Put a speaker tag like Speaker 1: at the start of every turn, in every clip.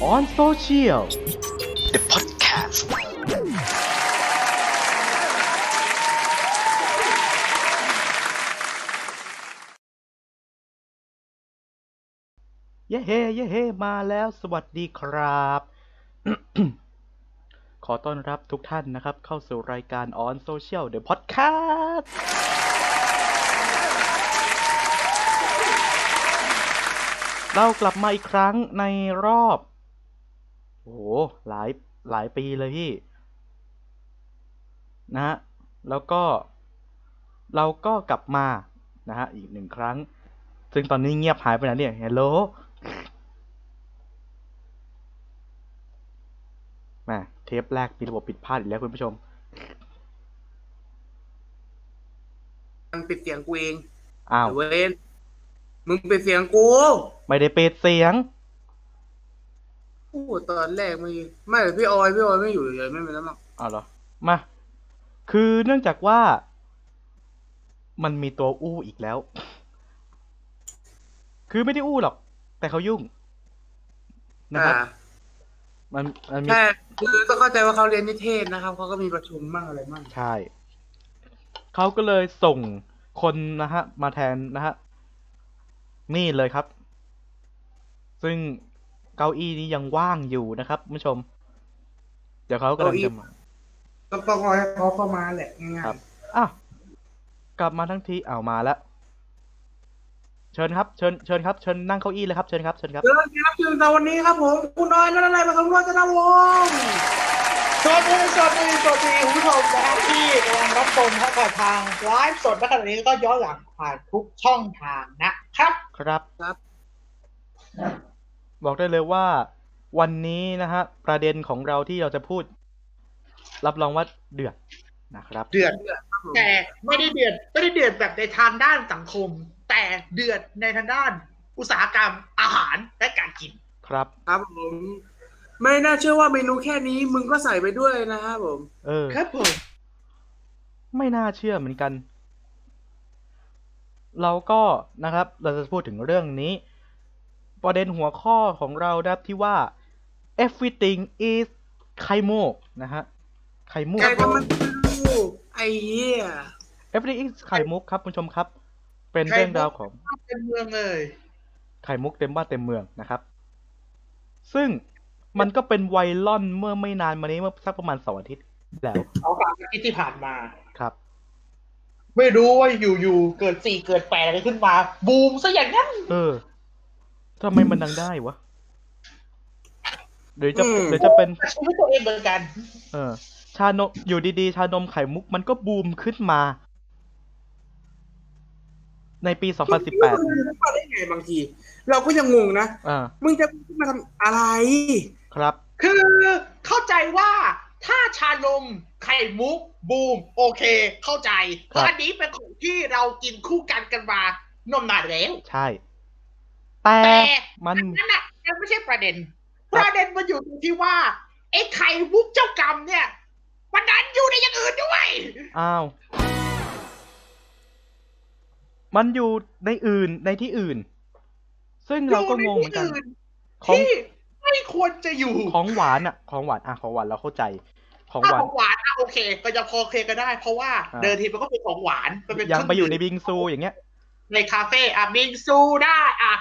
Speaker 1: on social
Speaker 2: The Podcast
Speaker 1: เย้เฮเย้เฮมาแล้วสวัสดีครับ ขอต้อนรับทุกท่านนะครับ เข้าสู่รายการ on social the podcast เรากลับมาอีกครั้งในรอบ โอ้โหหลายหลายปีเลยพี่ นะฮะแล้วก็ เราก็กลับมานะฮะอีกหนึ่งครั้ง ซึ่งตอนนี้เงียบหายไปไหนเนี่ยฮัลโหลแหมเทปแรกมีระบบผิดพลาดอีกแล้วคุณผู้ชม
Speaker 3: มันปิดเสียงกูเอง
Speaker 1: อ้าว
Speaker 3: เว้นมึงปิดเสียงกู
Speaker 1: ไม่ได้เปิดเสียง
Speaker 3: โอ้ตอนแรกไม่ไม่พี่ออยพี่ออยไม่อยู่เลยไม่เป็นไรมั้ง
Speaker 1: อ้าวเหรอ มา คือเนื่องจากว่า มันมีตัวอู้อีกแล้ว คือไม่ได้อู้หรอก แต่เขายุ่ง นะครับ
Speaker 3: อ่า
Speaker 1: มันมันมี
Speaker 3: แค่คือต้องเข้าใจว่าเขาเรียนนิเทศนะครับเขาก็มีประชุมมั่งอะไรมั่ง
Speaker 1: ใช่ เขาก็เลยส่งคนนะฮะ มาแทนนะฮะ นี่เลยครับ ซึ่งเก้าอี้นี้ยังว่างอยู่นะครับคุณผู้ชม เดี๋ยวเขากำลังจะมา
Speaker 3: ต้องต้องรอให้เขาเข้ามาแหละง่าย
Speaker 1: ครับ อ้าวกลับมาทั้งทีอ้าวมาแล้ว เชิญครับ เชิญ เชิญครับ เชิญนั่งเก้าอี้เลยครับ เชิญครับ เชิญครับ
Speaker 3: ๆเริ่มครับคือในวันนี้ครับผมคุณออยนั่นอะไรมาคำนวณจะนวงศ์
Speaker 4: สวัสดีสวัสดีสวัสดีคุณผู้ชมนะครับที่กำลังรับชมทั้งผ่านทางไลฟ์สดและขณะนี้ก็ย้อนหลังผ่านทุกช่องทางนะครับ
Speaker 1: ครับ บอกได้เลยว่า วันนี้นะฮะ ประเด็นของเราที่เราจะพูด รับรองว่าเดือดนะครับ
Speaker 4: เดือด
Speaker 3: ครับผม
Speaker 4: แต่ไม่ได้เดือดไม่ได้เดือดแบบในทางด้านสังคม แต่เดือดในทางด้านอุตสาหกรรมอาหารและการกิน
Speaker 1: ครับ
Speaker 3: ครับผมไม่น่าเชื่อว่าเมนูแค่นี้มึงก็ใส่ไปด้วยนะครับผม
Speaker 1: เออ
Speaker 4: ครับผม
Speaker 1: ไม่น่าเชื่อเหมือนกัน เราก็นะครับ เราจะพูดถึงเรื่องนี้ ประเด็นหัวข้อของเรานะครับที่ว่า everything is ไข่มุกนะฮะ ไข่มุก
Speaker 3: ไก่ทำมันกูไอ้เหี้ย
Speaker 1: everything is ไข่มุกครับคุณผู้ชมครับ เป็นเรื่องราวของ
Speaker 4: เป็นเมืองเลย
Speaker 1: ไข่มุกเต็มบ้านเต็มเมืองนะครับ ซึ่งมันก็เป็นไวรัลเมื่อไม่นานมานี้เมื่อสักประมาณสองอาทิตย์ที่แล้ว
Speaker 4: เอาการที่ที่ผ่านมา
Speaker 1: ครับ
Speaker 4: ไม่รู้ว่าอยู่ๆเกิดสี่เกิดแปดอะไรขึ้นมา บูมซะอย่างนั้น
Speaker 1: เออทำไมมันดังได้วะหรือจะ
Speaker 3: อืม
Speaker 1: หรือจะเป็น
Speaker 4: ชีวิตตัวเองเหมือนกัน
Speaker 1: เออชานมอยู่ดีๆ ชานมไข่มุกมันก็บูมขึ้นมา ในปี
Speaker 3: มึง
Speaker 1: 2018
Speaker 3: รู้มาได้ไงบางที เราก็ยังงงนะ
Speaker 1: อ่า
Speaker 3: มึงจะมาทำอะไร
Speaker 1: ครับ
Speaker 4: คือเข้าใจว่าถ้าชานมไข่มุก บูม โอเค เข้าใจ เพราะ
Speaker 1: ครับ
Speaker 4: อันนี้เป็นของที่เรากินคู่กันกันมานมนานแล้ว
Speaker 1: ใช่ แต่
Speaker 4: แต่
Speaker 1: มัน
Speaker 4: นั่นน่ะยังไม่ใช่ประเด็น ประเด็นมันอยู่ตรงที่ว่าไอ้ไข่มุกเจ้ากรรมเนี่ยมันดันอยู่ในอย่างอื่นด้วย
Speaker 1: อ้าว มันอยู่ในอื่นในที่อื่น ซึ่งเราก็งงเหมือนกัน
Speaker 4: ยู่ใที่
Speaker 1: ของ
Speaker 4: ที่ไม่ควรจะอยู่
Speaker 1: ของหวานอ่ะ ของหวานอ่ะของหวานเราเข้าใจ ของหา
Speaker 4: ถ้าว
Speaker 1: น
Speaker 4: ของหวานอ่ะโอเค ก็ยังพอเคลียร์ก็ได้ เพราะว่า
Speaker 1: อ่า
Speaker 4: เดินทีมันก็เป็นของหวานมันเป็น
Speaker 1: ยังไปอยู่ใน
Speaker 4: เครื่ง
Speaker 1: บิงซูอย่างเงี้ย
Speaker 4: ดื่มในคาเฟ่อ่ะบิงซูได้อ่ะ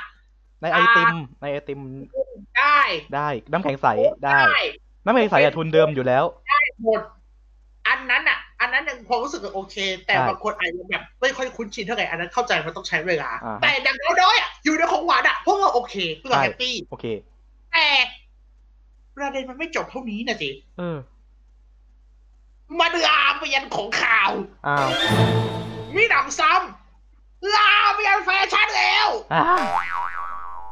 Speaker 1: ในไอติม ในไอติม
Speaker 4: ได้
Speaker 1: ได้ น้ำแข็งใสได้ น้ำแข็งใสอะทุนเดิมอยู่แล้ว
Speaker 4: หมด อันนั้นอ่ะ อันนั้นยังพอรู้สึกว่าโอเค แต่
Speaker 1: ใช่
Speaker 4: บางคนอาจจะแบบไม่ค่อยคุ้นชินเท่าไหร่อันนั้นเข้าใจมันต้องใช้เวลา
Speaker 1: อ่าฮะ
Speaker 4: แต่ดังน้อยๆอ่ะอยู่ในของหวานอ่ะพวกเราโอเคพวกเรา
Speaker 1: ใช่
Speaker 4: แฮปปี้
Speaker 1: โอเค
Speaker 4: แต่ประเด็นมันไม่จบเท่านี้นะสิ
Speaker 1: เออ
Speaker 4: มันลามไปยันของข่าว
Speaker 1: อ้าว
Speaker 4: มีหนำซ้ำลามไปยันแฟชั่นแล้ว
Speaker 1: อ่า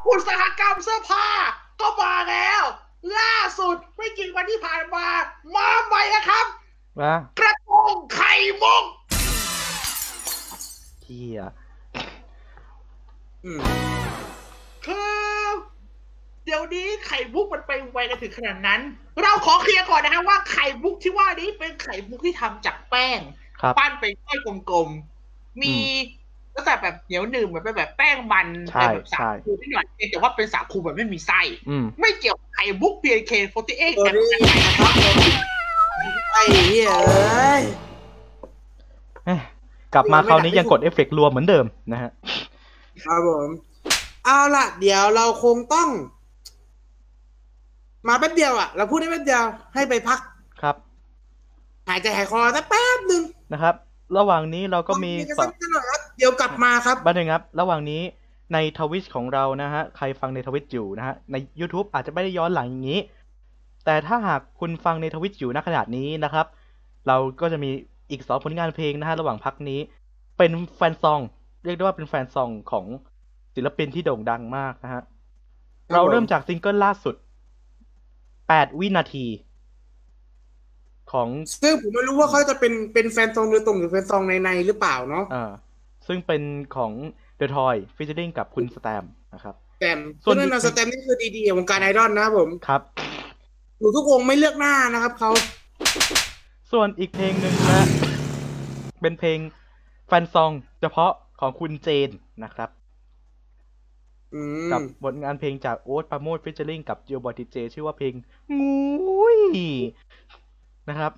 Speaker 4: อุตสาหกรรมเสื้อผ้า ก็มาแล้ว ล่าสุดไม่กี่วันที่ผ่านมา มาใหม่แล้วครับ
Speaker 1: นะ
Speaker 4: กระทงไข่มุก
Speaker 1: เทีย
Speaker 3: อืม
Speaker 4: คือเดี๋ยวนี้ไข่มุกมันไปไวกันถึงขนาดนั้น เราขอเคลียร์ก่อนนะฮะว่าไข่มุกที่ว่านี้เป็นไข่มุกที่ทำจากแป้ง
Speaker 1: ครับ
Speaker 4: ปั้นเป็นก้อนกลมๆ มี ลักษณะแบบเหนียวหนึบเหมือนเป็นแบบแป้งมัน
Speaker 1: ใช่
Speaker 4: เป็นแบบสา
Speaker 1: ใช่
Speaker 4: คูนิดหน่อยเพียงแต่ว่าเป็นสาคูแบบไม่มีไส้
Speaker 1: อืม
Speaker 4: ไม่เกี่ยวกับไข่บุ๊กเพียเคโฟติเอ็ก
Speaker 3: โอ้
Speaker 4: แต่
Speaker 3: ยนะครับผมไอ้เหี้ยเอ้ย
Speaker 1: เอ้ยกลับมาคราวนี้ยังกดเอฟเฟกต์รวมเหมือนเดิมนะฮะ
Speaker 3: ครับผมเอาล่ะ เดี๋ยวเราคงต้อง มาแป๊บเดียวอ่ะ เราพูดได้แป๊บเดียวให้ไปพัก
Speaker 1: ครับ
Speaker 3: หายใจหายคอสักแป๊บหนึ่ง
Speaker 1: นะครับ ระหว่างนี้เราก็มี
Speaker 3: คุยนสักนิดหน่อยครับเดี๋ยวกลับมาครับ
Speaker 1: บ้านหนึ่งครับ ระหว่างนี้ในทวิชของเรานะฮะ ใครฟังในทวิชอยู่นะฮะ ใน YouTube อาจจะไม่ได้ย้อนหลังอย่างนี้ แต่ถ้าหากคุณฟังในทวิชอยู่ณขนาดนี้นะครับ เราก็จะมีอีกสองผลงานเพลงนะฮะ ระหว่างพักนี้ เป็นแฟนซอง เรียกได้ว่าเป็นแฟนซองของศิลปินที่โด่งดังมากนะฮะ
Speaker 3: ครับ
Speaker 1: เราเริ่ม
Speaker 3: ผม
Speaker 1: จากซิงเกิลล่าสุด 8 วินาที ของ
Speaker 3: ซึ่งผมไม่รู้ว่าเขาจะเป็นเป็นแฟนซองโดยตรงหรือแฟนซองในในๆหรือเปล่าเนาะ
Speaker 1: เอ่อซึ่งเป็นของ The Toy f e a t u r i n g กับคุณสแตมป์นะครับ
Speaker 3: แต่
Speaker 1: ส่วน
Speaker 3: ซึ่งแน่นอนสแตมป์นี่คือดีๆของวงการไอดอลนะครับผม
Speaker 1: ครับ
Speaker 3: อยู่ทุกวงไม่เลือกหน้านะครับเขา
Speaker 1: ส่วนอีกเพลงหนึ่งนะ เป็นเพลงแฟนซองเฉพาะของคุณเจนนะครับ
Speaker 3: อื
Speaker 1: กั
Speaker 3: ม
Speaker 1: บทงานเพลงจากโอ๊ตปราโมดฟิชเชอร์ลิงกับเจียวบอติเจ ชื่อว่าเพลงงูยนะครับ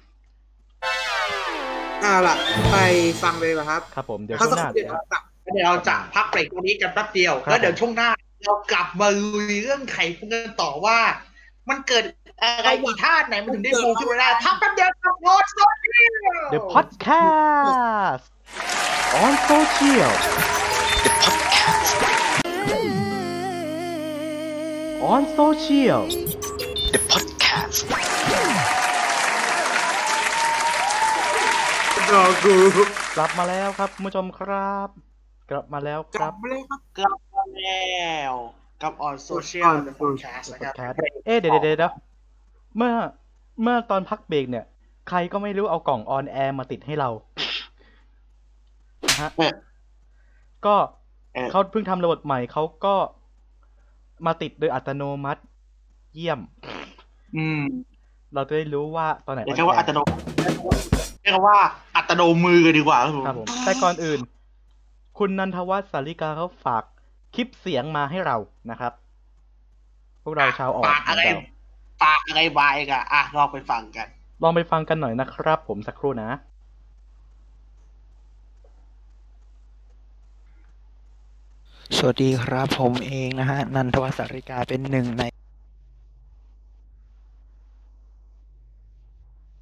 Speaker 3: เอาล่ะ ไปฟังเลยดีกว่าครับ
Speaker 1: ครับผมเดี๋ยว
Speaker 3: เขา
Speaker 1: ช่ว
Speaker 3: สั
Speaker 1: ง
Speaker 3: ก
Speaker 1: หน้า
Speaker 3: ครู่
Speaker 1: เดี๋ยว
Speaker 3: เดียวครับ
Speaker 4: เดี๋ยวเราจะพักเบรกตรงนี้กันแป๊บเดียว
Speaker 1: ครับ
Speaker 4: แล้วเดี๋ยวช่วงหน้า เรากลับมาลุยเรื่องไข่พุงกันต่อว่า มันเกิดอะไรอีท่าไหนมันถึงได้บูมขึ้นมาได้ทักแป๊บเดียวกับโน้ตโซเชียล
Speaker 1: The Podcast on Social
Speaker 2: The podcast.
Speaker 1: on Social
Speaker 2: The podcast.
Speaker 3: ดอกกู
Speaker 1: กลับมาแล้วครับคุณผู้ชมครับ กลับมาแล้วค
Speaker 3: กลั
Speaker 1: รั
Speaker 3: บบ มาเลยครับ
Speaker 4: กลับมาแล้วกับออนโซเชียล
Speaker 3: On
Speaker 4: เดอะพอดแคสต์นะครั
Speaker 1: Podcast
Speaker 4: บ
Speaker 1: เอ๊ะเดี๋ยวเดี๋ยวเดี๋ยวเดี๋ยวเมื่อเมื่อตอนพักเบรกเนี่ย ใครก็ไม่รู้เอากล่องออนแอร์มาติดให้เรานะฮะ
Speaker 3: เอ๊ะ
Speaker 1: ก็
Speaker 3: เอ๊ะ
Speaker 1: เขาเพิ่งทำระบบใหม่เขาก็มาติดโดยอัตโนมัติ เยี่ยม
Speaker 4: อืม
Speaker 1: เราจะได้รู้ว่าตอนไหน
Speaker 4: เรียกว่าอัตโนเรียกว่าอัตโนมือดีกว่าครับผม
Speaker 1: ครับผม แต่ก่อนอื่น คุณนันทวัฒน์สาริกาเขาฝากคลิปเสียงมาให้เรานะครับ พวกเราชาวออก
Speaker 4: ปากอะไร
Speaker 1: เหมือนเดิม
Speaker 4: ปากอะไรบายกันอ่ะลองไปฟังกัน
Speaker 1: ลองไปฟังกันหน่อยนะครับ ผมสักครู่นะ
Speaker 5: สวัสดีครับผมเองนะฮะ นันทวัฒน์สาริกาเป็นหนึ่งใน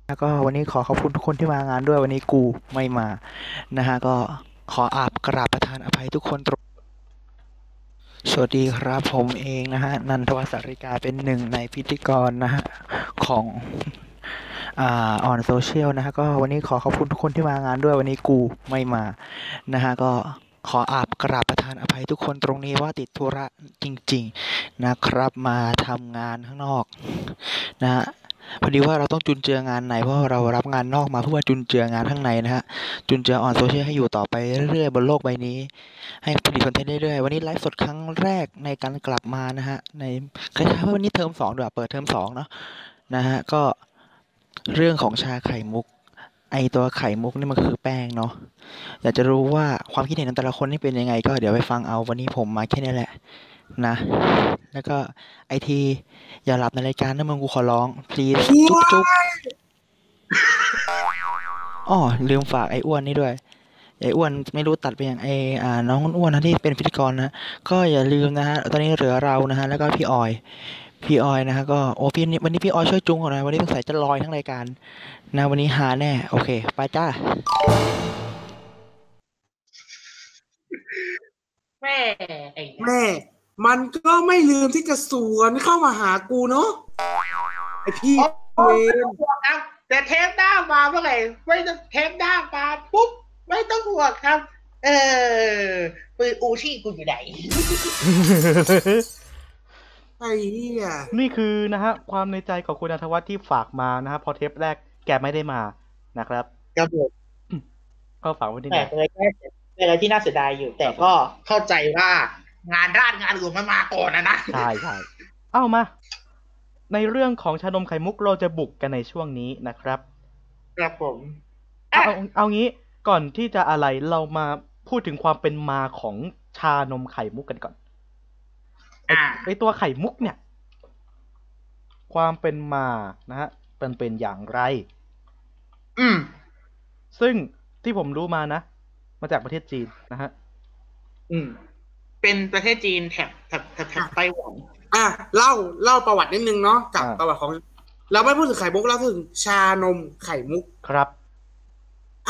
Speaker 5: แล้วก็วันนี้ขอขอบคุณทุกคนที่มางานด้วยวันนี้กูไม่มานะฮะ ก็ขออาบกราบประทานอภัยทุกคนตรงสวัสดีครับผมเองนะฮะ นันทวัฒน์สาริกาเป็นหนึ่งในพิธีกรนะฮะ ของอ่าออนโซเชียลนะฮะ ก็วันนี้ขอขอบคุณทุกคนที่มางานด้วยวันนี้กูไม่มา นะฮะก็ขออาบกราบประทานอภัยทุกคนตรงนี้ว่าติดธุระจริงๆนะครับมาทำงานข้างนอกนะฮะพอดีว่าเราต้องจุนเจืองานในเพราะเรารับงานนอกมาเพื่อมาจุนเจืองานข้างในนะฮะจุนเจือออนโซเชียลให้อยู่ต่อไปเรื่อยๆบนโลกใบนี้ ให้ผลิตคอนเทนต์เรื่อยๆวันนี้ไลฟ์สดครั้งแรกในการกลับมานะฮะในคล้ายๆว่าวันนี้เทอมสองด้วยเปิดเทอมสองเนาะนะฮะก็เรื่องของชาไข่มุก ไอตัวไข่มุกนี่มันคือแป้งเนาะ อยากจะรู้ว่าความคิดเห็นของแต่ละคนนี่เป็นยังไง ก็เดี๋ยวไปฟังเอาวันนี้ผมมาแค่นี้แหละนะ แล้วก็ไอทีอย่าหลับในรายการนะมึงกูขอร้อง please จุ๊บจุ๊บอ๋อลืมฝากไออ้วนนี่ด้วยไออ้วนไม่รู้ตัดไปอย่างไออ่าน้องอ้วนนะที่เป็นพิธีกรนะ ก็อย่าลืมนะฮะตอนนี้เหลือเรานะฮะแล้วก็พี่ออยพี่ออยนะฮะก็โอ้พี่นี่วันนี้พี่ออยช่วยจุงก่อนนะวันนี้สงสัยจะลอยทั้งรายการนะวันนี้หาแน่โอเคไปจ้า
Speaker 4: แม่ไอ้
Speaker 3: แม่ มันก็ไม่ลืมที่จะสวนเข้ามาหากูเนาะไอพี่เวน
Speaker 4: ครับแต่เทปหน้ามาเมื่อไหร่ไม่ต้องเทปหน้ามาปุ๊บไม่ต้องห่วงครับ เออปืนอูชี่กูอยู่ไหน
Speaker 3: ไอ้เหี้ย
Speaker 1: นี่คือนะฮะความในใจของคุณอัธวัฒน์ที่ฝากมานะฮะเพอเทปแรกแกไม่ได้มานะครับ
Speaker 4: ครับผม
Speaker 1: ก็ฝากไว้ที่
Speaker 4: แต่
Speaker 1: นี่
Speaker 4: เป็นอะไรก็เป็นอะไรที่น่าเสียดายอยู่ แต่ก็เข้าใจว่างานด้านงานอื่นมันมาก่อนนะนะ
Speaker 1: ใช่ใช่เอามา ในเรื่องของชานมไข่มุกเราจะบุกกันในช่วงนี้นะครับ
Speaker 4: ครับผม
Speaker 1: เอาเอางี้ก่อนที่จะอะไรเรามา พูดถึงความเป็นมาของชานมไข่มุกกันก่อน
Speaker 4: อ่า
Speaker 1: ไอตัวไข่มุกเนี่ย ความเป็นมานะฮะมันเป็นอย่างไร
Speaker 4: อืม
Speaker 1: ซึ่งที่ผมรู้มานะ มาจากประเทศจีนนะฮะ
Speaker 4: อืม เป็นประเทศจีนแถบแถบแถบแถบไต้หวัน
Speaker 3: อ่ะเล่าเล่าประวัตินิดนึงเนาะกับ
Speaker 1: อ่า
Speaker 3: ประวัติของ เราไม่พูดถึงไข่มุกเราพูดถึงชานมไข่มุก
Speaker 1: ครับ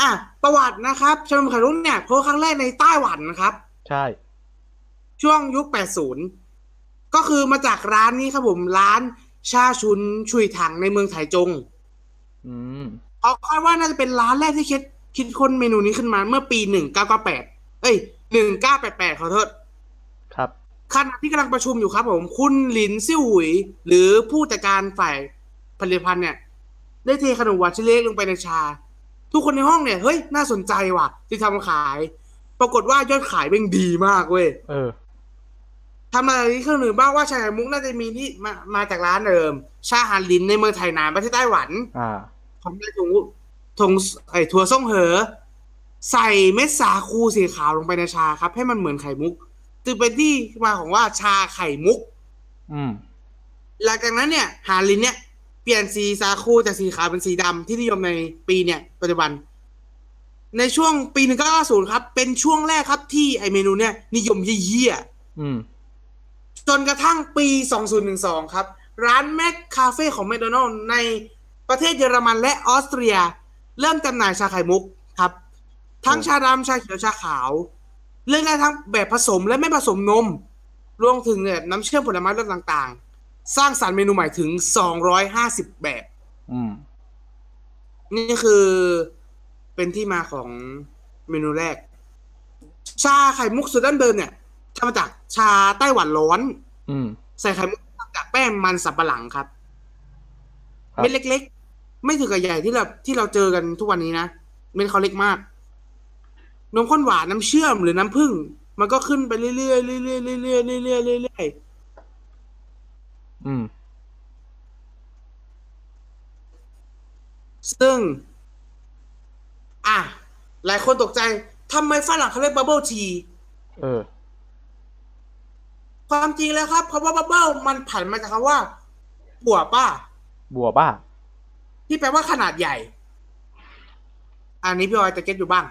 Speaker 3: อ่ะประวัตินะครับชานมไข่มุกเนี่ยพบครั้งแรกในไต้หวันนะครับ
Speaker 1: ใช่
Speaker 3: ช่วงยุค 80 ก็คือมาจากร้านนี้ครับผมร้านชาชุนชุยถังในเมืองไถจง
Speaker 1: อืม
Speaker 3: เขาคาดว่าน่าจะเป็นร้านแรกที่คิดคิดค้นเมนูนี้ขึ้นมาเมื่อปี 1998 เอ้ย 1988 ขอโทษ
Speaker 1: ครับ
Speaker 3: ขณะที่กำลังประชุมอยู่ครับผม คุณหลินซิ่วหุย หรือผู้จัดการฝ่ายผลิตภัณฑ์เนี่ย ได้เทขนมหวานชิ้นเล็กลงไปในชา ทุกคนในห้องเนี่ย เฮ้ย น่าสนใจว่ะที่ทำมาขาย ปรากฏว่ายอดขายเป็นดีมากเว้ย
Speaker 1: เออ
Speaker 3: ทำอะไรที่เครื่องดื่มบ้างว่าชาไข่มุกน่าจะมีที่มามาจากร้านเดิม ชาฮันลินในเมืองไทยนานประเทศไต้หวัน
Speaker 1: อ่า
Speaker 3: ของนายถงถงไอถั่วส้มเหอ ใส่เม็ดสาคูสีขาวลงไปในชาครับ ให้มันเหมือนไข่มุกจึงเป็นที่มาของว่าชาไข่มุก
Speaker 1: อืม
Speaker 3: หลังจากนั้นเนี่ยฮาลินเนี่ยเปลี่ยนสีสาคูจากสีขาวเป็นสีดำที่นิยมในปีเนี่ยปัจจุบัน ในช่วงปี 1990 ครับ เป็นช่วงแรกครับที่ไอเมนูเนี่ยนิยมเยี่ยๆ
Speaker 1: อืม
Speaker 3: จนกระทั่งปี 2012 ครับ ร้านแมคคาเฟ่ของแม d โดนัล s ในประเทศเยอรมันและออสเตรีย เริ่มจำหน่ายชาไข่มุกครับ ทั้งชาดำชาเขียวชาขาว เรื่องได้ทั้งแบบผสมและไม่ผสมนม รวมถึงแบบน้ำเชื่อมผลไม้รสต่างๆ สร้างสารรค์เมนูใหม่ถึง 250 แบบ
Speaker 1: อืม
Speaker 3: นี่คือเป็นที่มาของเมนูแรก ชาไข่มุกสูตรดั้งเดิมเนี่ยทำมาจากชาไต้หวันร้อน
Speaker 1: อืม
Speaker 3: ใส่ไข่มุกทำจากแป้งมันสับปะหลังครับ
Speaker 1: ครับ
Speaker 3: เม็ดเล็ก ๆ ไม่ถึงกับใหญ่ที่เราที่เราเจอกันทุกวันนี้นะเม็ดเขาเล็กมาก นมข้นหวานน้ำเชื่อมหรือน้ำผึ้งมันก็ขึ้นไปเรื่อยๆเรื่อยๆเรื่อยๆเรื่อยๆเรื่อยๆเรื่อย
Speaker 1: อืม
Speaker 3: ๆซึ่ง อ่ะหลายคนตกใจทำไมฝรั่งเขาเรียกบับเบิลที
Speaker 1: เออ
Speaker 3: ความจริงแล้วครับคำว่าบับเบิลมันผันมาจากคำว่าหัวป้า
Speaker 1: บัวบ้า
Speaker 3: ที่แปลว่าขนาดใหญ่ อันนี้พี่ออยจะเก็ตอยู่บ้าง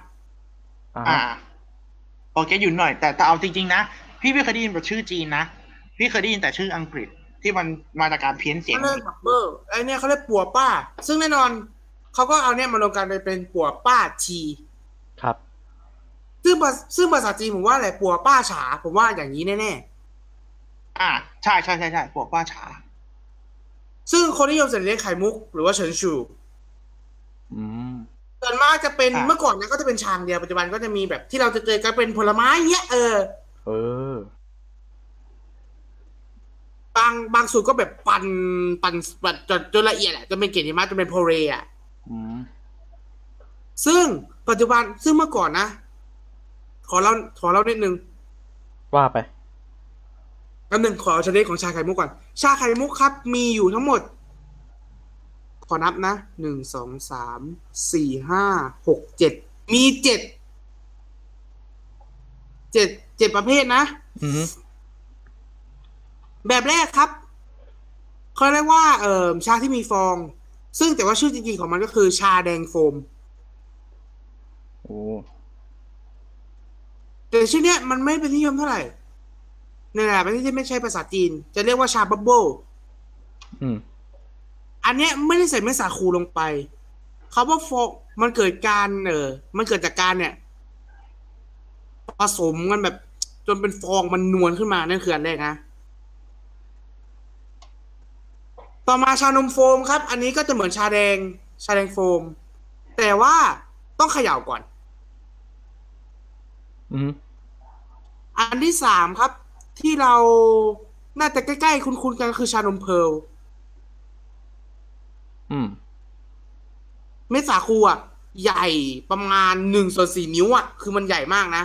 Speaker 1: อ่า
Speaker 4: อ่า
Speaker 1: ฮะ
Speaker 4: โอเคอยู่หน่อย แต่แต่เอาจริงๆนะ พี่ไม่เคยได้ยินแต่ชื่อจีนนะ พี่เคยได้ยินแต่ชื่ออังกฤษที่มันมาจากการเพี้ยนเสียง
Speaker 3: เขาเรียกบับเบิ้ลไอเนี่ยเขาเรียกปัวป้า ซึ่งแน่นอนเขาก็เอาเนี่ยมารวมกันไปเป็นปัวป้าชี
Speaker 1: ครับ
Speaker 3: ซึ่งภาซึ่งภาษาจีนผมว่าอะไรปัวป้าฉา ผมว่าอย่างนี้แน่
Speaker 4: อ่า ใช่ใช่ใช่ใช่พวกป้าฉา
Speaker 3: ๆ ซึ่งคนนิยมจะเรียกไข่มุก หรือว่าเฉินชู
Speaker 1: อืม
Speaker 3: ส่วนมากจะเป็น
Speaker 4: อ่ะ
Speaker 3: เมื่อก่อนเนี่ยก็จะเป็นชามเดียวปัจจุบันก็จะมีแบบที่เราจะเจอกันเป็นผลไม้เนี้ยเออ
Speaker 1: เออ
Speaker 3: บางบางสูตรก็แบบปั่นปั่นปั่นจนจนละเอียดอะจนเป็นเกล็ดหิมะจนเป็นโพเรอะ
Speaker 1: อืม
Speaker 3: ซึ่งปัจจุบันซึ่งเมื่อก่อนนะ ขอเล่าขอเล่านิดนึง
Speaker 1: ว่าไป
Speaker 3: กำหนึ่งขอชนิดของชาไข่มุกก่อน ชาไข่มุกครับ มีอยู่ทั้งหมด ขอนับนะหนึ่งสองสามสี่ห้าหกเจ็ดมีเจ็ดเจ็ดเจ็ดประเภทนะ
Speaker 1: อืม
Speaker 3: แบบแรกครับเขาเรียกว่าเอ่อชาที่มีฟอง ซึ่งแต่ว่าชื่อจริงๆของมันก็คือชาแดงโฟม
Speaker 1: โอ้
Speaker 3: แต่ชื่อเนี้ยมันไม่เป็นที่นิยมเท่าไหร่ในหลายประเทศที่ไม่ใช่ภาษาจีน จะเรียกว่าชาบับเบิล
Speaker 1: อืม
Speaker 3: อันเนี้ยไม่ได้ใส่เม็ดสาคูลงไป เขาว่าโฟกมันเกิดการเออมันเกิดจากการเนี่ยผสมกันแบบ จนเป็นฟองมันนวลขึ้นมา นั่นคืออันแรกนะ ต่อมาชานมโฟมครับ อันนี้ก็จะเหมือนชาแดง ชาแดงโฟม แต่ว่าต้องเขย่าก่อน
Speaker 1: อืม
Speaker 3: อันที่สามครับ ที่เราน่าจะใกล้ๆคุ้นๆกันก็คือชานมเพร์ล
Speaker 1: อืม
Speaker 3: เม็ดสาคูอ่ะ ใหญ่ประมาณหนึ่งส่วนสี่นิ้วอ่ะ คือมันใหญ่มากนะ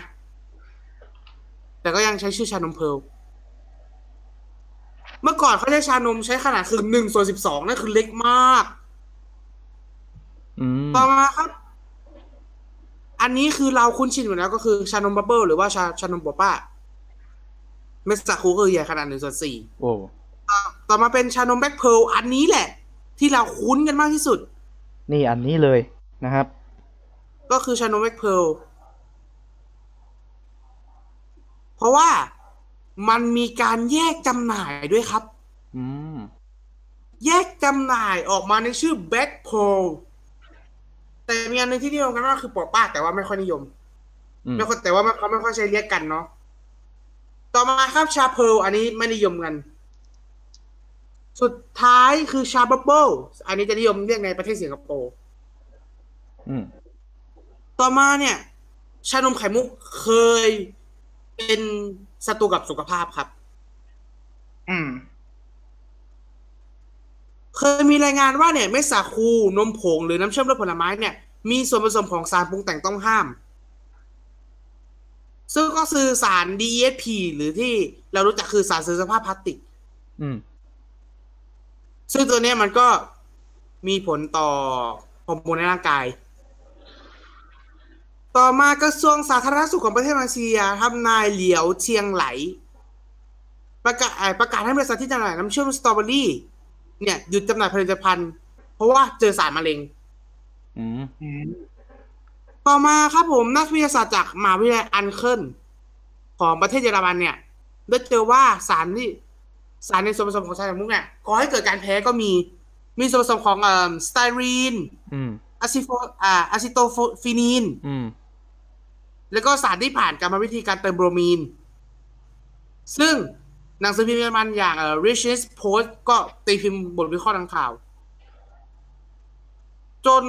Speaker 3: แต่ก็ยังใช้ชื่อชานมเพร์ลเมื่อก่อนเขาใช้ชานมใช้ขนาดคือหนึ่งส่วนสิบสองนั่นคือเล็กมาก
Speaker 1: อืม
Speaker 3: ต่อมาครับ อันนี้คือเราคุ้นชินอยู่แล้วก็คือชานมบับเบิลหรือว่าชาชานมบัวป้าเมสซาคูก็คือใหญ่ขนาดหนึ่งส่วนสี่
Speaker 1: โอ้
Speaker 3: อ่ะต่อมาเป็นชานมแบล็กเพิร์ลอันนี้แหละ ที่เราคุ้นกันมากที่สุด
Speaker 1: นี่อันนี้เลยนะครับ
Speaker 3: ก็คือชานมแบล็กเพิร์ลเพราะว่ามันมีการแยกจำหน่ายด้วยครับ
Speaker 1: อืม
Speaker 3: แยกจำหน่ายออกมาในชื่อแบล็กเพิร์ลแต่มีอันหนึงที่นิยมกันมากคือปอป้า แต่ว่าไม่ค่อยนิยม
Speaker 1: อืม
Speaker 3: ไม่ค่อยแต่ว่ามันเขาไม่ค่อยใช้เรียกกันเนาะ ต่อมาครับชาเพร์ลอันนี้ไม่นิยมกัน สุดท้ายคือชาบับเบิลอันนี้จะนิยมเรียกในประเทศสิงคโปร์
Speaker 1: อืม
Speaker 3: ต่อมาเนี่ย ชานมไข่มุกเคยเป็นศัตรูกับสุขภาพครับ
Speaker 4: อืม
Speaker 3: เคยมีรายงานว่าเนี่ยเม็ดสาคูนมผงหรือน้ำเชื่อมรสผลไม้เนี่ย มีส่วนผสมของสารปรุงแต่งต้องห้าม ซึ่งก็คือสาร DESP หรือที่เรารู้จักคือสารสื่อสภาพพลาสติก
Speaker 1: อืม
Speaker 3: ซึ่งตัวเนี้ยมันก็มีผลต่อฮอร์โมนในร่างกาย ต่อมากระทรวงสาธารณสุขของประเทศมาเลเซียทำนายเหลียวเชียงไหล ประกาศเอ่อประกาศให้บริษัทที่จำหน่ายน้ำเชื่อมสตรอเบอรี่ เนี่ย หยุดจำหน่ายผลิตภัณฑ์ เพราะว่าเจอสารมะเร็ง
Speaker 1: อืม
Speaker 4: อืม
Speaker 3: ต่อมาครับผมนักวิทยาศาสตร์จากมหาวิทยาลัยอันเคิลของประเทศเยอรมันเนี่ย ได้เจอว่าสารที่สารในส่วนผสมของชาดมุกเนี่ยก่อให้เกิดการแพ้ก็มี มีส่วนผสมของเอ่อสไตรีน
Speaker 1: อืม
Speaker 3: อะซิโฟอ่าอะซิโตฟีนีน
Speaker 1: อืม
Speaker 3: แล้วก็สารที่ผ่านกรรมวิธีการเติมโบรมีน ซึ่งหนังสือพิมพ์เยอรมันอย่างเอ่อ Richest Post ก็ตีพิมพ์บทวิเคราะห์ดังข่าว จน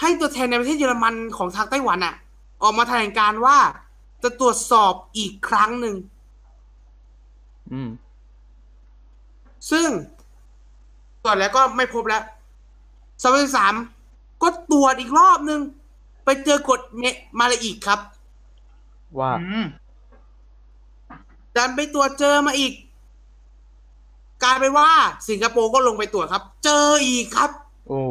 Speaker 3: ให้ตัวแทนในประเทศเยอรมันของทางไต้หวันอะออกมาแถลงการว่าจะตรวจสอบอีกครั้งหนึ่ง
Speaker 1: อืม
Speaker 3: ซึ่งตรวจแล้วก็ไม่พบแล้วสองพันสามก็ตรวจอีกรอบหนึ่งไปเจอกฎเมมาละอีกครับ
Speaker 1: ว่า
Speaker 4: อืม
Speaker 3: ดันไปตรวจเจอมาอีก กลายเป็นว่า สิงคโปร์ก็ลงไปตรวจครับ เจออีกครับ
Speaker 1: โอ้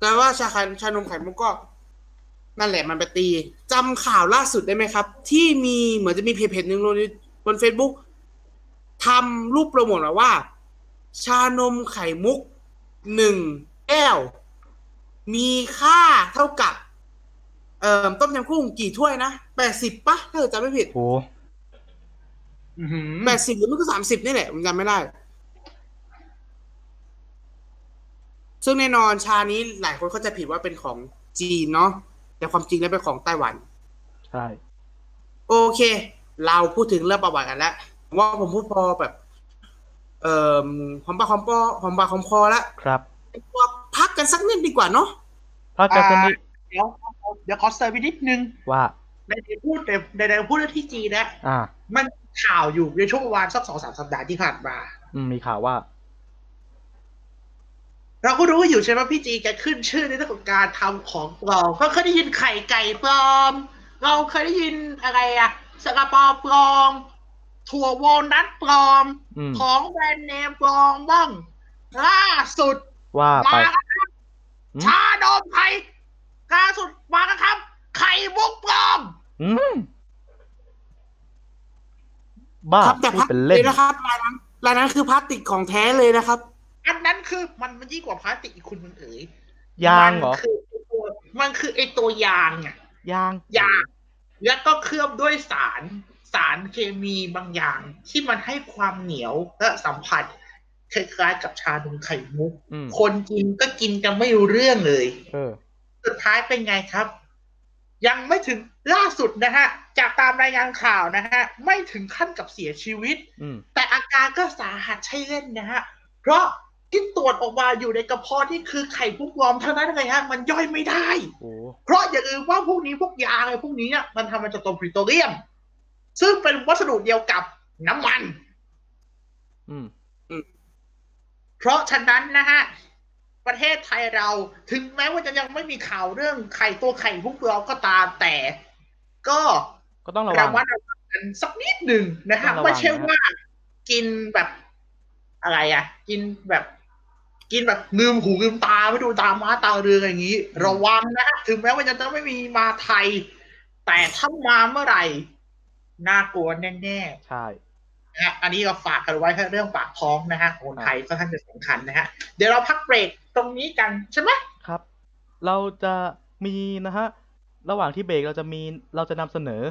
Speaker 3: แต่ว่าชาไข่ชานมไข่มุกก็ นั่นแหละมันไปตีจำข่าวล่าสุดได้ไหมครับ ที่มีเหมือนจะมีเพจเพจหนึ่งลงในบน Facebook ทำรูปโปรโมทมาว่า ชานมไข่มุกหนึ่งแก้ว มีค่าเท่ากับ เอ่อต้มยำกุ้งกี่ถ้วยนะแปดสิบปะถ้าเกิดจำไม่ผิด
Speaker 1: โห
Speaker 4: อืม
Speaker 3: แปดสิบหรือไม่ก็สามสิบนี่แหละผมจำไม่ได้ ซึ่งแน่นอนชานี้หลายคนเข้าใจผิดว่าเป็นของจีนเนาะแต่ความจริงแล้วเป็นของไต้หวัน
Speaker 1: ใช่
Speaker 3: โอเค เราพูดถึงเรื่องประวัติกันแล้วผมว่าผมพูดพอแบบ เอ่อหอมปากหอมปอหอมปากหอมคอแล้ว
Speaker 1: ครับ
Speaker 3: เราพักกันสักนิดดีกว่าเนาะ
Speaker 1: พระกัน
Speaker 4: อ่า
Speaker 1: สักนิด
Speaker 4: เดี๋ยวเดี๋ยวขอเสริร์ฟไปนิดนึง
Speaker 1: ว่า
Speaker 4: ในเดี๋ยวพูดในในในพูดเรื่องที่จีนนะ
Speaker 1: อ่า
Speaker 4: มันข่าวอยู่ในช่วงประมาณสักสองสามสัปดาห์ที่ผ่านมา
Speaker 1: อืม มีข่าวว่า
Speaker 4: เราก็รู้อยู่ใช่ไหมพี่จีแกขึ้นชื่อในเรื่องของการทำของปลอมก็เคยได้ยินไข่ไก่ปลอม เราเคยได้ยินอะไรอะสกปอปลอม ถั่วโวลนัทปลอม
Speaker 1: อืม
Speaker 4: ของแบรนด์เนมปลอมบ้างล่าสุด
Speaker 1: ว่าไป
Speaker 4: มาแล้วครับ
Speaker 1: อืม
Speaker 4: ชาดมไทยล่าสุดมาแล้วครับ ไข่มุกปลอม
Speaker 1: อืม บ้า
Speaker 3: ครับแต่
Speaker 1: พู
Speaker 3: พั
Speaker 1: ด
Speaker 3: ก
Speaker 1: เป็น
Speaker 3: เล
Speaker 1: เล่น
Speaker 3: ยนะครับรายนั้นรายนั้นคือพลาสติกของแท้เลยนะครับ
Speaker 4: อันนั้นคือมันมันยิ่งกว่าพลาสติกอีกคุณมันเอ๋ย
Speaker 1: ยางเหรอ
Speaker 4: มันคือไอ้ตัวมันคือไอตัวยางอะ
Speaker 1: ยาง
Speaker 4: ยาแล้วก็เคลือบด้วยสารสารเคมีบางอย่าง ที่มันให้ความเหนียวและสัมผัสคล้ายๆกับชานมไข่มุก
Speaker 1: อืม
Speaker 4: คนกินก็กินกันไม่รู้เรื่องเลย
Speaker 1: เออ
Speaker 4: สุดท้ายเป็นไงครับ ยังไม่ถึงล่าสุดนะฮะ จากตามรายงานข่าวนะฮะ ไม่ถึงขั้นกับเสียชีวิต
Speaker 1: อืม
Speaker 4: แต่อาการก็สาหัสใช่เล่นนะฮะ เพราะที่ตรวจออกมาอยู่ในกระเพาะนี่คือไข่มุกวอมเท่านั้นเลยฮะ มันย่อยไม่ได้
Speaker 1: โอ้
Speaker 4: เพราะอย่าลืมว่าพวกนี้พวกยาอะไรพวกนี้เนี่ยมันทำมาจากตัวพริโตเรียม ซึ่งเป็นวัสดุเดียวกับน้ำมัน
Speaker 1: อืม
Speaker 4: เพราะฉะนั้นนะฮะ ประเทศไทยเราถึงแม้ว่าจะยังไม่มีข่าวเรื่องไข่ตัวไข่พวกเราก็ตามแต่ ก็
Speaker 1: ก็ต้องระวั
Speaker 4: ระ
Speaker 1: ง
Speaker 4: มัดระวังกันสักนิดหนึ่งนะฮะ
Speaker 1: ต้องระวัง
Speaker 4: ไม่ใช่ว่ากินแบบอะไรอ่ะ กินแบบ กินแบบลืมหูลืมตาไม่ดูตาม้าตาเรืออย่างนี้ ระวังนะฮะถึงแม้ว่าจะต้องไม่มีมาไทย แต่ถ้ามาเมื่อไหร่ น่ากลัวแน่ๆ
Speaker 1: ใช่
Speaker 4: นะฮะอันนี้เราฝากกันไว้ให้เรื่องปากท้องนะฮะของคนไทยก็ท่านจะสำคัญนะฮะ เดี๋ยวเราพักเบรกตรงนี้กันใช่ไหม
Speaker 1: ครับ เราจะมีนะฮะระหว่างที่เบรกเราจะมีเราจะนำเสนอ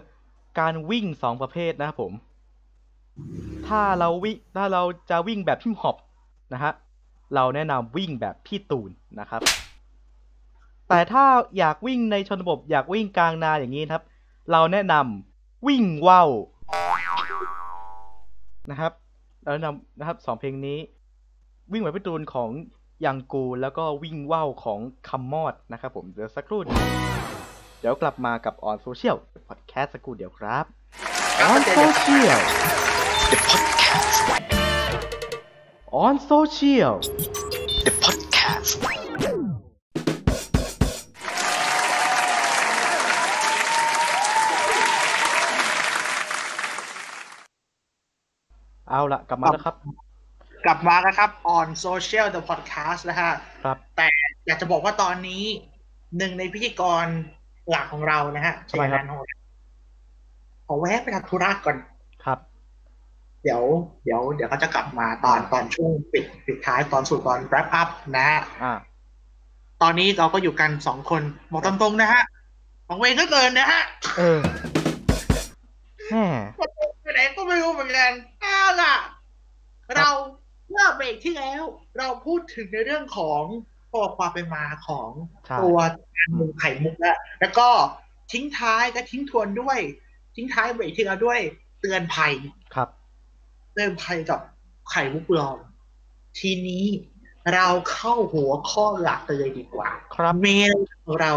Speaker 1: การวิ่งสองประเภทนะครับผม ถ้าเราวิ่งถ้าเราจะวิ่งแบบพิมฮอปนะฮะเราแนะนำวิ่งแบบพี่ตูนนะครับ แต่ถ้าอยากวิ่งในชนบทอยากวิ่งกลางนาอย่างนี้นะครับ เราแนะนำวิ่งว่าวนะครับ เราแนะนำนะครับสองเพลงนี้ วิ่งแบบพี่ตูนของยังกูแล้วก็วิ่งว่าวของคัมมอดนะครับผมเดี๋ยวสักครู่หนึ่งเดี๋ยวกลับมากับออนโซเชียลพอดแคสต์สักครู่เดียวครับออนโซเชียล
Speaker 2: The podcast.
Speaker 1: on social
Speaker 2: The podcast.
Speaker 1: เอาละกลับมาแล้วครับ
Speaker 4: กลับมาแล้วครับ on social the podcast นะฮะ
Speaker 1: ครับ
Speaker 4: แต่อยากจะบอกว่าตอนนี้หนึ่งในพิธีกรหลักของเรานะฮะ
Speaker 1: ทำไมครับ
Speaker 4: เจนนันของเราขอแวะไปทำธุระก่อน
Speaker 1: ครับ
Speaker 4: เดี๋ยว เดี๋ยว เดี๋ยวเขาจะกลับมาตอนตอนช่วงปิดปิดท้ายตอนสุดตอน wrap up นะฮะ
Speaker 1: อ่า
Speaker 4: ตอนนี้เราก็อยู่กันสองคนบอกตามตรงนะฮะของเวงก็เกินนะฮะ
Speaker 1: เออแหม่
Speaker 4: ไปไหนก็ไม่รู้เหมือนกันเอาล่ะ เราเมื่อเบรกที่แล้ว เราพูดถึงในเรื่องของประวัติความเป็นมาของ
Speaker 1: ใช่
Speaker 4: ตัวการเมืองไข่มุกแล้วแล้วก็ทิ้งท้ายและทิ้งทวนด้วย ทิ้งท้ายเบรกที่แล้วด้วย เตือนภัย
Speaker 1: ครับ
Speaker 4: เตือนภัยกับไข่มุกปลอมทีนี้เราเข้าหัวข้อหลักกันเลยดีกว่า
Speaker 1: ครับ
Speaker 4: เมลของเรา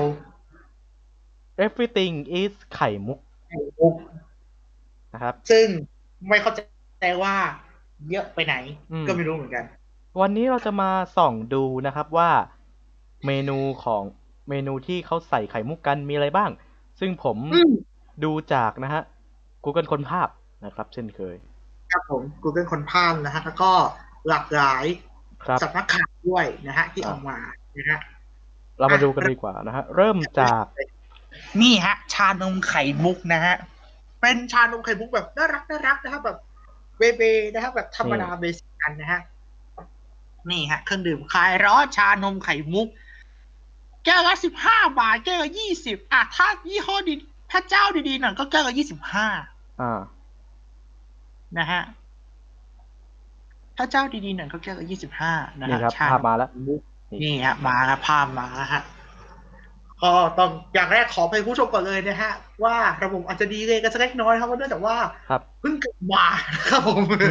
Speaker 1: everything is ไข่มุก
Speaker 4: ไข่มุก
Speaker 1: นะครับ
Speaker 4: ซึ่งไม่เข้าใจว่าเยอะไปไหน
Speaker 1: อืม
Speaker 4: ก็ไม่รู้เหมือนกัน
Speaker 1: วันนี้เราจะมาส่องดูนะครับว่าเมนูของเมนูที่เขาใส่ไข่มุกกันมีอะไรบ้าง ซึ่งผม
Speaker 4: อืม
Speaker 1: ดูจากนะฮะ Google คนภาพนะครับ เช่นเคย
Speaker 4: ครับผม Google คนพานนะฮะ แล้วก็หลากหลาย
Speaker 1: ครับ
Speaker 4: สำนักข่าวด้วยนะฮะ ที่
Speaker 1: ครับ
Speaker 4: เอามานะฮะ
Speaker 1: เรามาดูกันดีกว่านะฮะ เริ่มจาก
Speaker 4: นี่ฮะ ชานมไข่มุกนะฮะ เป็นชานมไข่มุกแบบน่ารักน่ารักนะฮะแบบเบเบนะฮะแบบธรรมดาเบสิกกันนะฮะ นี่ฮะ เครื่องดื่มคลายร้อนชานมไข่มุก แก้วละสิบห้าบาท แก้วละยี่สิบอ่ะถ้ายี่ห้อดีถ้าเจ้าดีๆหน่อยก็แก้วละยี่สิบห้า
Speaker 1: อ่า
Speaker 4: นะฮะ ถ้าเจ้าดีๆหน่อยก็แก้วละยี่สิบห้านะ
Speaker 1: นี่ค
Speaker 4: ฮะ
Speaker 1: รับ
Speaker 4: ชา
Speaker 1: ภาพมาแล้ว
Speaker 4: นี่ฮะ มาครับภาพมาฮะ ก็ต้องอย่างแรกขอไปผู้ชมก่อนเลยนะฮะ ว่าระบบอาจจะดีเลยกันสักเล็กน้อยครับเพราะเนื่องจากว่า
Speaker 1: ครับ
Speaker 4: เพิ่งเกิดมานะครับผม
Speaker 1: อื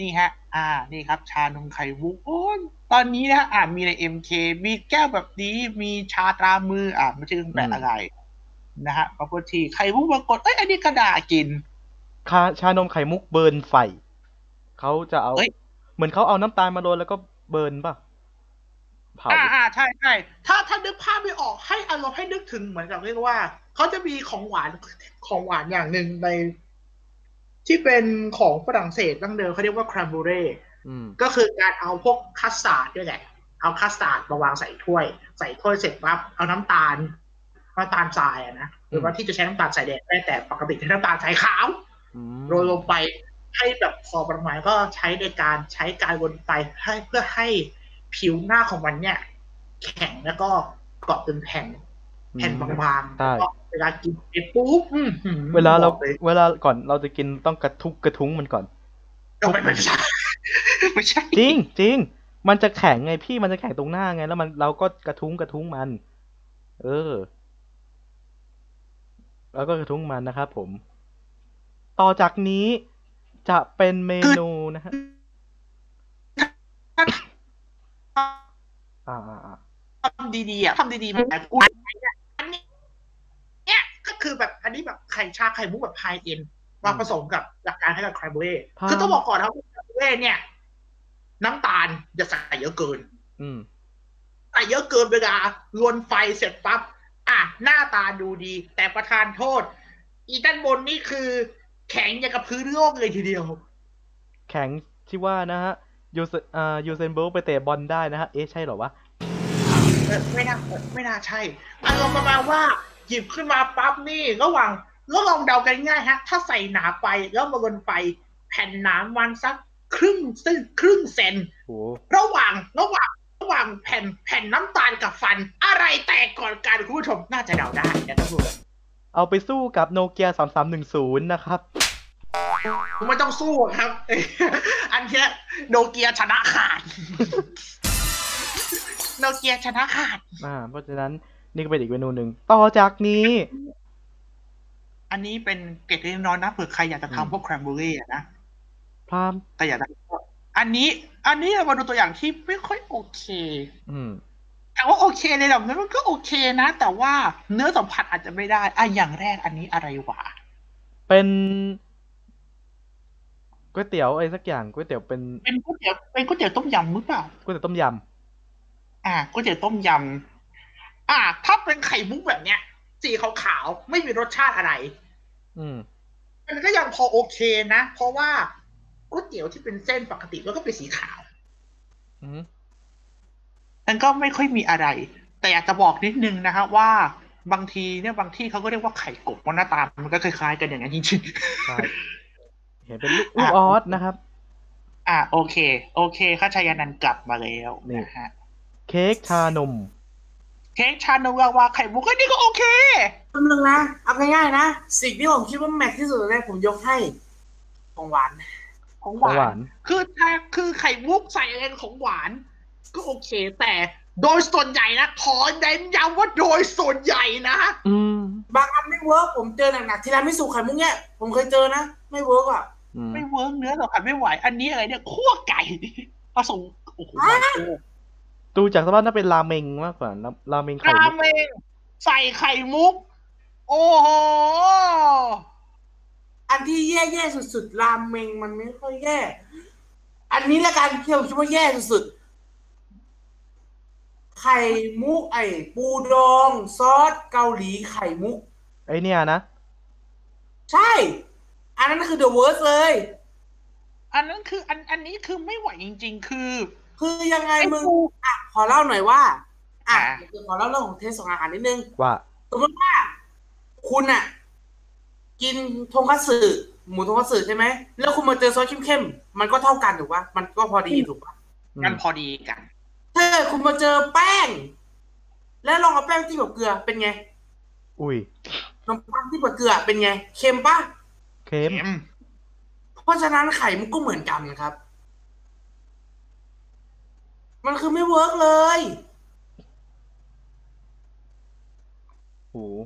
Speaker 4: นี่ฮะ อ่า นี่ครับ ชานมไข่มุกโอ้ยตอนนี้นะอ่ามีในเอ็มเคมีแก้วแบบนี้ มีชาตรามือ อ่าไม่ใช่เครื่องแปลอะไร นะฮะปกติไข่มุกปรากฏเอ้ยอันนี้กระดาษกิน
Speaker 1: ชาชานมไข่มุกเบิร์นไฟ เขาจะเอา
Speaker 4: เฮ้ย
Speaker 1: เหมือนเขาเอาน้ำตาลมาโรยแล้วก็เบิร์นป่ะ เผา
Speaker 4: อ่าอ่าใช่ใช่ถ้าถ้านึกภาพไม่ออกให้อารมณ์ให้นึกถึงเหมือนกับเรียกว่าเขาจะมีของหวานของหวานอย่างหนึ่งใน ที่เป็นของฝรั่งเศสดั้งเดิมเขาเรียกว่าคร a มบูเร่
Speaker 1: อืม
Speaker 4: ก็คือการเอาพวกคัสตาร์ดด้วยแหละ เอาคัสตาร์ดมาวางใส่ถ้วย ใส่ถ้วยเสร็จปั๊บเอาน้ำตาลน้ำตาลทรายอะนะหรือว่าที่จะใช้น้ำตาลทรายแดงได้แต่ปกติใช้น้ำตาลทรายขาว
Speaker 1: อืม
Speaker 4: โรยลงไปให้แบบพอประมาณก็ใช้ในการใช้การวนไปให้เพื่อให้ผิวหน้าของมันเนี่ย แข็งแล้วก็เกาะเป็นแผ่นแผ่นบางๆ
Speaker 1: ใช่
Speaker 4: แล้วก็เวลากินไปปุ๊บอื้อหือ
Speaker 1: เวลาเรา
Speaker 4: บอกย
Speaker 1: เวลาก่อนเราจะกินต้องกระทุกกระทุ้งมันก่อน
Speaker 4: ก็ไม่ไม่ใช่ไม่ใช่
Speaker 1: จริงจริงมันจะแข็งไงพี่มันจะแข็งตรงหน้าไง แล้วมันเราก็กระทุ้งกระทุ้งมัน เออ แล้วก็กระทุ้งมันนะครับผม ต่อจากนี้จะเป็นเมนูนะฮะอ่าอ่าอ่า
Speaker 4: ทำดีๆอ่ะทำดีๆมันแต่กูอันนี้เนี่ยก็คือแบบอันนี้แบบไข่ชาไข่มุกแบบไฮเอ็นมาผสมกับหลักการให้กับไครบูเร่
Speaker 1: ครับ
Speaker 4: คือต้องบอกก่อนนะครับไครบูเร่เนี่ย น้ำตาลอย่าใส่เยอะเกิน
Speaker 1: อืม
Speaker 4: แต่เยอะเกินเวลาลวนไฟเสร็จปั๊บ อ่ะ หน้าตาดูดี แต่ประทานโทษ อีด้านบนนี่คือ แข็งอย่างกับพื้นโลกเลยทีเดียว
Speaker 1: แข็งที่ว่านะฮะ ยูเซอ่ายูเซนโบลไปเตะบอลได้นะฮะ เอ๊ะใช่เหรอวะ
Speaker 4: เออไม่น่าเออไม่น่าใช่อารมณ์ประมาณว่าหยิบขึ้นมาปั๊บนี่ระหว่างแล้วลองเดากันง่ายฮะ ถ้าใส่หนาไปแล้วมาบนไป แผ่นหนามันสักครึ่งซึ่งครึ่งเซน
Speaker 1: โอ้โห
Speaker 4: ระหว่างระหว่างระหว่างแผ่นแผ่นน้ำตาลกับฟัน อะไรแตกก่อนกันคุณผู้ชมน่าจะเดาได้นะท่านผู้ชม
Speaker 1: เอาไปสู้กับโนเกียสามสามหนึ่งศูนย์นะครับ
Speaker 4: ไม่ต้องสู้ครับ อันเนี้ยโนเกียชนะขาด โนเกียชนะขาด
Speaker 1: อ่า เพราะฉะนั้นนี่ก็เป็นอีกเมนูหนึ่ง ต่อจากนี้
Speaker 4: อันนี้เป็นเกร็ดเล็กน้อยนะเผื่อใครอยากจะ
Speaker 1: อืม
Speaker 4: ทำพวกแครมเบอรี่อะนะ
Speaker 1: พราม
Speaker 4: แต่อยากจะอันนี้ อันนี้เรามาดูตัวอย่างที่ไม่ค่อยโอเค
Speaker 1: อืม
Speaker 4: แต่ว่าโอเคในระดับนั้นมันก็โอเคนะ แต่ว่าเนื้อสัมผัสอาจจะไม่ได้อ่ะอย่างแรกอันนี้อะไรวะ
Speaker 1: เป็นก๋วยเตี๋ยวอะไรสักอย่างก๋วยเตี๋ยวเป็น
Speaker 4: เป็นก๋วยเตี๋ยวเป็นก๋วยเตี๋ยวต้มยำหรือเปล่า
Speaker 1: ก๋วยเตี๋ยวต้มย
Speaker 4: อ่ะก๋วยเตี๋ยวต้มยำอ่ะถ้าเป็นไข่มุกแบบเนี้ย สีขาวๆไม่มีรสชาติอะไร
Speaker 1: ำอืม
Speaker 4: มันก็ยังพอโอเคนะ เพราะว่าก๋วยเตี๋ยวที่เป็นเส้นปกติมันก็เป็นสีขาว
Speaker 1: อืม
Speaker 4: มันก็ไม่ค่อยมีอะไร แต่อยากจะบอกนิดนึงนะครับว่าบางทีเนี่ยบางที่เขาก็เรียกว่าไข่กบเพราะหน้าตามันก็คล้ายๆกันอย่างนั้นจริง
Speaker 1: ใช่ เห็นเป็นลูกลูกออสนะครับ
Speaker 4: ๆ อ่ะโอเค โอเคข้าชายานันท์กลับมาแล้วนะฮะ
Speaker 1: เค้กชานม
Speaker 4: เค้กชานมวาวาไข่มุกเอ้ยนี่ก็โอเค
Speaker 3: คำนึงนะเอาง่ายๆนะ สิ่งที่ผมคิดว่าแมทที่สุดเลยผมยกให้ของหวาน
Speaker 4: ของห
Speaker 1: ของ
Speaker 4: วาว
Speaker 1: หาน น
Speaker 4: คือถ้าคือไข่มุกใส่เองของหวาน ก็โอเค แต่โดยส่วนใหญ่นะขอเน้นย้ำว่าโดยส่วนใหญ่นะ
Speaker 1: อืม
Speaker 3: บางอันไม่เวิร์กผมเจอหนักๆทีไรไม่สู่ไข่มุกเนี่ยผมเคยเจอนะ ไม่เวิร์กอ่ะ
Speaker 1: อืม
Speaker 4: ไม่เวิร์กเนื้อสัมผัสไม่ไหว อันนี้อะไรเนี่ยคั่วไก่ผสมโอ้โห
Speaker 1: ดูจากสภาพน่าเป็นราเมงมากกว่าน้ำราเมงไข่
Speaker 4: รา
Speaker 1: มุก
Speaker 4: เมงใส่ไข่มุก โอ้โห
Speaker 3: อันที่แย่ๆสุดๆรามเมงมันไม่ค่อยแย่ อันนี้ละกันที่ผมคิดว่าแย่สุดๆไข่มุกไอ้ปูดองซอสเกาหลีไข่มุก
Speaker 1: ไอเนี่ยนะ
Speaker 3: ใช่ อันนั้นคือ the worst เลย
Speaker 4: อันนั้นคืออันอันนี้คือไม่ไหวจริง ๆ คือ
Speaker 3: คือยังไง
Speaker 4: ไอ้
Speaker 3: มึง
Speaker 4: ปู
Speaker 3: อ่ะ ขอเล่าหน่อยว่า อ่ะ
Speaker 4: อ่ะ
Speaker 3: เดี๋ยวขอเล่าเรื่องของเทสของอาหารนิดนึง
Speaker 1: ว่า
Speaker 3: สมมติว่า คุณอ่ะ กินทงคัตสึหมูทงคัตสึใช่ไหม แล้วคุณมาเจอซอสเข้มๆมันก็เท่ากันถูกปะมันก็พอดีถูกปะ
Speaker 1: อื
Speaker 4: มัน
Speaker 1: ม
Speaker 4: พอดีกัน
Speaker 3: ถ้าคุณมาเจอแป้ง แล้วลองเอาแป้งที่แบบเกลือเป็นไง
Speaker 1: อุ้ย
Speaker 3: ขนมปังที่แบบเกลือเป็นไง เค็มปะ
Speaker 1: เค็ม
Speaker 3: เพราะฉะนั้นไข่มันก็เหมือนกันครับ มันคือไม่เวิร์กเลย
Speaker 1: โอ้โห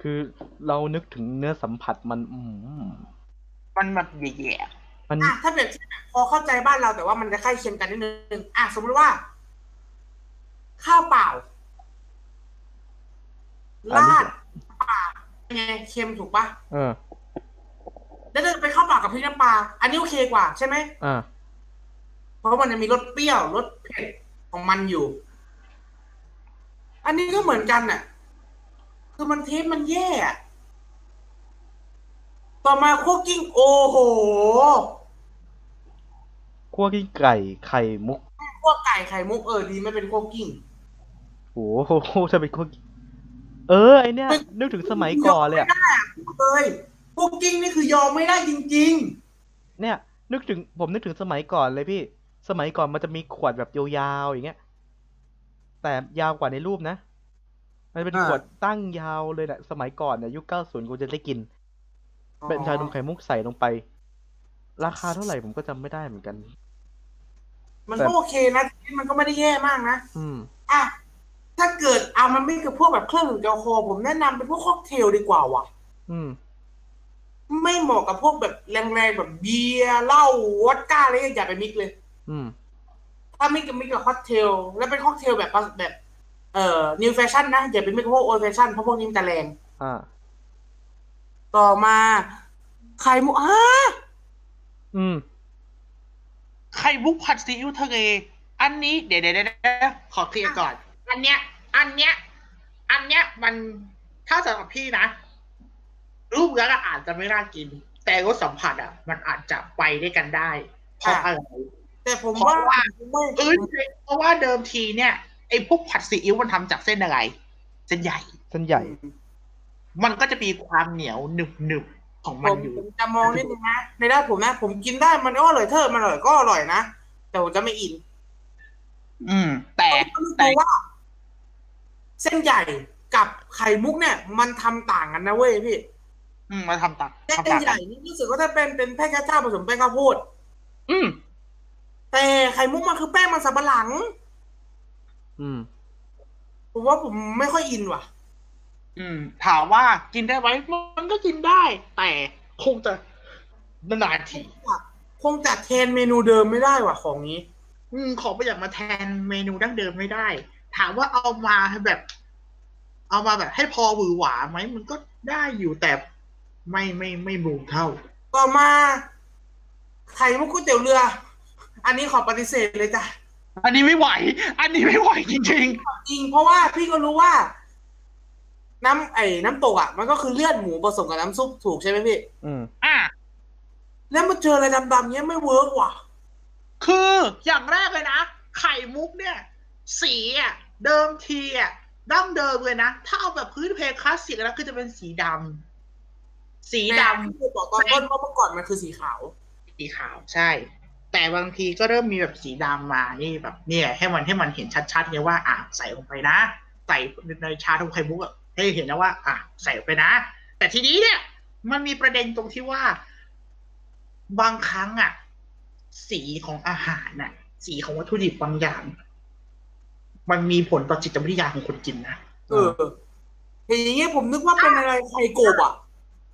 Speaker 1: คือเรานึกถึงเนื้อสัมผัสมัน อืม
Speaker 4: มันแบบแย่
Speaker 1: มัน
Speaker 3: อ่ะถ้าแบบพอเข้าใจบ้านเราแต่ว่ามันจะใกล้เคียงกันนิดนึงอ่ะสมมติว่า ข้าวเปล่า
Speaker 1: อันนี้
Speaker 3: ราดปลาเป็นไงเค็มถูกปะ
Speaker 1: เออ
Speaker 3: แล้วจะไปนข้าวเปล่ากับพริกน้ำปลาอันนี้โอเคกว่าใช่ไหม
Speaker 1: อ่า
Speaker 3: เพราะมันจะมีรสเปรี้ยวรสเผ็ดของมันอยู่ อันนี้ก็เหมือนกันน่ะ คือมันเทปมันแย่อะต่อมาคั่วกลิ้งโอ้โห
Speaker 1: คั่วกิ้งไก่ ไข่มุก
Speaker 3: คั่วไก่ไข่มุกเออดีไม่เป็นคั่วกลิ้ง
Speaker 1: โอ้โหถ้าเป็นคั่วกิ้งเออ ไอเนี่ย
Speaker 3: มัน
Speaker 1: นึกถึงสมัยก่อนเลยอะ
Speaker 3: เลยคั่วกลิ้งนี่คือยอมไม่ได้จริง
Speaker 1: เนี่ย นึกถึง ผมนึกถึงสมัยก่อนเลยพี่ สมัยก่อนมันจะมีขวดแบบยาวๆอย่างเงี้ย แต่ยาวกว่าในรูปนะ มันเป็น
Speaker 3: อ่า
Speaker 1: ขวดตั้งยาวเลยแหละสมัยก่อนเนี่ยยุคเก้าศูนย์กูจะได้กิน
Speaker 3: ๆ
Speaker 1: เป็นชานมไข่มุกใส่ลงไป ราคาเท่าไหร่ผมก็จำไม่ได้เหมือนกัน
Speaker 3: มันก็โอเคนะที่มันก็ไม่ได้แย่มากนะ
Speaker 1: อืม
Speaker 3: อ่ะ ถ้าเกิดอ่ะมันไม่เกิดพวกแบบเครื่องดื่มแอลกอฮอล์ผมแนะนำเป็นพวกค็อกเทลดีกว่าว่ะ
Speaker 1: อืม
Speaker 3: ไม่เหมาะกับพวกแบบแรงๆแบบเบียร์เหล้าวอดก้าอะไรอย่างเงี้ยอย่าไปมิกเลย
Speaker 1: อืม
Speaker 3: ถ้ามิกกับมิกกับค็อกเทล แล้วเป็นค็อกเทลแบบแบบเอ่อนิวแฟชั่นนะอย่าไปมิกกับพวกโอลแฟชั่นเพราะพวกนี้มันจะแรง
Speaker 1: อ่า
Speaker 3: ต่อมาไข่มุกฮะ
Speaker 1: อืม
Speaker 4: ๆไข่มุกผัดซีอิ๊วทะเลอันนี้เดี๋ยวเดี๋ยวเดี๋ยวขอเคลียร์ก่อน อันเนี้ย อันเนี้ย อันเนี้ยมันถ้าสำหรับพี่นะ รูปแล้วก็อาจจะไม่น่ากิน แต่รสสัมผัสอ่ะ มันอาจจะไปได้วยกันได้เพราะอะไร
Speaker 3: แต่ผมว่า
Speaker 4: เพราะว่า
Speaker 3: ไม่
Speaker 4: เออเพราะว่าเดิมทีเนี่ยไอ้พวกผัดซีอิ๊วมันทำจากเส้นอะไร เส้นใหญ่
Speaker 1: เส้นใหญ่
Speaker 4: มันก็จะมีความเหนียวหนึบหนึบๆของมัน
Speaker 3: ผม
Speaker 4: อยู่
Speaker 3: จะมองนิดนึงนะ ในด้านผมนะ ผมกินได้มันก็อร่อยเทอะมันอร่อยก็อร่อยนะ แต่ผมจะไม่อิน
Speaker 4: อืม แต่
Speaker 3: แต่
Speaker 4: แต่
Speaker 3: ว่า เส้นใหญ่กับไข่มุกเนี่ย มันทำต่างกันนะเว้ยพี่
Speaker 4: อืมมาทำตัก
Speaker 3: เส้
Speaker 4: ทำตั
Speaker 3: น
Speaker 4: ก
Speaker 3: ใหญ่นี่รู้สึกว่าถ้าเป็นเป็นแป้งข้าวเจ้าผสมแป้งข้าวโพด
Speaker 4: อืม
Speaker 3: แต่ไข่มุกมันคือแป้งมันสับปะหลัง
Speaker 1: อืม
Speaker 3: ผมว่าผมไม่ค่อยอินว่ะ
Speaker 4: อืม ถามว่ากินได้ไหมมันก็กินได้ แต่คงจะนานๆที
Speaker 3: คงจัดเทรนเมนูเดิมไม่ได้ว่ะของนี้
Speaker 4: อืมของประหยัดมาแทนเมนูดั้งเดิมไม่ได้ ถามว่าเอามาแบบ เอามาแบบให้พอหวือหวาไหมมันก็ได้อยู่แต่ไม่ไม่ไม่บูมเท่า
Speaker 3: ต่อมาไข่มุกก๋วยเตี๋ยวเรือ อันนี้ขอปฏิเสธเลยจ้ะ
Speaker 4: อันนี้ไม่ไหว อันนี้ไม่ไหวจริง
Speaker 3: จริงเพราะว่าพี่ก็รู้ว่า น้ำไอ้น้ำตกอ่ะ มันก็คือเลือดหมูผสมกับน้ำซุปถูกใช่ไหมพี่
Speaker 1: อืม
Speaker 4: ๆ อ่ะ
Speaker 3: แล้วมาเจออะไรดำๆเนี้ยไม่เวิร์กว่ะ
Speaker 4: คืออย่างแรกเลยนะ ไข่มุกเนี่ย สีอ่ะเดิมทีอ่ะดั้งเดิมเลยนะ ถ้าเอาแบบพื้นเพคลาสสิกแล้วคือจะเป็นสีดำ
Speaker 3: สี
Speaker 4: สีดำ
Speaker 3: ดำที่บอกตอนต้นว่าเมื่อก่อนมันคือสีขาว
Speaker 4: สีขาวใช่ แต่บางทีก็เริ่มมีแบบสีดำมานี่แบบเนี่ย ให้มันให้มันเห็นชัดๆเนี่ยว่าอ่ะใส่ลงไปนะ ใส่ในชาทงไข่มุกอะให้เห็นนะว่า อ่ะใส่ลงไปนะ แต่ทีนี้เนี่ย มันมีประเด็นตรงที่ว่า บางครั้งอ่ะ สีของอาหารน่ะ สีของวัตถุดิบบางอย่าง มันมีผลต่อจิตวิทยาของคนกินนะ
Speaker 3: เออเห็นอย่างเงี้ยผมนึกว่าเป็นอะไรไข่โกบอ่ะ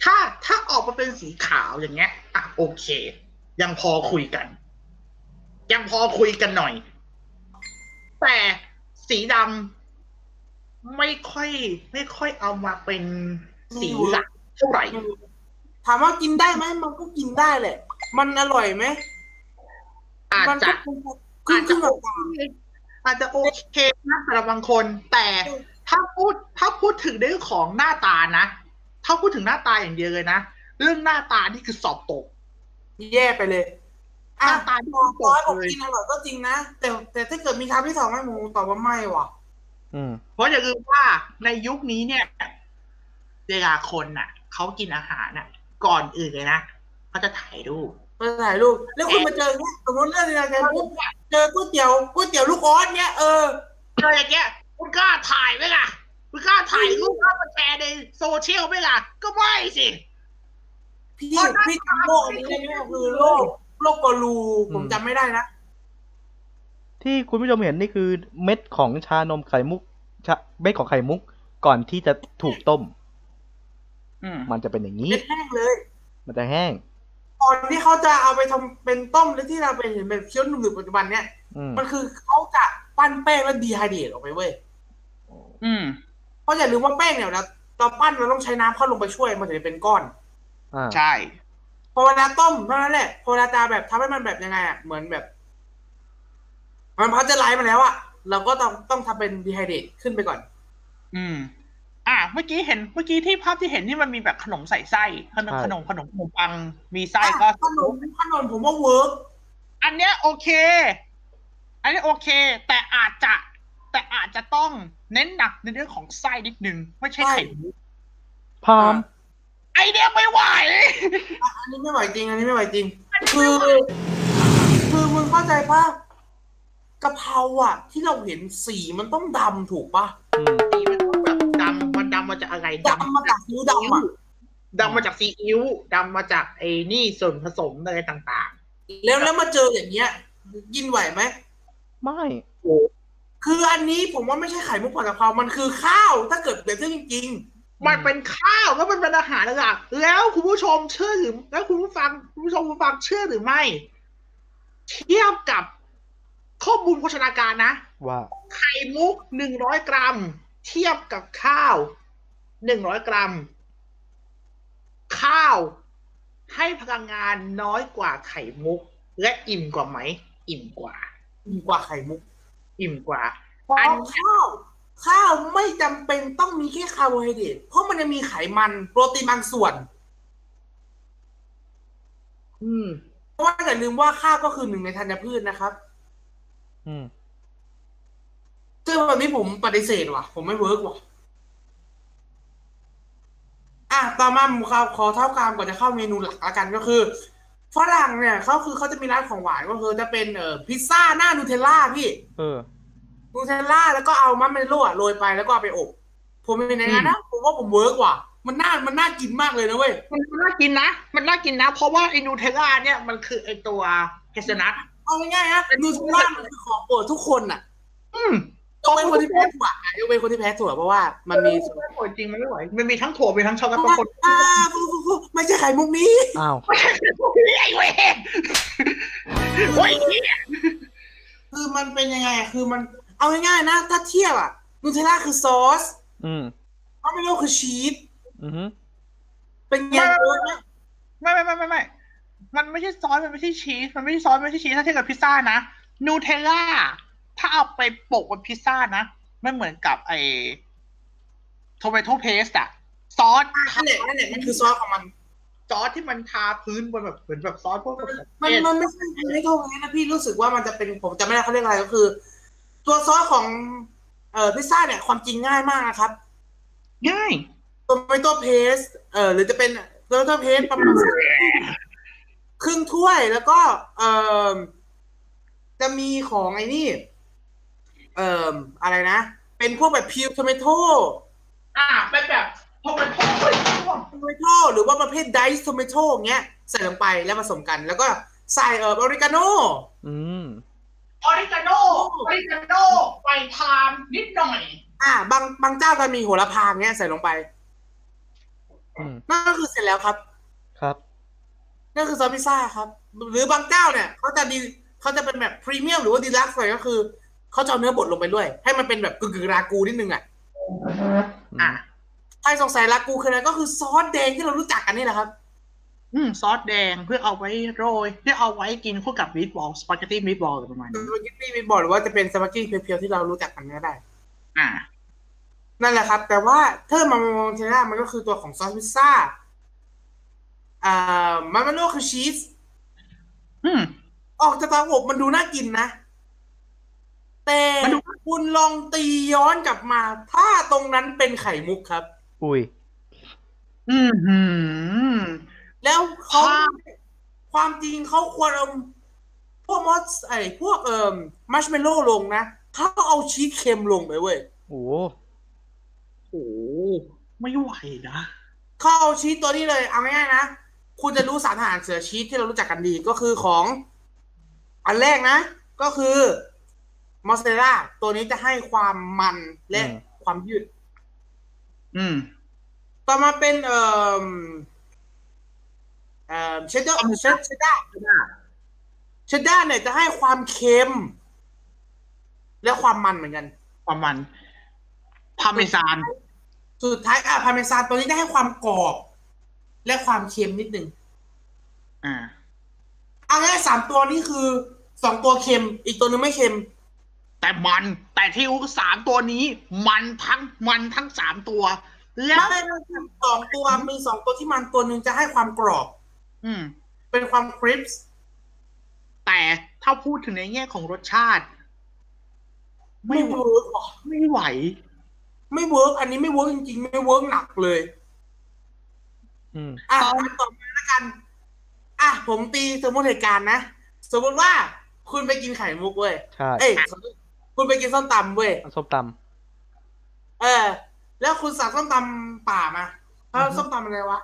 Speaker 4: ถ้าถ้าออกมาเป็นสีขาวอย่างเงี้ยอ่ะโอเค ยังพอคุยกัน ยังพอคุยกันหน่อย แต่สีดำไม่ค่อย ไม่ค่อยเอามาเป็นสีหลักเท่าไหร่
Speaker 3: ถามว่ากินได้ไหมมันก็กินได้แหละ มันอร่อยไหม
Speaker 4: อาจ
Speaker 3: มัน
Speaker 4: จะ
Speaker 3: ก็คือคือแบบ
Speaker 4: อาจจะโอเคนะสำหรับบางคน แต่ถ้าพูดถ้าพูดถึงเรื่องของหน้าตานะ ถ้าพูดถึงหน้าตาอย่างเดียวเลยนะ เรื่องหน้าตานี่คือสอบตก
Speaker 3: แย่ไปเลย
Speaker 4: ห
Speaker 3: อ่ะ
Speaker 4: น้าตา
Speaker 3: บอกร้อยผกิ
Speaker 4: ที่ผม มเลย
Speaker 3: นอร่อยก็จริงนะ แต่แต่ถ้าเกิดมีคำที่สองไหมผมตอบว่าไม่ว่ะ
Speaker 1: อืม
Speaker 4: เพราะอย่าลืมว่าในยุคนี้เนี่ยเวลาคนน่ะเขากินอาหารน่ะ ก่อนอื่นเลยนะเขาจะถ่ายรูป
Speaker 3: มาถ่ายรูปแล้วคุณมาเจออย่างเงี้ยสมมติเรื่องอะไรกันปุ๊บเจอก๋วยเตี๋ยวก๋วยเตี๋ยวลูกออสเนี้ยเออ
Speaker 4: เจออย่างเงี้ยคุณกล้าถ่ายไหมล่ะคุณกล้าถ่ายรูปแล้วมาแชร์ในโซเชียลไหมล่ะ ก็ไม่สิ
Speaker 3: พี่พี่จำโลกอันนี้ได้ไหมคือโลกโลกกอลูผมจำไม่ได้นะ
Speaker 1: ที่คุณผู้ชมเห็นนี่คือเม็ดของชานมไข่มุกชาเม็ดของไข่มุกก่อนที่จะถูกต้ม
Speaker 4: อืม
Speaker 1: มันจะเป็นอย่างนี้
Speaker 3: เล็ดแห้งเลย
Speaker 1: มันจะแห้ง
Speaker 3: ตอนที่เขาจะเอาไปทำเป็นต้มหรือที่เราไปเห็นแบบเคี้ยวหนุ่มๆปัจจุบันเนี้ย
Speaker 1: อืม
Speaker 3: มันคือเขาจะปั้นแป้งแล้วดีไฮเดรตออกไปเว้ย
Speaker 4: อืม
Speaker 3: เพราะอย่าลืมว่าแป้งเนี่ยเราเราปั้นเราต้องใช้น้ำเข้าลงไปช่วยมันถึงจะเป็นก้อน
Speaker 1: อ่า
Speaker 4: ใช่
Speaker 3: พอเวลาต้มเท่านั้นแหละพอเวลาตาแบบทำให้มันแบบยังไงอ่ะเหมือนแบบ มันพัชจะไลท์มาแล้วอ่ะเราก็ต้องต้องทำเป็นดีไฮเดตขึ้นไปก่อน
Speaker 4: อืม อ่ะเมื่อกี้เห็นเมื่อกี้ที่ภาพที่เห็นนี่มันมีแบบขนมใส่ไส้ขนม
Speaker 1: ใช่
Speaker 4: ขนมขนมขนมปังมีไส้ก็
Speaker 3: อ่ะขนมขนมผมว่าเวิร์ก
Speaker 4: อันเนี้ยโอเค อันนี้โอเค แต่อาจจะ แต่อาจจะต้องเน้นหนักในเรื่องของไส้นิดนึง ไม่ใช่ไข่มุก
Speaker 1: พาม
Speaker 4: ไอเดียไม่ไหว
Speaker 3: อันนี้ไม่ไหวจริง อันนี้ไม่ไหวจริง คือ คือมึงเข้าใจป่ะกะเพราอ่ะ ที่เราเห็นสีมันต้องดำถูกป่ะ
Speaker 1: อืม
Speaker 4: มันต้องแบบดำมันดำมาจากอะไร
Speaker 3: ดำมาจากนิ้วดำอ่ะ
Speaker 4: ดำมาจากซีอิ๊วดำมาจากไอ้นี่ส่วนผสมอะไรต่าง
Speaker 3: แล้วแล้วมาเจออย่างเงี้ยกินไหวไหม
Speaker 1: ไม่
Speaker 3: คืออันนี้ผมว่าไม่ใช่ไข่มุกผัดกะเพรา มันคือข้าวถ้าเกิดเป็นเรื่องจริง
Speaker 4: ๆ มันเป็นข้าวแล้วมันเป็นอาหารหลักแล้วคุณผู้ชมเชื่อหรือแล้วคุณผู้ฟังคุณผู้ชมคุณฟังเชื่อหรือไม่ เทียบกับข้อมูลโภชนาการนะ
Speaker 1: ว่า
Speaker 4: ไข่มุกหนึ่งร้อยกรัม เทียบกับข้าวหนึ่งร้อยกรัม ข้าวให้พลังงานน้อยกว่าไข่มุก และอิ่มกว่าไหม อิ่มกว่า
Speaker 3: ๆดีกว่าไข่มุก
Speaker 4: อิ่มกว่า
Speaker 3: เพราะ
Speaker 4: อัน
Speaker 3: ข้าวข้าวไม่จำเป็นต้องมีแค่คาร์โบไฮเดรตเพราะมันจะมีไขมัน โปรตีนบางส่วน
Speaker 4: อืม
Speaker 3: เพราะว่าอย่าลืมว่าข้าวก็คือหนึ่งในธัญพืชนะครับ
Speaker 1: อืม
Speaker 3: ซึ่งแบบนี้ผมปฏิเสธว่ะ ผมไม่เวิร์กว่ะ อ่ะต่อมาผมขอขอเท่ากามก่อนจะเข้าเมนูหลักละกันก็คือฝรั่งเนี่ยเขาคือเขาจะมีร้านของหวานก็คือจะเป็นเอ่อพิซซ่าหน้านูเทลล่าพี่
Speaker 1: เออ
Speaker 3: นูเทลล่าแล้วก็เอามัมเมโล่อะโรยไปแล้วก็เอาไปอบ ผมเป็นอย่างนั้นนะผมว่าผมเวิร์กว่ะ มันน่ามันน่ากินมากเลยนะเว้ย
Speaker 4: มันน่ากินนะ มันน่ากินนะ เพราะว่าไอ้นูเทลล่าเนี่ยมันคือไอ้ตัวเฮสนัท
Speaker 3: เอาง่ายๆนะนูเทลล่ามันคือของโปรดทุกคนน่ะ
Speaker 4: อืม
Speaker 3: ยกเว้นคนที่แพ้ถั่วนะยกเว้นคนที่แพ้ถั่วเพราะว่ามันมีส่วน
Speaker 4: ไม่ไหวจริงมันไม่ไหวมันมีทั้งถั่วมีทั้งช็อกโกแลตบางคน
Speaker 3: อ่าฟูฟูฟูไม่ใช่ไข่มุกนี้
Speaker 5: อ้าว
Speaker 4: ไอ้เว้ยโอ้ย
Speaker 3: คือมันเป็นยังไงอะคือมันเอาง่ายๆนะ ถ้าเทียบอ่ะนูเทลล่าคือซอส
Speaker 1: อืม
Speaker 3: มัมเมโล่คือชีส
Speaker 1: อือหือ
Speaker 3: เป็นยังไงเวิร์กไหม
Speaker 4: ไม่ไม่ไม่ไม่ไม่มันไม่ใช่ซอสมันไม่ใช่ชีสมันไม่ใช่ซอสมันไม่ใช่ชีสถ้าเทียบกับพิซซ่านะนูเทลล่าถ้าเอาไปโปะบนพิซซ่านะมันเหมือนกับไอ้ทอมเบโตเพสอะซอส
Speaker 3: นั่นแหละนั่นแหละมันคือซอสของมัน
Speaker 4: ซอสที่มันทาพื้นบนแบบเหมือนแบบซอสพวกแบบ
Speaker 3: มันมันไม่ใช่ไม่โทษนี้นะพี่รู้สึกว่ามันจะเป็นผมจะไม่ได้เขาเรียกอะไรก็คือ ตัวซอสของเอ่อพิซซ่าเนี่ยความจริงง่ายมากนะครับ
Speaker 4: ง่าย
Speaker 3: โ o มิโตเพสเอ่อหรือจะเป็นโ o มิโตเพสประมาณสักครึ่งถ้วยแล้วก็เอ่อจะมีของไอ้นี่เอ่ออะไรนะ เป็นพวกแบบพิวโ o มิโต
Speaker 4: อ่าเป็นแบบพวกมันพวก
Speaker 3: โ o มิโตหรือว่าประเภทไดซ์โ o มิโตเงี้ยใส่ลงไปแล้วผสมกัน แล้วก็ใส่เอ่อออริกาโน
Speaker 1: อืม
Speaker 4: ออริกาโนออริกาโนใบทามนิดหน่อย
Speaker 3: อ่าบางบางเจ้าจะมีโหระพาเงี้ยใส่ลงไป
Speaker 1: อืม
Speaker 3: นั่นก็คือเสร็จแล้วครับ
Speaker 1: ครับ
Speaker 3: นั่นคือซอสพิซซ่าครับ หรือบางเจ้าเนี่ยเขาจะดีเขาจะเป็นแบบพรีเมียมหรือว่าดีลักซ์เลยก็คือเขาจะเอาเนื้อบดลงไปด้วย ให้มันเป็นแบบกึ่งๆรากูนิดนึงอ่ะ
Speaker 4: อ่ะ
Speaker 3: ใครสงสัยรากูคืออะไรก็คือซอสแดงที่เรารู้จักกันนี่แหละครับ
Speaker 4: อืมซอสแดงเพื่อเอาไว้โรยเพื่อเอาไว้กินคู่กับมีทบอลสปาเกตตี้มีทบอลประมาณ
Speaker 3: ส
Speaker 4: นั้น
Speaker 3: ปาเกตตี้มีบอร์ดหรือว่าจะเป็นสปาเกตตี้เพียวๆที่เรารู้จักกันก็ได้
Speaker 4: อ่า
Speaker 3: นั่นแหละครับ แต่ว่าเทอร์มาโมเทล่ามันก็คือตัวของซอสพิซซ่าอ่ามามาโน่คือชีส
Speaker 4: อืม
Speaker 3: ออกจากเตาอบมันดูน่ากินนะ แต่
Speaker 4: มันดู
Speaker 3: คุณลองตีย้อนกลับมา ถ้าตรงนั้นเป็นไข่มุกครับ
Speaker 1: อุ้ย
Speaker 4: อืมหืม
Speaker 3: แล้วเขา
Speaker 4: ค่ะ
Speaker 3: ความจริงเขาควรเอาพวกมอสไอพวกเอ่อมัชเมลโล่ลงนะเขาเอาชีสเค็มลงไปเว้ย
Speaker 1: โอ้
Speaker 4: โอ้ไม่ไหวนะ
Speaker 3: เขาเอาชีสตัวนี้เลย เอาง่ายๆนะ คุณจะรู้สารอาหารเสือชีสที่เรารู้จักกันดีก็คือของ อันแรกนะ ก็คือมอสซาเรลล่าตัวนี้จะให้ความมันและความยืด
Speaker 4: อืม
Speaker 3: ต่อมาเป็นเอ่อเอ่อเชดเดอร์เชดเชดด้าเชดด้าเนี่ยจะให้ความเค็ม และความมันเหมือนกัน
Speaker 4: ประมาณพาเมซาน
Speaker 3: สุดท้ายอ่ะพาเมซานตัวนี้จะให้ความกรอบ และความเค็มนิดนึง
Speaker 4: อ่า
Speaker 3: เอาง่ายๆสามตัวนี้คือสองตัวเค็ม อีกตัวนึงไม่เค็ม
Speaker 4: แต่มันแต่ที่รู้สามตัวนี้ มันทั้งมันทั้งสามตัว แล้ว
Speaker 3: ไม่ไม่ไม่สองตัวมีสองตัวที่มันตัวหนึ่งจะให้ความกรอบ
Speaker 4: อืม
Speaker 3: เป็นความคริสป์
Speaker 4: แต่ถ้าพูดถึงในแง่ของรสชาติ
Speaker 3: ไม่
Speaker 4: ไม่ไหว
Speaker 3: เวิร์กว่ะ
Speaker 4: ไม่ไหว
Speaker 3: ไม่เวิร์กอันนี้ไม่เวิร์กจริงๆ ไม่เวิร์กหนักเลย
Speaker 1: อืม
Speaker 3: อ่ะ
Speaker 4: ครับ
Speaker 3: อันต่อมาแล้วกัน อ่ะ ผมตีสมมติเหตุการณ์นะ สมมติว่าคุณไปกินไข่มุกเว้ย
Speaker 1: ใช่
Speaker 3: เอ้ย คุณไปกินส้มตำเว้ย
Speaker 1: ส้มต
Speaker 3: เออ แล้วคุณสั่งส้มตำป่ามาแล้วส้มตำอะไรวะ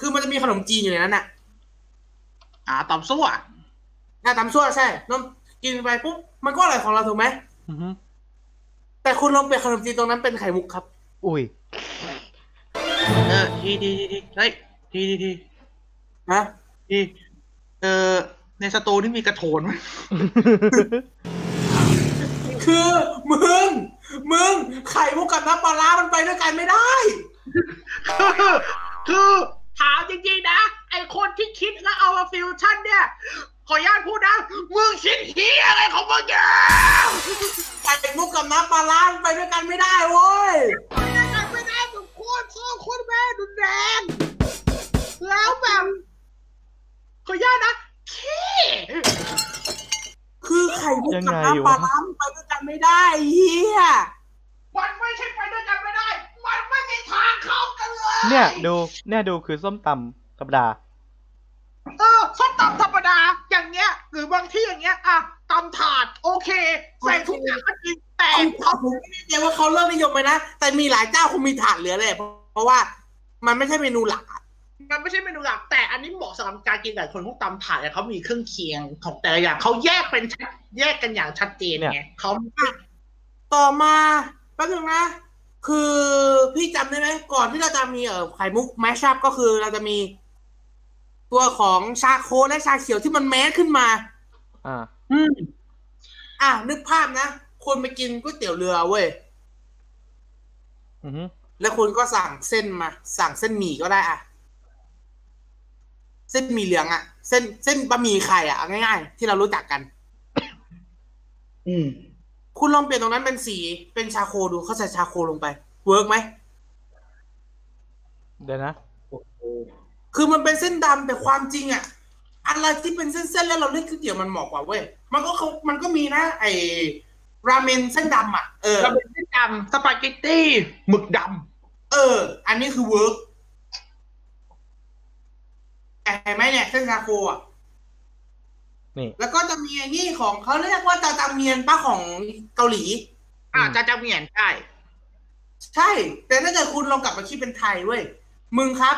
Speaker 3: คือมันจะมีขนมจีนอยู่ในนั้นน่ะ
Speaker 4: อ่าตำซั่ว
Speaker 3: น่าตำชั่วใช่น้ำกินไปปุ๊บ มันก็อร่อยของเราถูกไหม
Speaker 1: ำอือหือ
Speaker 3: แต่คุณลองเปลี่ยนขนมจีนตรงนั้นเป็นไข่มุกครับ
Speaker 1: อุ้ย
Speaker 4: เออดีดีดีดีเฮ้ยดีดีดี
Speaker 3: นะ
Speaker 4: ดีเออในสตูนี่มีกระโถนไหม
Speaker 3: คือมึง มึง ไข่มุกกับน้ำปลาร้ามันไปด้วยกันไม่ได้
Speaker 4: คือคือถามจริงๆนะ ไอคนที่คิดแล้วเอามาฟิวชั่นเนี่ย ขออนุญาตพูดนะ มึงคิดเฮียอะไรของมึงเนี่ย
Speaker 3: ไข่มุกกับน้ำปลาร้ามันไปด้วยกันไม่ได้เว้ย
Speaker 4: ไม่ได้มึงโคตรพ่อโคตรแม่ดุนแรงแล้วแบบขออนุญาตนะคิด
Speaker 3: ข่มุก
Speaker 1: ยัง
Speaker 3: กับ
Speaker 1: ไง
Speaker 3: น้ำป
Speaker 1: ะ
Speaker 3: ลาวร้ามันไปด้วยกันไม่ได้ไอ้เฮีย
Speaker 4: มันไม่ใช่ไปด้วยกันไม่ได้ มันไม่มีทางเข้ากันเลย
Speaker 1: เนี่ยดูเนี่ยดูคือส้มตำธรรมดา
Speaker 4: เออส้มตำธรรมดาอย่างเงี้ย หรือบางที่อย่างเงี้ยอ่ะตำถาดโอเค ใส่ทุกอย่างก็จริงแต่
Speaker 3: เขาผมไม่แน่ใจว่าเขาเลิกนิยมไปนะ แต่มีหลายเจ้าคงมีถาดเหลือแหละเพราะว่ามันไม่ใช่เมนูหลักอะ
Speaker 4: มันไม่ใช่เมนูหลักแต่อันนี้เหมาะสำหรับการกินหลายคนพวกตำถาดเนี่ยเขามีเครื่องเคียงของแต่ละอย่างเขาแยกเป็นชัดแยกกันอย่างชัดเจน
Speaker 1: เนี่
Speaker 4: ไง
Speaker 1: ย
Speaker 4: เขา
Speaker 3: ต่อมาแป๊บนึงนะ คือพี่จำได้ไหมก่อนที่เราจะมีเอ่อไข่มุกแมชชัพก็คือเราจะมี ตัวของชาโคและชาเขียวที่มันแมสขึ้นมา
Speaker 1: อ่า
Speaker 4: อืม
Speaker 3: อ่ะนึกภาพนะคุณไปกินก๋วยเตี๋ยวเรือเว้ย
Speaker 1: อือฮึ
Speaker 3: แล้วคุณก็สั่งเส้นมา สั่งเส้นหมี่ก็ได้อะเส้นหมี่เหลืองอะเส้นเส้นบะหมี่ไข่อะเอาง่าย ๆ ที่เรารู้จักกัน
Speaker 4: อืม
Speaker 3: คุณลองเปลี่ยนตรงนั้นเป็นสี เป็นชาโคดูเขาใส่ชาโคลงไปเวิร์กไหม
Speaker 1: เดี๋ยวนะ
Speaker 3: คือมันเป็นเส้นดำแต่ความจริงอะอะไรที่เป็นเส้นๆแล้วเราเรียกก๋วยเตี๋ยวมันเหมาะกว่าเว้ยมันก็เขามันก็มีนะ ไอราเมนเส้นดำอะเออ
Speaker 4: แล้วเป็นเส้นดำสปาเกตตี้หมึกด
Speaker 3: เออ อันนี้คือเวิร์กแต่เห็นไหมเนี่ยเส้นชาโคอะ
Speaker 1: นี่
Speaker 3: แล้วก็จะมีไอ้นี่ของเขาเรียกว่าจาจางเมียนป้าของเกาหลี
Speaker 4: ำอ่า
Speaker 1: อืม
Speaker 4: จะจะเหมียนใช่
Speaker 3: ใช่ แต่ถ้าเกิดคุณลองกลับมาคิดเป็นไทยเว้ยมึงครับ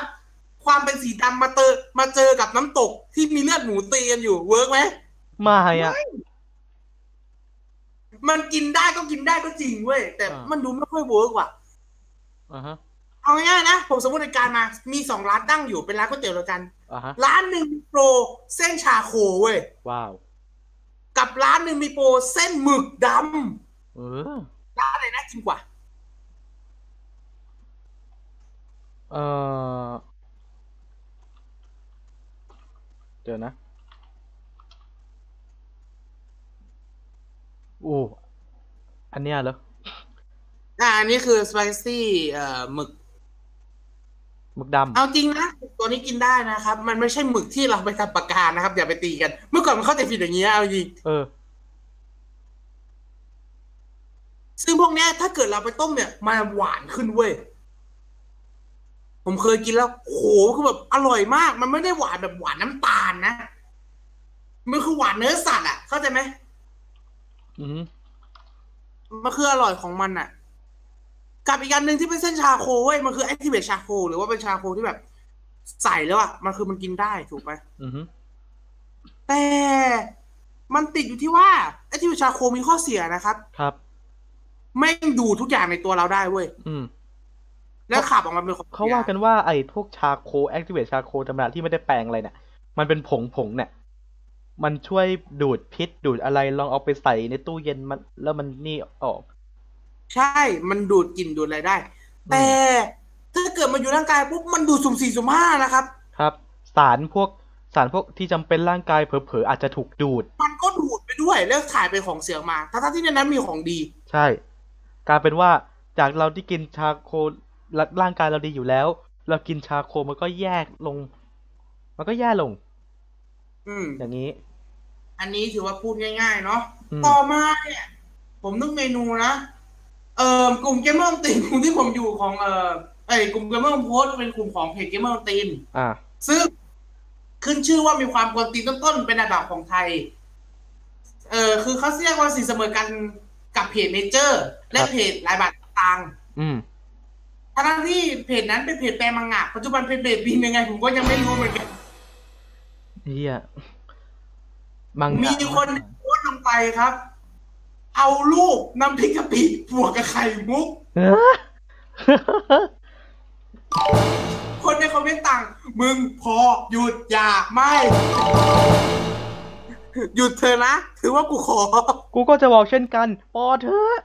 Speaker 3: ความเป็นสีดำมาเตอมาเจอกับน้ำตกที่มีเลือดหมูตีกันอยู่เวิร์กไหม
Speaker 1: มาไงอ่ะ
Speaker 3: มันกินได้ก็กินได้ก็จริงเว้ยแต่
Speaker 1: อ่ามั
Speaker 3: มันดูไม่ค่อยเวิร์กว่ะ
Speaker 1: อ่าฮะ
Speaker 3: เอาง่ายๆนะ ผมสมมติในการมามีสองร้านตั้งอยู่เป็นร้านก๋วยเตี๋ยวแล้วกัน
Speaker 1: อ่าฮะ
Speaker 3: ร้านหนึ่งมีโปรเส้นชาโคเว้ย
Speaker 1: ว้าว
Speaker 3: กับร้านหนึ่งมีโปรเส้นหมึกดำ
Speaker 1: เออ
Speaker 3: ร้านอะไรน่ากินกว่า
Speaker 1: เออเดี๋ยวนะ โอ้ อันเนี้ยเหรอ
Speaker 3: อ่าอันนี้คือสไปซี่เอ่อหมึก
Speaker 1: หมึกดำ
Speaker 3: เอาจริงนะตัวนี้กินได้นะครับ มันไม่ใช่หมึกที่เราไปทำปากกานะครับ อย่าไปตีกัน เมื่อก่อนมันเข้าใจผิดอย่างนี้ยเอาจริง
Speaker 1: เออ
Speaker 3: ซึ่งพวกเนี้ยถ้าเกิดเราไปต้มเนี่ยมันหวานขึ้นเว้ยผมเคยกินแล้วโหคือแบบอร่อยมาก มันไม่ได้หวานแบบหวานน้ำตาลนะมันคือหวานเนื้อสัตว์อ่ะ เข้าใจไหม
Speaker 1: อือฮึ
Speaker 3: มันคืออร่อยของมันอ่ะ กับอีกอันหนึ่งที่เป็นเส้นชาโคเว้ยมันคือแอคทีเวชชาโคหรือว่าเป็นชาโคที่แบบ ใส่แล้วอ่ะมันคือมันกินได้ถูกไหม
Speaker 1: อือฮึ
Speaker 3: แต่มันติดอยู่ที่ว่าไอ้ที่วิชาโคมีข้อเสียนะครับ
Speaker 1: ครับ
Speaker 3: ไม่งดูดทุกอย่างในตัวเราได้เว้ย
Speaker 1: อืม
Speaker 3: แล้วขับออกมาเป็นของ
Speaker 1: เขาว่ากันว่าไอ้พวกชาโคแอคทีเว e ชาโคธรรมดาที่ไม่ได้แปลงอะไรเนี่ย มันเป็นผงผงเนี่ย มันช่วยดูดพิษดูดอะไรลองเอาไปใส่ในตู้เย็นมันแล้วมันนี่ออก
Speaker 3: ใช่ มันดูดกลิ่นดูดอะไรได้
Speaker 1: ม
Speaker 3: แต่ถ้าเกิดมันอยู่ร่างกายปุ๊บมันดูดสุ่มสี่สุ่มห้านะครับ
Speaker 1: ครับ สารพวกสารพวกที่จำเป็นร่างกายเผลอๆอาจจะถูกดูด
Speaker 3: มันก็ดูดไปด้วย แล้วถ่ายเป็นของเสียออกมาทั้งๆที่ในนั้นมีของดี
Speaker 1: ใช่กลายเป็นว่าจากเราที่กินชาโครร่างกายเราดีอยู่แล้ว เรากินชาโคมันก็แยกลง มันก็แย่ลง
Speaker 3: อืม
Speaker 1: อย่างนี้
Speaker 3: อันนี้ถือว่าพูดง่ายๆ เนาะ
Speaker 1: อืม
Speaker 3: ต่อมาเนี่ย ผมนึกเมนูนะ เอ่อกลุ่มเกมเมอร์ตีมกลุ่มที่ผมอยู่ของเอ่อไอ้ยกลุ่มเกมเมอร์โพสต์เป็นกลุ่มของเพจเกมเมอร์ตีม
Speaker 1: อ่า
Speaker 3: ซึ่งขึ้นชื่อว่ามีความกวนตีนต้นๆเป็นอันดับของไทย เออคือเขาเรียกว่าสีเสมอกันกับเพจเมเจอร์ และ
Speaker 1: ครับ
Speaker 3: เพจรายบาทต่าง
Speaker 1: อืม
Speaker 3: ๆทั้งที่เพจนั้นเป็นเพจแปลมังงะปัจจุบันเป็นเพจบีมยังไงผมก็ยังไม่รู้เหมือนกัน
Speaker 1: เฮียมังงะ
Speaker 3: มีคนโพสต์ลงไปครับ เอารูปน้ำพริกกะปิบวกกับไข่มุก
Speaker 1: เอ้อ
Speaker 3: คนในคอมเมนต์ต่าง มึงพอหยุดอย่าไม่ หยุดเธอะนะ ถือว่ากูขอ
Speaker 1: กูก็จะบอกเช่นกัน พอเถอะ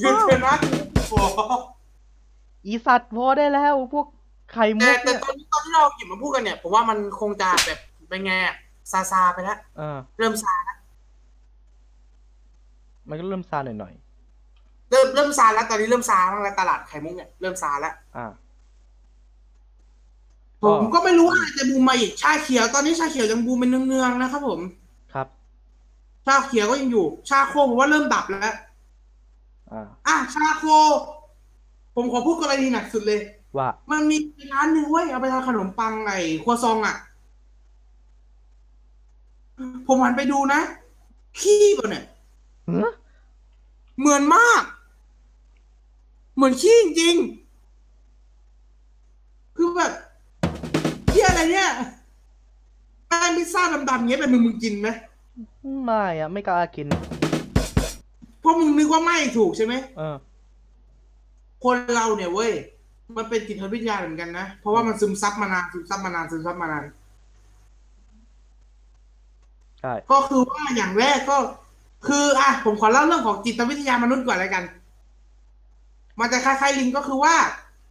Speaker 3: หยุดเถอะนะถือว่ากูขอ
Speaker 1: อีสัตว์พอได้แล้ว พวกไข่มุ
Speaker 3: แต่
Speaker 1: ก
Speaker 3: แต่
Speaker 1: เนี่ย
Speaker 3: ตอนนี้ตอนที่เราหยิบมาพูดกันเนี่ยผมว่ามันคงจะแบบเป็นไงอะซาซาไปแล้ว
Speaker 1: อ่า
Speaker 3: เริ่มซาแล้ว
Speaker 1: มันก็เริ่มซาหน่อย
Speaker 3: เริ่มเริ่มซาแล้วตอนนี้เริ่มซาบ้างแล้วตลาดไข่มุกเนี่ยเริ่มซาแล้ว
Speaker 1: ๆอ่า
Speaker 3: ผ
Speaker 1: อ๋อ
Speaker 3: มก็ไม่รู้ว่าจะบูมมาอีกชาเขียวตอนนี้ชาเขียวยังบูมเป็นเนืองๆนะครับผม
Speaker 1: ครับ
Speaker 3: ชาเขียวก็ยังอยู่ ชาโคผมว่าเริ่มดับแล้ว
Speaker 1: อ่า
Speaker 3: อ่ะชาโค ผมขอพูดกรณีหนักสุดเลย
Speaker 1: ว่า
Speaker 3: มันมีร้านหนึ่งเว้ยเอาไปทำขนมปังไอ้ครัวซองอ่ะ ผมหันไปดูนะ ขี้เปล่าเนี่ย
Speaker 1: เฮ้อ
Speaker 3: เหมือนมาก เหมือนขี้จริงๆคือแบบเที่ยอะไรเนี่ยแป้งพิซซ่าดำๆเงี้ยเป็นมึงมึงกินไหม
Speaker 1: ไม่อะไม่กล้ากิน
Speaker 3: เพราะมึงนึกว่าไม่ถูกใช่ไหม
Speaker 1: เออ
Speaker 3: คนเราเนี่ยเว้ย มันเป็นจิตวิทยาเหมือนกันนะ เพราะว่ามันซึมซับมานานซึมซับมานานซึมซับมานาน
Speaker 1: ใช่
Speaker 3: ก็คือว่าอย่างแรกก็ คืออ่ะผมขอเล่าเรื่องของจิตวิทยามนุษย์ก่อนแล้วกัน มันจะคล้ายๆลิงก็คือว่า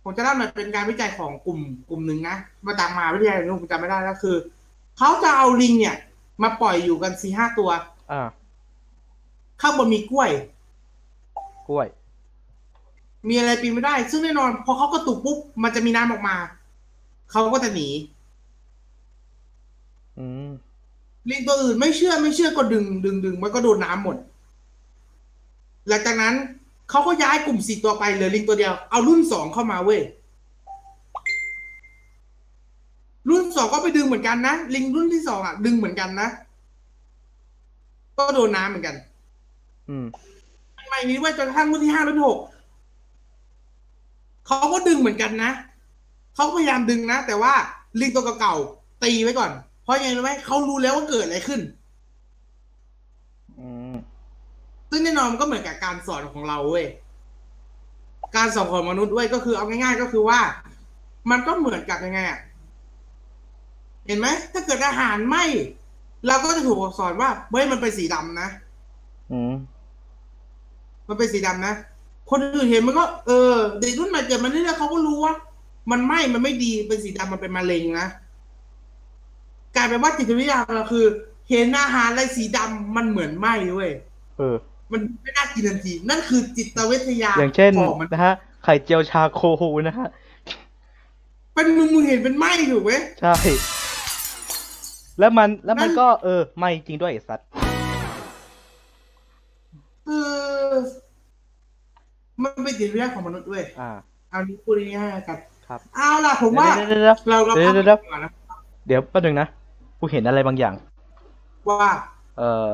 Speaker 3: ผมจะเล่าหน่อยเป็นการวิจัยของกลุ่มกลุ่มหนึ่งนะมาจากมหาวิทยาลัยนู้นผมจำไม่ได้แล้วคือเขาจะเอาลิงเนี่ย มาปล่อยอยู่กันสี่ห้าตัว
Speaker 1: อ่า
Speaker 3: ข้างบนมีกล้วย
Speaker 1: กล้วย
Speaker 3: มีอะไรปีนไม่ได้ ซึ่งแน่นอนพอเขากระตุกปุ๊บมันจะมีน้ำออกมาเขาก็จะหนี
Speaker 1: อืม
Speaker 3: ลิงตัวอื่นไม่เชื่อไม่เชื่อก็ดึงดึงดึงมันก็โดนน้ำหมด หลังจากนั้นเขาก็ย้ายกลุ่มสี่ตัวไปเหลือลิงตัวเดียว เอารุ่นสองเข้ามาเว้ย รุ่นสองก็ไปดึงเหมือนกันนะ ลิงรุ่นที่สองอ่ะ ดึงเหมือนกันนะ ก็โดนน้ำเหมือนกัน
Speaker 1: อืม
Speaker 3: ทำไมนี้เว่าจนกระทั่งรุ่นที่ห้ารุ่นหกเขาก็ดึงเหมือนกันนะเขาก็พยายามดึงนะ แต่ว่าลิงตัวเก่าๆตีไว้ก่อน เพราะยังไงรู้ไหมเขารู้แล้วว่าเกิดอะไรขึ้น
Speaker 1: อืม
Speaker 3: ซึ่งแน่นอนมันก็เหมือนกับการสอนของเราเว้ย การสอนของมนุษย์เว้ยก็คือเอาง่ายๆก็คือว่า มันก็เหมือนกับยังไงอะเห็นไหมถ้าเกิดอาหารไหมเราก็จะถูกสอนว่าเฮ้ยมันเป็นสีดำนะ
Speaker 1: อืม
Speaker 3: มันเป็นสีดำนะ คนอื่นเห็นมันก็เออเด็กรุ่นใหม่เกิดมาเนี่ยเขาก็รู้ว่า มันไหมมันไม่ดีเป็นสีดำมันเป็นมะเร็งนะกลายเป็นว่าจิตวิทยาของเราคือ เห็นอาหารอะไรสีดำมันเหมือนไหมเว้ย
Speaker 1: เออ
Speaker 3: มันไม่น่ากินทันที นั่นคือจิตวิทยา
Speaker 1: อย่างเช่น
Speaker 3: ของมัน
Speaker 1: นะฮะ ไข่เจียวชาโคนะฮะ
Speaker 3: เป็นมึงมึงเห็นเป็นไหมถูกไหม
Speaker 1: ใช่ แล้วมัน แล้วมันก็ เออ ไม่จริงด้วยไอ้สัตว์
Speaker 3: คือมันเป็นจิตวิทยาของมนุษย์เว้ย
Speaker 1: อ่า
Speaker 3: เอานี้พูดง่ายๆกัน
Speaker 1: ครับ
Speaker 3: เอาล่ะผมว่า
Speaker 1: เดี๋ยวเดี๋ยวเดี๋ยว
Speaker 3: เราเรา
Speaker 1: เดี๋ยว
Speaker 3: พัก
Speaker 1: เดี๋ยว
Speaker 3: ก่อนนะ
Speaker 1: เดี๋ยวแป๊บนึงนะ กูเห็นอะไรบางอย่าง
Speaker 3: ว่า
Speaker 1: เออ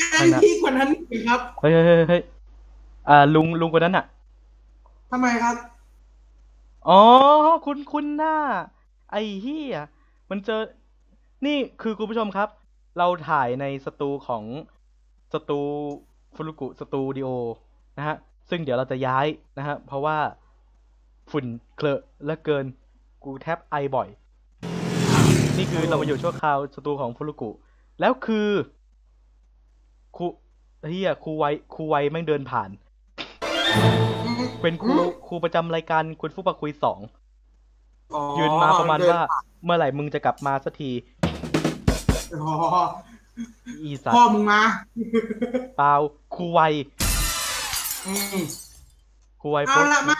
Speaker 3: งานที่กว่านั้นอีกครับ
Speaker 1: เฮ้ยเฮ้ยเฮ้ยเฮ้ยอ่า ลุง ลุงคนนั้นอ่ะ
Speaker 3: ทำไมครับ
Speaker 1: อ๋อ คุณคุณหน้า ไอ้เหี้ยมันเจอ นี่คือคุณผู้ชมครับ เราถ่ายในสตูของสตูฟุรุกุสตูดิโอนะฮะ ซึ่งเดี๋ยวเราจะย้ายนะฮะ เพราะว่าฝุ่นเคลอะเหละเกิน กูแทบไอบ่อย นี่คือเรามาอยู่ชั่วคราวสตูของฟุรุกุ แล้วคือครูเฮียครูไวครูไวแม่งเดินผ่าน เป็นครู
Speaker 3: อืม
Speaker 1: ครูประจำรายการคุณฟุปะคุยสอง
Speaker 3: อ๋อ
Speaker 1: ยืนมาประมาณว่าเมื่อไหร่มึงจะกลับมาสักที
Speaker 3: อ๋อ
Speaker 1: อีสัต
Speaker 3: พ่อ
Speaker 1: ว์
Speaker 3: มึงมา
Speaker 1: เปล่าครูไว
Speaker 3: อืม
Speaker 1: ครูไว
Speaker 3: เอาละมา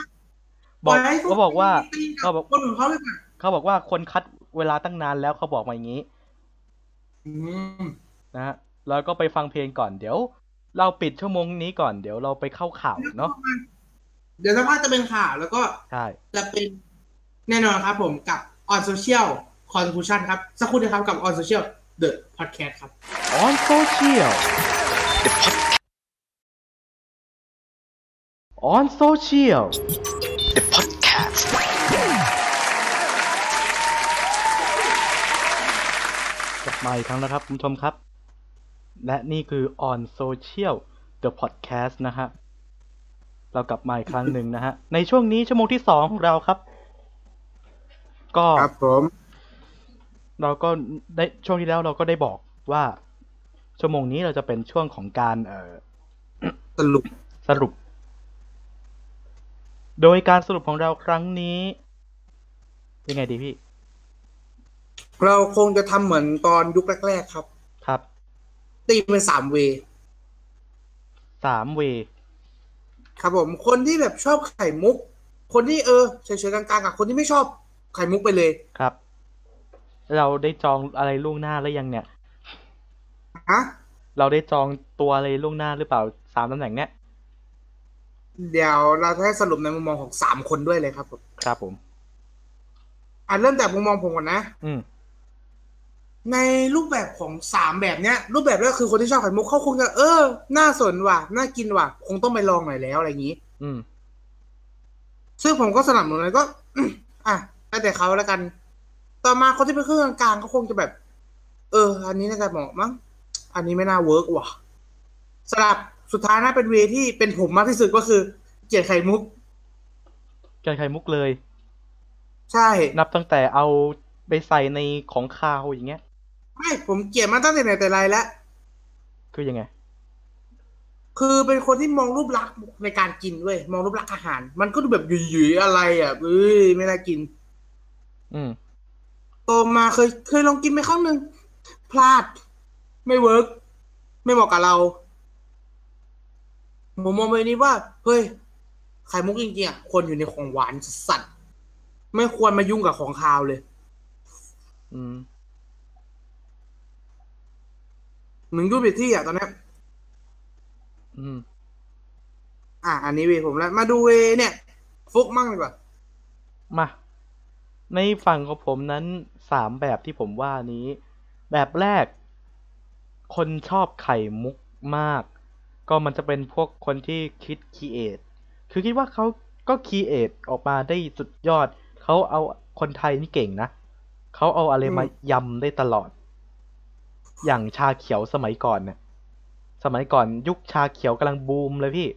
Speaker 1: บอก
Speaker 3: ปล่ยให้พ
Speaker 1: เขาบอกว่า
Speaker 3: ตีน
Speaker 1: เขาบอก
Speaker 3: คนอื่นเขาเลยค่ะ
Speaker 1: เขาบอกว่าคนคัดเวลาตั้งนานแล้วเขาบอกมาอย่างนี้
Speaker 3: อืม
Speaker 1: นะฮะแล้วก็ไปฟังเพลงก่อนเดี๋ยว เราปิดชั่วโมงนี้ก่อนเดี๋ยวเราไปเข้าข่าวเนาะ
Speaker 3: เดี๋ยวสักพักจะเป็นข่าวแล้วก็
Speaker 1: ใช่
Speaker 3: จะเป็นแน่นอนครับผมกับ on social contribution ครับ สักครู่นะครับกับ on social the podcast ครับ
Speaker 1: ออนโซเชียล
Speaker 2: The pod,
Speaker 1: ออนโซเชียล
Speaker 2: the podcast.
Speaker 1: กลับมาอีกครั้งนะครับคุณผู้ชมครับ และนี่คือ On Social The Podcast นะฮะ เรากลับมาอีกครั้งหนึ่งนะฮะ ในช่วงนี้ชั่วโมงที่สองของเราครับ ก็
Speaker 3: ครับผม
Speaker 1: เราก็ได้ช่วงที่แล้วเราก็ได้บอกว่า ชั่วโมงนี้เราจะเป็นช่วงของการเอ่อ
Speaker 3: สรุป
Speaker 1: สรุป โดยการสรุปของเราครั้งนี้ ยังไงดีพี่
Speaker 3: เราคงจะทำเหมือนตอนยุคแรก ๆ ครับ
Speaker 1: ครับ
Speaker 3: ตีเป็นสามเวย์
Speaker 1: สามเวย์
Speaker 3: ครับผม คนที่แบบชอบไข่มุก คนที่เออเฉยๆกลางๆกับคนที่ไม่ชอบไข่มุกไปเลย
Speaker 1: ครับ เราได้จองอะไรล่วงหน้าแล้วยังเนี่ย
Speaker 3: ฮะ
Speaker 1: เราได้จองตัวอะไรล่วงหน้าหรือเปล่าสามตำแหน่งเนี้ย
Speaker 3: เดี๋ยวเราจะให้สรุปในมุมมองของสามคนด้วยเลยครับผม
Speaker 1: ครับผม
Speaker 3: อ่ะเริ่มจากมุมมองผมก่อนนะ
Speaker 1: อืม
Speaker 3: ในรูปแบบของสามแบบเนี้ย รูปแบบแรกคือคนที่ชอบไข่มุกเขาคงจะเออ น่าสนว่ะ น่ากินว่ะ คงต้องไปลองหน่อยแล้วอะไรอย่างนี้
Speaker 1: อืม
Speaker 3: ซึ่งผมก็สนับสนุนเลยก็ อ่ะแล้วแต่เขาแล้วกัน ต่อมาคนที่เป็นเครื่องกลางๆก็คงจะแบบ เออ อันนี้น่าจะเหมาะมั้ง อันนี้ไม่น่าเวิร์กว่ะสลับสุดท้ายน่าเป็นเวที่เป็นผมมากที่สุดก็คือ เกลียดไข่มุก
Speaker 1: เกินไข่มุกเลย
Speaker 3: ใช่
Speaker 1: นับตั้งแต่เอาไปใส่ในของคาวอย่างเงี้ย
Speaker 3: ไม่ผมเกลียดมาตั้งแต่ไหนแต่ไรแล้ว
Speaker 1: คือยังไง
Speaker 3: คือเป็นคนที่มองรูปลักษณ์ในการกินเว้ยมองรูปลักษณ์อาหาร มันก็ดูแบบหยุยๆอะไรอ่ะเอ้ยไม่น่ากิน
Speaker 1: อืม
Speaker 3: โตมาเคยเคยลองกินไปครั้งหนึ่งพลาด ไม่เวิร์กไม่เหมาะกับเราผมมองไปนี้ว่า เฮ้ยไข่มุกจริงๆอ่ะควรอยู่ในของหวานสัตว์ไม่ควรมายุ่งกับของคาวเลย
Speaker 1: อืม
Speaker 3: มึงดูผิดที่อ่ะตอนเนี้ย
Speaker 1: อืม
Speaker 3: อ่ะอันนี้เวผมแล้ว มาดูเวเนี่ย ฟุกมั่งดีกว่า
Speaker 1: มา ในฝั่งของผมนั้นสามแบบที่ผมว่านี้ แบบแรก คนชอบไข่มุกมาก ก็มันจะเป็นพวกคนที่คิดคีเอทคือคิดว่าเขาก็คีเอทออกมาได้สุดยอด เขาเอาคนไทยนี่เก่งนะ เขาเอาอะไร
Speaker 3: อืม
Speaker 1: มายำได้ตลอด อย่างชาเขียวสมัยก่อนเนี่ยสมัยก่อนยุคชาเขียวกำลังบูมเลยพี่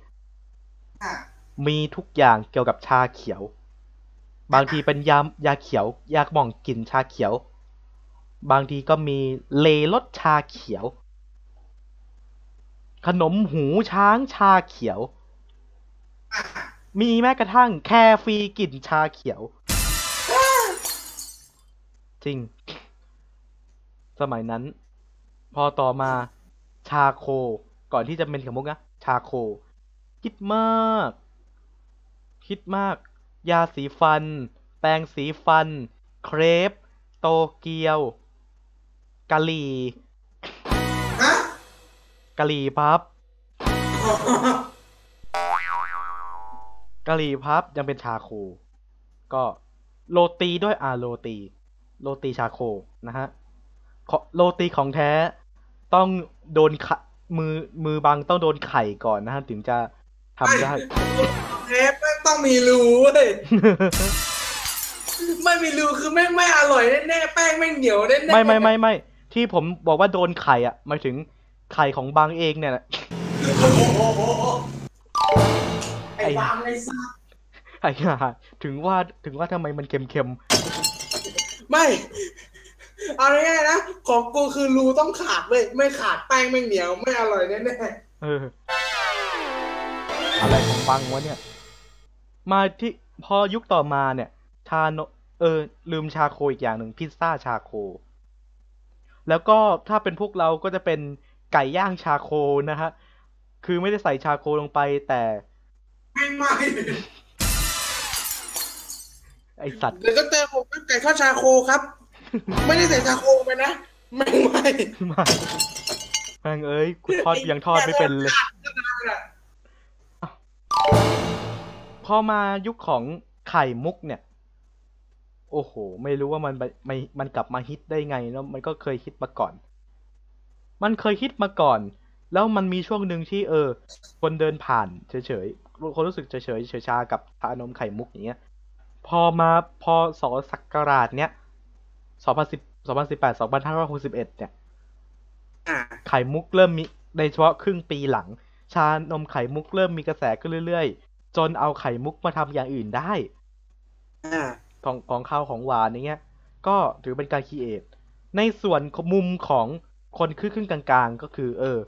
Speaker 3: อ่ะ
Speaker 1: มีทุกอย่างเกี่ยวกับชาเขียว บางทีเป็นยายาเขียว ยากหม่องกลิ่นชาเขียว บางทีก็มีเลรสชาเขียว ขนมหูช้างชาเขียว มีแม้กระทั่งแคฟรีกลิ่นชาเขียว จริง สมัยนั้น พอต่อมาชาโค ก่อนที่จะเป็นขมุกนะ ชาโค คิดมาก คิดมาก ยาสีฟัน แปรงสีฟัน เครป โตเกียว กะหรี่
Speaker 3: ฮะ
Speaker 1: กะหรี่พับ กะหรี่พับยังเป็นชาโค ก็โรตีด้วยอาโรตี โรตีชาโคนะฮะขอโรตีของแท้ต้องโดนขะมือมือบังต้องโดนไข่ก่อนนะฮะ ถึงจะทำได้
Speaker 3: เทปแม่งต้องมีรูเว้ย ไม่มีรูคือแม่งไม่อร่อยแน่ๆแป้งแม่งเหนียวแน่ๆ
Speaker 1: ไม่ไม่ไม่ไม่ที่ผมบอกว่าโดนไข่อ่ะหมายถึงไข่ของบางเองเนี่ยแหละ
Speaker 3: ไอ้วางในซา
Speaker 1: ไอ้ห่าถึงว่าถึงว่าทำไมมันเค็ม
Speaker 3: ไม่เอาง่ายๆนะของกูคือรูต้องขาดเว้ยไม่ขาดแป้งแม่งเหนียวไม่อร่อยแน่
Speaker 1: ๆเออ อะไรของบางวะเนี่ย มาที่พอยุคต่อมาเนี่ย ชาโนเออ ลืมชาโคอีกอย่างหนึ่งพิซซ่าชาโค แล้วก็ถ้าเป็นพวกเราก็จะเป็นไก่ย่างชาโคนะฮะ คือไม่ได้ใส่ชาโคลงไปแต่
Speaker 3: ๆไม่ไม่
Speaker 1: ไอสัตว์
Speaker 3: เดี๋ยวก็เจอผมกับไก่ทอดชาโคครับ ไม่ได้ใส่ชาโคไปนะไม่ไม่
Speaker 1: มา แม่งเอ้ยกูทอดยังทอดไม่เป็นเลย พอมายุคของไข่มุกเนี่ย โอ้โห ไม่รู้ว่ามันไปไม่มันกลับมาฮิตได้ไงแล้วมันก็เคยฮิตมาก่อน มันเคยฮิตมาก่อน แล้วมันมีช่วงหนึ่งที่เออ คนเดินผ่านเฉยๆ คนรู้สึกเฉยๆเฉยชากับชานมไข่มุกอย่างเงี้ย พอมาพอสอศักราชเนี้ยสองพันสิบสองพันสิบแปดสองพันห้าร้อยหกสิบเอ็ดเนี่ย
Speaker 3: อ่ะ
Speaker 1: ไข่มุกเริ่มมีในเฉพาะครึ่งปีหลัง ชานมไข่มุกเริ่มมีกระแสขึ้นเรื่อยๆ จนเอาไข่มุกมาทำอย่างอื่นได้
Speaker 3: อ่ะ
Speaker 1: ของของข้าวของหวานอย่างเงี้ย ก็ถือเป็นการคีเอทในส่วนมุมของคนครึ่งๆกลางๆ ก็คือ เออ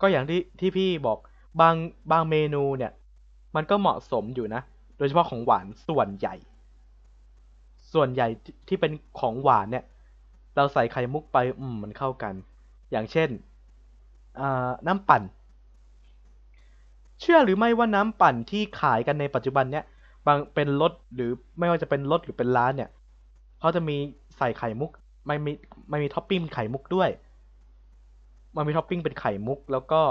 Speaker 1: ก็อย่างที่ที่พี่บอกบางบางเมนูเนี่ย มันก็เหมาะสมอยู่นะ โดยเฉพาะของหวานส่วนใหญ่ ส่วนใหญ่ที่ที่เป็นของหวานเนี่ย เราใส่ไข่มุกไป อืม มันเข้ากัน อย่างเช่นอ่าน้ำปั่น เชื่อหรือไม่ว่าน้ำปั่นที่ขายกันในปัจจุบันเนี่ย บางเป็นรถหรือไม่ว่าจะเป็นรถหรือเป็นร้านเนี่ยเขาจะมีใส่ไข่มุก ไม่มีไม่มีท็อปปิ้งเป็นไข่มุกด้วย มันมีท็อปปิ้งเป็นไข่มุก แล้วก็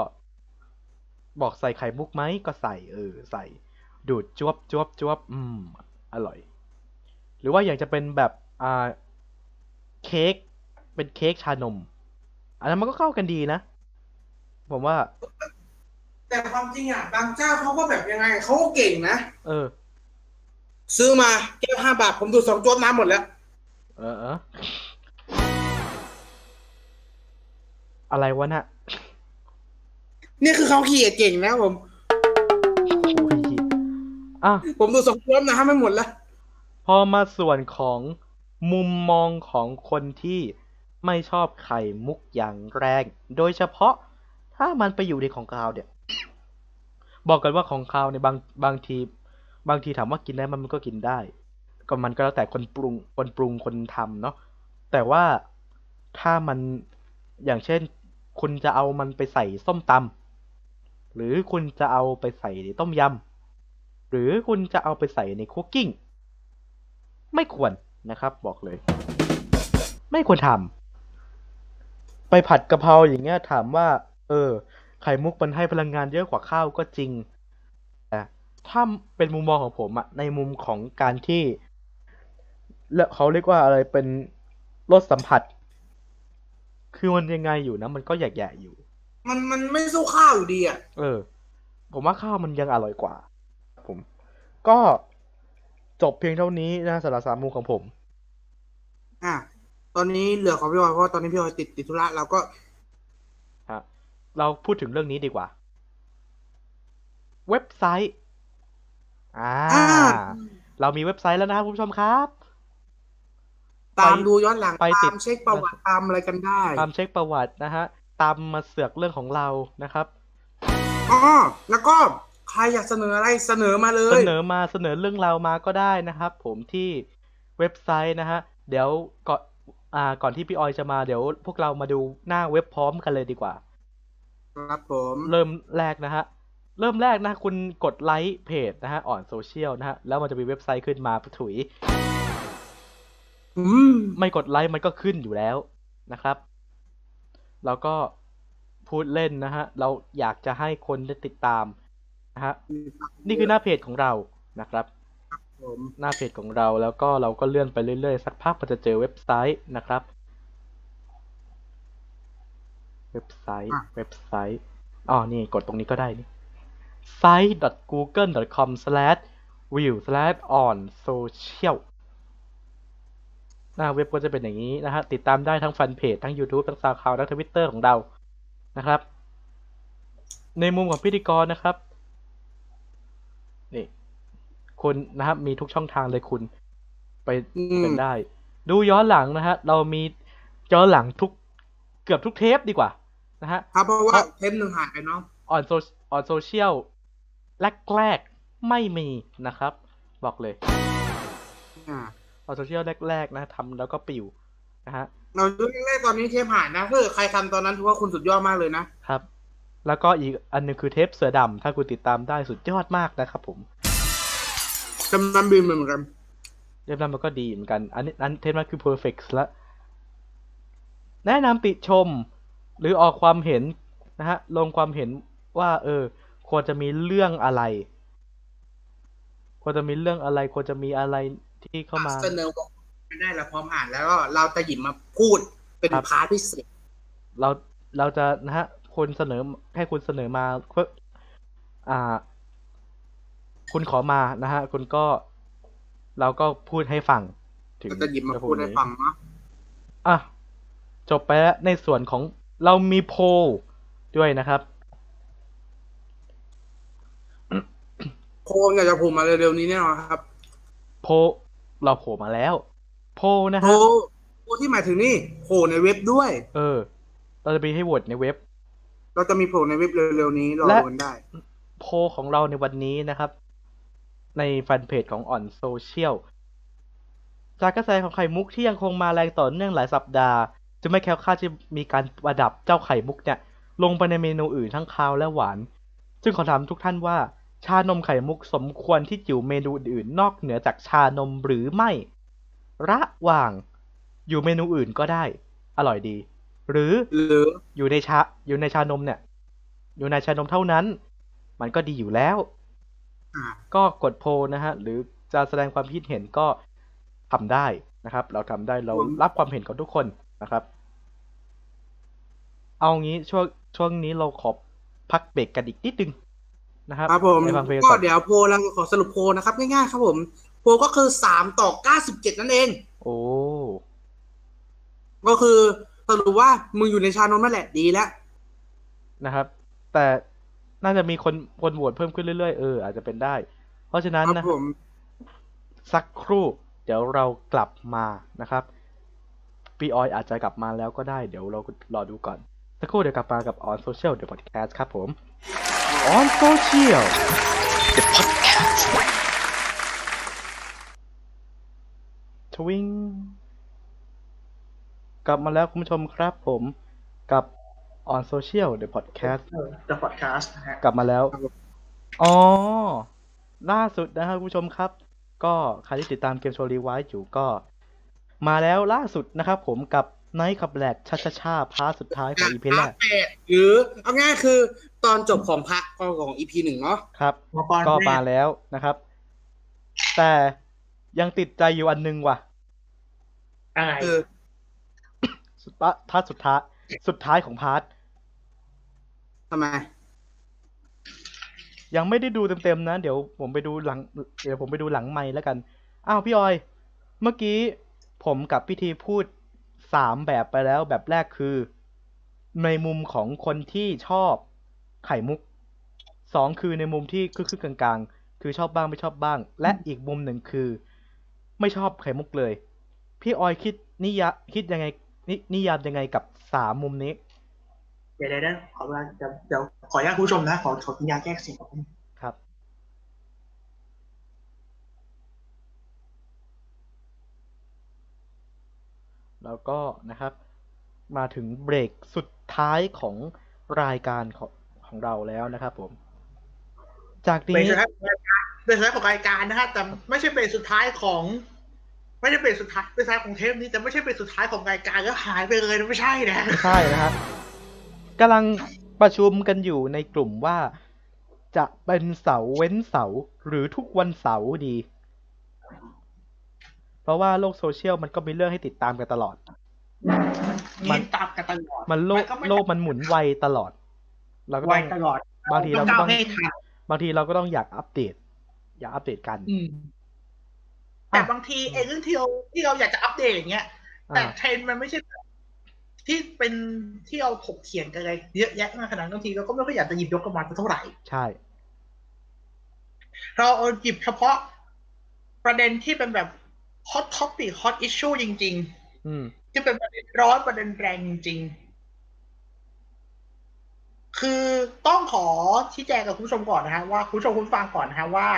Speaker 1: บอกใส่ไข่มุกไหมก็ใส่ เออ ใส่ ดูดจวบจวบจวบอืม อร่อย หรือว่าอยากจะเป็นแบบอ่าเค้กเป็นเค้กชานม อันนั้นมันก็เข้ากันดีนะ ผมว่า
Speaker 3: แต่ความจริงอ่ะ บางเจ้าเขาก็แบบยังไงเขาก็เก่งนะ
Speaker 1: เออ
Speaker 3: ซื้อมาแก้วห้าบาท ผมดูดสองจวบน้ำหมดแล้ว
Speaker 1: เออเอออะไรวะน่ะ
Speaker 3: นี่คือเขาขี่เก่งนะผม
Speaker 1: โอ้ยอ่ะ
Speaker 3: ผมดูดสองจวบน้ำไม่หมดแล้ว
Speaker 1: พอมาส่วนของมุมมองของคนที่ไม่ชอบไข่มุกอย่างแรง โดยเฉพาะถ้ามันไปอยู่ในของคาวเนี่ย บอกกันว่าของคาวในยบางบางที บางทีถามว่ากินได้ไหมมันก็กินได้ ก็มันก็แล้วแต่คนปรุงคนปรุงคนทำเนาะแต่ว่าถ้ามันอย่างเช่น คุณจะเอามันไปใส่ส้มตำหรือคุณจะเอาไปใส่ในต้มยำหรือคุณจะเอาไปใส่ในคุกกิ้ง ไม่ควรนะครับ บอกเลย ไม่ควรทำไปผัดกะเพราอย่างเงี้ย ถามว่า เออ ไข่มุกมันให้พลังงานเยอะกว่าข้าวก็จริงแต่ถ้าเป็นมุมมองของผมอะในมุมของการที่และเขาเรียกว่าอะไรเป็นรสสัมผัส คือมันยังไงอยู่นะ มันก็แยกๆอยู่
Speaker 3: มันมันไม่สู้ข้าวอยู่ดีอ่ะ
Speaker 1: เออ ผมว่าข้าวมันยังอร่อยกว่า ผม ก็จบเพียงเท่านี้นะสารบสามมุมของผม
Speaker 3: อ่ะ ตอนนี้เหลือของพี่ออยเพราะว่าตอนนี้พี่ออยติดติดธุระเราก็
Speaker 1: ฮะเราพูดถึงเรื่องนี้ดีกว่า เว็บไซต์ อ่า
Speaker 3: อ่า
Speaker 1: เรามีเว็บไซต์แล้วนะครับคุณผู้ชมครับ
Speaker 3: ตามดูย้อนหลัง
Speaker 1: ไปติด
Speaker 3: ตามเช็คประวัติตามอะไรกันได้
Speaker 1: ตามเช็คประวัตินะฮะ ตามมาเสือกเรื่องของเรานะครับ
Speaker 3: อ๋อ แล้วก็ใครอยากเสนออะไรเสนอมาเล
Speaker 1: เส
Speaker 3: ย
Speaker 1: นอมาเสนอเรื่องเรามาก็ได้นะครับ ผมที่เว็บไซต์นะฮะ เดี๋ยวก่อนอ่า ก่อนที่พี่ออยจะมาเดี๋ยวพวกเรามาดูหน้าเว็บพร้อมกันเลยดีกว่า
Speaker 3: ครับผม
Speaker 1: เริ่มแรกนะฮะ เริ่มแรกนะคุณกดไลค์เพจนะฮะอ่อนโซเชียลนะฮะ แล้วมันจะมีเว็บไซต์ขึ้นมาปะถุย
Speaker 3: อืม
Speaker 1: ไม่กดไลค์มันก็ขึ้นอยู่แล้วนะครับ แล้วก็พูดเล่นนะฮะ เราอยากจะให้คนได้ติดตามนะฮะ นี่คือหน้าเพจของเรานะครับ
Speaker 3: ผม
Speaker 1: หน้าเพจของเราแล้วก็เราก็เลื่อนไปเรื่อยๆ สักพักมันจะเจอเว็บไซต์นะครับ เว็บไซต์
Speaker 3: อ่ะ
Speaker 1: เว็บไซต์อ๋อนี่กดตรงนี้ก็ได้นี่ site.google.com/view/on/social หน้าเว็บก็จะเป็นอย่างนี้นะฮะ ติดตามได้ทั้งแฟนเพจ ทั้ง YouTube ทั้ง SoundCloud ทั้ง Twitter ของเรานะครับ ในมุมของพิธีกรนะครับ นี่ คุณนะครับ มีทุกช่องทางเลยคุณไป
Speaker 3: อืม
Speaker 1: เป็นได้ ดูย้อนหลังนะฮะ เรามีย้อนหลังทุกเกือบทุกเทปดีกว่านะฮะ
Speaker 3: ครับเพราะว่า
Speaker 1: ครับ
Speaker 3: เทปหนึ่งหายไปเนาะ
Speaker 1: ออนโซออนโซเชียลแรกๆไม่มีนะครับ บอกเลย
Speaker 3: อ่า
Speaker 1: ออนโซเชียลแรกๆนะทำแล้วก็ปิวนะฮะ
Speaker 3: เราเรื่องแรกตอนนี้เทปหายนะถ้าเกิดใครทำตอนนั้นถือว่าคุณสุดยอดมากเลยนะ
Speaker 1: ครับ แล้วก็อีกอันหนึงคือเทปเสือดำถ้าคุณติดตามได้สุดยอดมากนะครับผม
Speaker 3: จำนำบินเหมือนกัน
Speaker 1: เรียบร้อยมันก็ดีเหมือนกัน อันนี้อันเทปนั้นคือ perfect ละ แนะนำติชม หรือออกความเห็นนะฮะ ลงความเห็นว่า เออ ควรจะมีเรื่องอะไร ควรจะมีเรื่องอะไร ควรจะมีอะไรที่เข้ามา
Speaker 3: เสนอบอกไม่ได้เราพร้อมอ่านแล้วก็เราจะหยิบมาพูดเป็น
Speaker 1: ครับ
Speaker 3: พาร์ทพิเศษ
Speaker 1: เราเราจะนะฮะคนเสนอให้คุณเสนอมาเพื่ออ่า คุณขอมานะฮะคุณก็ เราก็พูดให้ฟัง ถึง
Speaker 3: เราจะหยิบมา
Speaker 1: เรื่องพ
Speaker 3: พู
Speaker 1: ว
Speaker 3: ด
Speaker 1: ก
Speaker 3: ให้
Speaker 1: นี้
Speaker 3: ฟังเนาะ
Speaker 1: อ่ะจบไปแล้วในส่วนของเรามีโพลด้วยนะครับ
Speaker 3: โคงอยากจะพูดมาเร็วๆนี้แน่นอนครับ
Speaker 1: โพลเราโผล่มาแล้ว โพลนะ
Speaker 3: โพ
Speaker 1: ฮะ
Speaker 3: โพที่หมายถึงนี่โผล่ในเว็บด้วย
Speaker 1: เออ เราจะไปให้โหวตในเว็บ
Speaker 3: เราจะมีโผล่ในเว็บเร็วๆนี้รอ
Speaker 1: และ
Speaker 3: ดูกันได้
Speaker 1: โพลของเราในวันนี้นะครับ ในแฟนเพจของอ่อนโซเชียลจากกระแสของไข่มุกที่ยังคงมาแรงต่อเนื่องหลายสัปดาห์ จะไม่แคล้วคลาดที่มีการประดับเจ้าไข่มุกเนี่ย ลงไปในเมนูอื่นทั้งคาวและหวาน ซึ่งขอถามทุกท่านว่า ชานมไข่มุกสมควรที่จะอยู่เมนูอื่นนอกเหนือจากชานมหรือไม่ ระหว่างอยู่เมนูอื่นก็ได้ อร่อยดี หรือ
Speaker 3: หรือ
Speaker 1: อยู่ในชาอยู่ในชานมเนี่ย อยู่ในชานมเท่านั้น มันก็ดีอยู่แล้ว
Speaker 3: อ่า
Speaker 1: ก็กดโพลนะฮะ หรือจะแสดงความคิดเห็นก็ทำได้นะครับ เราทำได้เรารับความเห็นของทุกคนนะครับ เอางี้ช่วงช่วงนี้เราขอพักเบรกกันอีกนิดนึงนะครับ
Speaker 3: ครับผม
Speaker 1: ไปฟังเพลง
Speaker 3: ก็
Speaker 1: ก่อน
Speaker 3: เดี๋ยวโพลเราขอสรุปโพลนะครับง่ายๆครับผมโพลก็คือสามต่อเก้าสิบเจ็ดนั่นเอง
Speaker 1: โอ้
Speaker 3: ก็คือสรุปว่ามึงอยู่ในชานนท์นั่นแหละดีแล้ว
Speaker 1: นะครับ แต่น่าจะมีคนคนโหวตเพิ่มขึ้นเรื่อยๆเอออาจจะเป็นได้ เพราะฉะนั้น
Speaker 3: ครั
Speaker 1: นะ
Speaker 3: บผม
Speaker 1: สักครู่ เดี๋ยวเรากลับมานะครับปีออยอาจจะกลับมาแล้วก็ได้ เดี๋ยวเรารอดูก่อน สักครู่เดี๋ยวกลับมากับ On Social The Podcast ครับผม On Social
Speaker 2: The podcast.
Speaker 1: ทวิงกลับมาแล้วคุณผู้ชมครับผมกับ On Social The Podcast
Speaker 4: เออ The Podcast นะฮะ
Speaker 1: กลับมาแล้ว อ๋อ ล่าสุดนะครับคุณผู้ชมครับ ก็ใครที่ติดตามเกมโชว์รีไวซ์อยู่ก็ มาแล้วล่าสุดนะครับผมกับไนท์ขับแลดชาชาชาพาร์ทสุดท้ายของอีพีแรก
Speaker 3: แปดหรือเอาง่ายๆคือตอนจบของพระของอีพีหนึ่งเนาะ
Speaker 1: ครับ
Speaker 4: มาตอน
Speaker 1: ก็
Speaker 4: แร
Speaker 1: มาก แล้วนะครับ แต่ยังติดใจอยู่อันนึงว่ะ
Speaker 4: อะไร
Speaker 3: คือ
Speaker 1: สุดท้ายท้ายสุดท้ายสุดท้ายของพาร์ท
Speaker 3: ทำไม
Speaker 1: ยังไม่ได้ดูเต็มๆนะ เดี๋ยวผมไปดูหลัง เดี๋ยวผมไปดูหลังไมค์แล้วกัน อ้าวพี่ออย เมื่อกี้ผมกับพี่ทีพูดสามแบบไปแล้วแบบแรกคือ ในมุมของคนที่ชอบไข่มุกสองคือในมุมที่คือคือกลางๆ คือชอบบ้างไม่ชอบบ้าง และอีกมุมหนึ่งคือ ไม่ชอบไข่มุกเลย พี่ออยคิดนิยามคิดยังไงนนิยามยังไงกับสามมุมนี้
Speaker 4: เดี๋ยวเดี๋ยวเดี๋ยวขอเวลาเดี๋ยวเดี๋ยวขออนุญาตคุณผู้ชมนะ ขอขอกินยาแก้เสียงก่อน
Speaker 1: ครับ แล้วก็นะครับ มาถึงเบรกสุดท้ายของรายการของของเราแล้วนะครับผม จาก
Speaker 4: เป็น
Speaker 1: นี้
Speaker 4: สุดท้ายของรายการเป็นสุดท้ายของรายการนะฮะแต่ไม่ใช่เป็นสุดท้ายของ ไม่ได้เป็นสุดท้ายเป็นสุดท้ายของเทปนี้แต่ไม่ใช่เป็นสุดท้ายของรายการแล้วหายไปเลยนะไม่ใช่นะ
Speaker 1: ใช่นะครับกำลังประชุมกันอยู่ในกลุ่มว่าจะเป็นเสาร์เว้นเสาร์หรือทุกวันเสาร์ดี เพราะว่าโลกโซเชียลมันก็มีเรื่องให้ติดตามกันตลอด
Speaker 4: มีตามกันตลอด
Speaker 1: มันโลก
Speaker 4: ก็ไ
Speaker 1: โลกมันหมุนไวตลอด เราก็
Speaker 4: ไว
Speaker 1: ต้อง
Speaker 4: ตลอด
Speaker 1: บางทีเรา
Speaker 4: ต้
Speaker 1: ก็
Speaker 4: ก้าว
Speaker 1: ต้อง
Speaker 4: ให้ทัน
Speaker 1: บางทีเราก็ต้องอยากอัปเดต อยากอัปเดตกัน
Speaker 4: อืมแต่บางทีไอ้เรื่องที่เราที่เราอยากจะอัปเดตอย่างเงี้ย แต่
Speaker 1: อ่า
Speaker 4: เทรนด์มันไม่ใช่แบบที่เป็นที่เราถกเถียงกันเลยเยอะแยะมากขนาดนั้นบางทีเราก็ไม่ค่อยอยากจะหยิบยกกระมาสักเท่าไหร่
Speaker 1: ใช่
Speaker 4: เราเอาหยิบเฉพาะประเด็นที่เป็นแบบ hot topic hot issue จริง
Speaker 1: อืม
Speaker 4: ๆ ที่เป็นประเด็นร้อนประเด็นแรงจริง ๆ คือต้องขอชี้แจงกับคุณผู้ชมก่อนนะฮะว่าคุณผู้ชมคุณฟังก่อนนะฮะว่า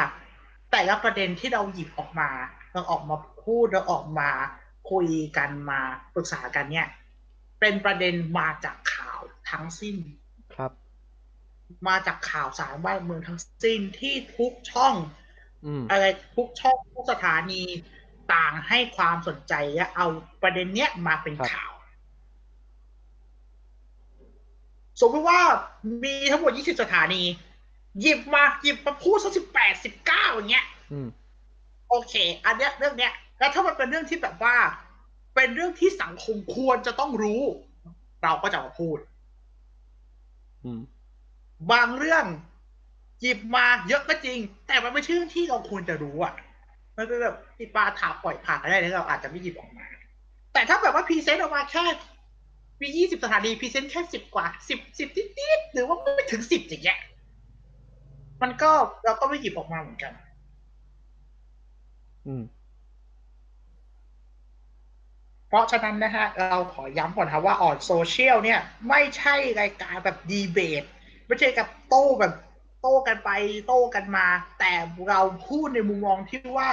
Speaker 4: แต่ละประเด็นที่เราหยิบออกมาเราออกมาพูดเราออกมาคุยกันมาปรึกษากันเนี่ย เป็นประเด็นมาจากข่าวทั้งสิ้น
Speaker 1: ครับ
Speaker 4: มาจากข่าวสารบ้านเมืองทั้งสิ้นที่ทุกช่อง
Speaker 1: อืม
Speaker 4: อะไรทุกช่องทุกสถานีต่างให้ความสนใจและเอาประเด็นเนี้ยมาเป็น
Speaker 1: ครับ
Speaker 4: ข่าว สมมติว่ามีทั้งหมด 20 สถานี หยิบมาหยิบมาพูดสักสิบแปดสิบเก้าอย่างเงี้ย
Speaker 1: อืม
Speaker 4: โอเค อันเนี้ยเรื่องเนี้ย แล้วถ้ามันเป็นเรื่องที่แบบว่า เป็นเรื่องที่สังคมควรจะต้องรู้ เราก็จะมาพูด
Speaker 1: อืม
Speaker 4: บางเรื่องหยิบมาเยอะก็จริง แต่มันไม่ใช่เรื่องที่เราควรจะรู้อ่ะ มันเป็นแบบที่ปลาถามปล่อยผ่านอะไรแล้วเราอาจจะไม่หยิบออกมา แต่ถ้าแบบว่าพรีเซนต์ออกมาแค่มียี่สิบสถานีพรีเซนต์แค่สิบกว่าสิบสิบนิดๆหรือว่าไม่ถึงสิบอย่างเงี้ยมันก็เราก็ไม่หยิบออกมาเหมือนกัน
Speaker 1: อืม
Speaker 4: เพราะฉะนั้นนะฮะ เราขอย้ำก่อนครับว่าออนโซเชียลเนี่ย ไม่ใช่รายการแบบดีเบต ไม่ใช่กับโต้แบบโต้กันไปโต้กันมา แต่เราพูดในมุมมองที่ว่า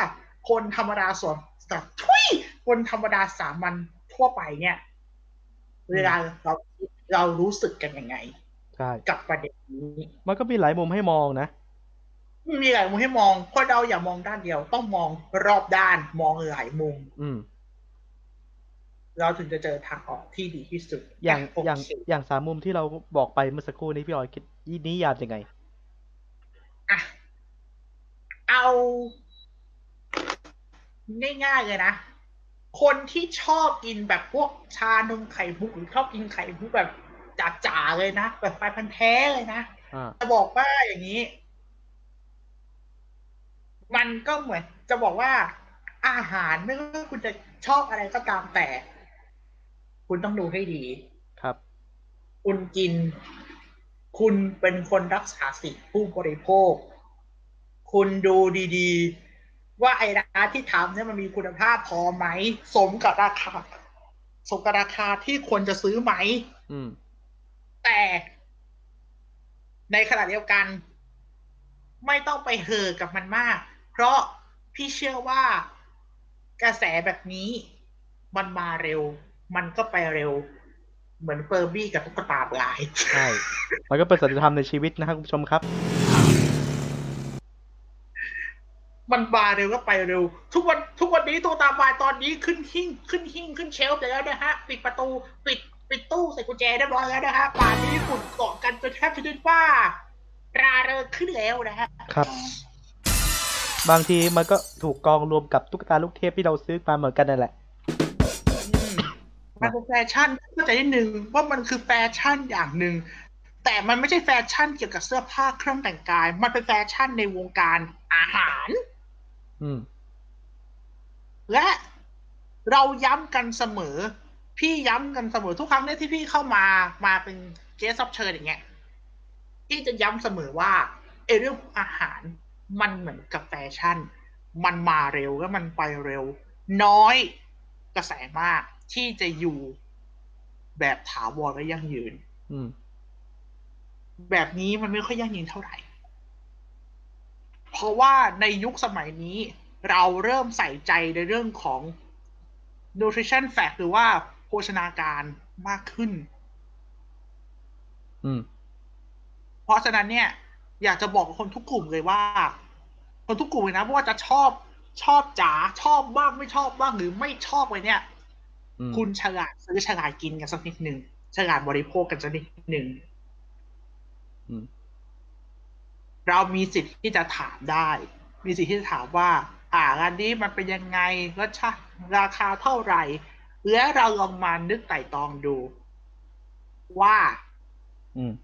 Speaker 4: คนธรรมดาส่วนสับทุยคนธรรมดาสามัญทั่วไปเนี่ย เวลาเราเรารู้สึกกันยังไง
Speaker 1: ใช่
Speaker 4: กับประเด็นนี้
Speaker 1: มันก็มีหลายมุมให้มองนะ
Speaker 4: มีหลายมุมให้มองคนเราอย่ามองด้านเดียว ต้องมองรอบด้านมองหลายมุม
Speaker 1: อืม
Speaker 4: เราถึงจะเจอทางออกที่ดีที่สุด
Speaker 1: อย่าง
Speaker 4: โเค
Speaker 1: อย่างอย่างสามมุมที่เราบอกไปเมื่อสักครู่นี้พี่ออยคิดนิยามยังไง
Speaker 4: อ่ะเอาง่ายๆเลยนะ คนที่ชอบกินแบบพวกชานมไข่มุกหรือชอบกินไข่มุกแบบจ๋าๆเลยนะ แบบไฟพันธุ์แท้เลยนะ
Speaker 1: อ่า
Speaker 4: จะบอกว่าอย่างนี้ มันก็เหมือน จะบอกว่า อาหารไม่ว่าคุณจะชอบอะไรก็ตามแต่ คุณต้องดูให้ดี
Speaker 1: ครับ
Speaker 4: คุณกิน คุณเป็นคนรักษาสิทธิผู้บริโภค คุณดูดีๆ ว่าไอ้ร้านที่ทำเนี่ยมันมีคุณภาพพอไหม สมกับราคา สมกับราคาที่ควรจะซื้อไหม
Speaker 1: อืม
Speaker 4: แต่ในขณะเดียวกัน ไม่ต้องไปเห่อะกับมันมาก เพราะพี่เชื่อว่ากระแสแบบนี้มันมาเร็ว มันก็ไปเร็ว เหมือนเฟอร์บี้กับตุ๊กตาบลาย
Speaker 1: ใช่ มันก็เป็นสัจธรรมในชีวิตนะครับคุณผู้ชมครับ
Speaker 4: มันมาเร็วก็ไปเร็ว ทุกวันทุกวันนี้ตุ๊กตาบายตอนนี้ขึ้นหิ้งขึ้นหิ้งขึ้นเชลฟ์ไปแล้วนะฮะ ปิดประตูปิดปิดตู้ใส่กุญแจเรียบร้อยแล้วนะฮะป่านนี้ฝุ่นเกาะกันจนแทบจะเรียกว่าราเริงขึ้นแล้วนะฮะ
Speaker 1: ครับ บางทีมันก็ถูกกองรวมกับตุ๊กตาลูกเทพที่เราซื้อมาเหมือนกันนั่นแหละ
Speaker 4: อืมมันเป็นแฟชั่นเข้าใจนิดนึงว่ามันคือแฟชั่นอย่างหนึ่งแต่มันไม่ใช่แฟชั่นเกี่ยวกับเสื้อผ้าเครื่องแต่งกาย มันเป็นแฟชั่นในวงการอาหาร
Speaker 1: อืม
Speaker 4: และเราย้ำกันเสมอ พี่ย้ำกันเสมอทุกครั้งเนี่ยที่พี่เข้ามามาเป็นเกสซับเชิญอย่างเงี้ยพี่จะย้ำเสมอว่าไอเรื่องอาหารมันเหมือนกับแฟชั่น มันมาเร็วและมันไปเร็ว น้อยกระแสมากที่จะอยู่แบบถาวรและยั่งยืน
Speaker 1: อืม
Speaker 4: แบบนี้มันไม่ค่อยยั่งยืนเท่าไหร่ เพราะว่าในยุคสมัยนี้ เราเริ่มใส่ใจในเรื่องของ nutrition fact หรือว่าโภชนาการมากขึ้น
Speaker 1: อืม
Speaker 4: เพราะฉะนั้นเนี่ย อยากจะบอกกับคนทุกกลุ่มเลยว่า คนทุกกลุ่มเลยนะไม่ว่าจะชอบชอบจ๋าชอบบ้างไม่ชอบบ้างหรือไม่ชอบเลยเนี่ย
Speaker 1: อืม
Speaker 4: คุณฉลาดซื้อฉลาดกินกันสักนิดหนึ่งฉลาดบริโภคกันสักนิดหนึ่ง
Speaker 1: อืม
Speaker 4: เรามีสิทธิ์ที่จะถามได้ มีสิทธิ์ที่จะถามว่า อ่าอันนี้มันเป็นยังไงรสชาติราคาเท่าไหร่ และเราลองมานึกไต่ตองดู ว่า
Speaker 1: อืม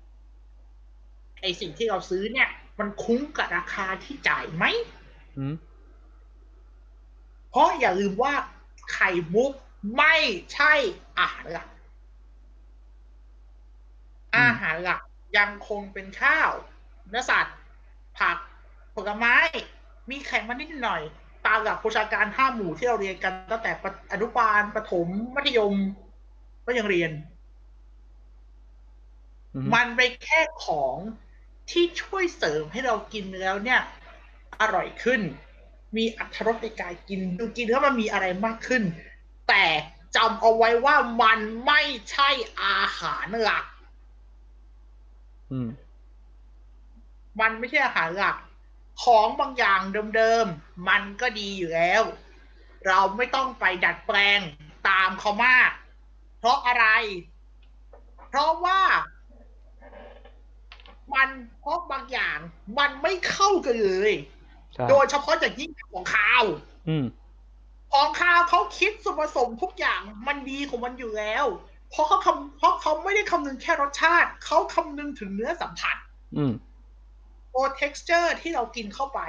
Speaker 4: ไอสิ่งที่เราซื้อเนี่ย มันคุ้มกับราคาที่จ่ายไหม
Speaker 1: อืม
Speaker 4: เพราะอย่าลืมว่าไข่มุกไม่ใช่อาหารหลัก
Speaker 1: อืม
Speaker 4: อาหารหลักยังคงเป็นข้าวเนื้อสัตว์ ผัก ผลไม้ มีไขมันนิดหน่อย ตามหลักโภชนาการห้าหมู่ที่เราเรียนกันตั้งแต่ประอนุบาลประถม มัธยม ก็ยังเรียน
Speaker 1: อืม
Speaker 4: มันเป็นแค่ของที่ช่วยเสริมให้เรากินแล้วเนี่ย อร่อยขึ้น มีอรรถรสในการกินดูกินแล้วมันมีอะไรมากขึ้น แต่จำเอาไว้ว่ามันไม่ใช่อาหารหลัก
Speaker 1: อืม
Speaker 4: มันไม่ใช่อาหารหลัก ของบางอย่างเดิมๆ มันก็ดีอยู่แล้ว เราไม่ต้องไปดัดแปลงตามเขามาก เพราะอะไร เพราะว่า มันเพราะบางอย่างมันไม่เข้ากันเลย
Speaker 1: ใช่
Speaker 4: โดยเฉพาะอย่างยิ่งของข้าว
Speaker 1: อืม
Speaker 4: ของข้าวเขาคิดส่วนผสมทุกอย่างมันดีของมันอยู่แล้ว เพราะเขาคำเพราะเขาไม่ได้คำนึงแค่รสชาติ เขาคำนึงถึงเนื้อสัมผัส
Speaker 1: อืม
Speaker 4: ตัว texture ที่เรากินเข้าไป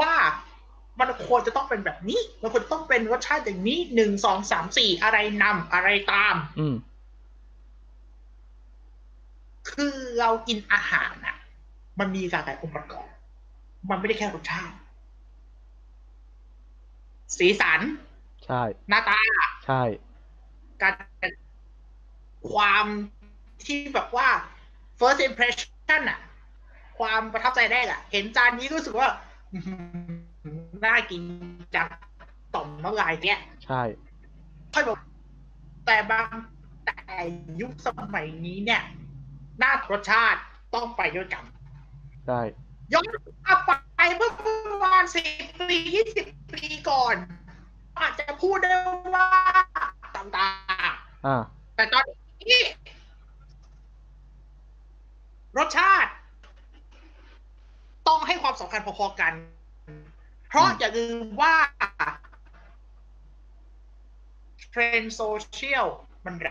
Speaker 4: ว่ามันควรจะต้องเป็นแบบนี้ มันควรจะต้องเป็นรสชาติอย่างนี้หนึ่งสองสามสี่อะไรนำอะไรตาม
Speaker 1: อืม
Speaker 4: คือเรากินอาหารอ่ะ มันมีหลากหลายองค์ประกอบ มันไม่ได้แค่รสชาติ สีสัน
Speaker 1: ใช่
Speaker 4: หน้าตา
Speaker 1: ใช่
Speaker 4: การความที่แบบว่า first impression อะความประทับใจแรกอะเห็นจานนี้รู้สึกว่า อื้อหือน่ากินจังต่อมน้ำลายเนี้ย
Speaker 1: ใช่
Speaker 4: ค่อยบอกแต่บางแต่ยุคสมัยนี้เนี่ย หน้ารสชาติต้องไปด้วยกัน
Speaker 1: ใช่
Speaker 4: ย้อนกลับไปเมื่อประมาณสิบปียี่สิบปีก่อน อาจจะพูดได้ว่าแต่ ต่างๆ
Speaker 1: อ่า
Speaker 4: แต่ตอนนี้รสชาติ ต้องให้ความสำคัญพอๆกัน เพราะอย่าลืมว่าเทรนด์โซเชียลมันแร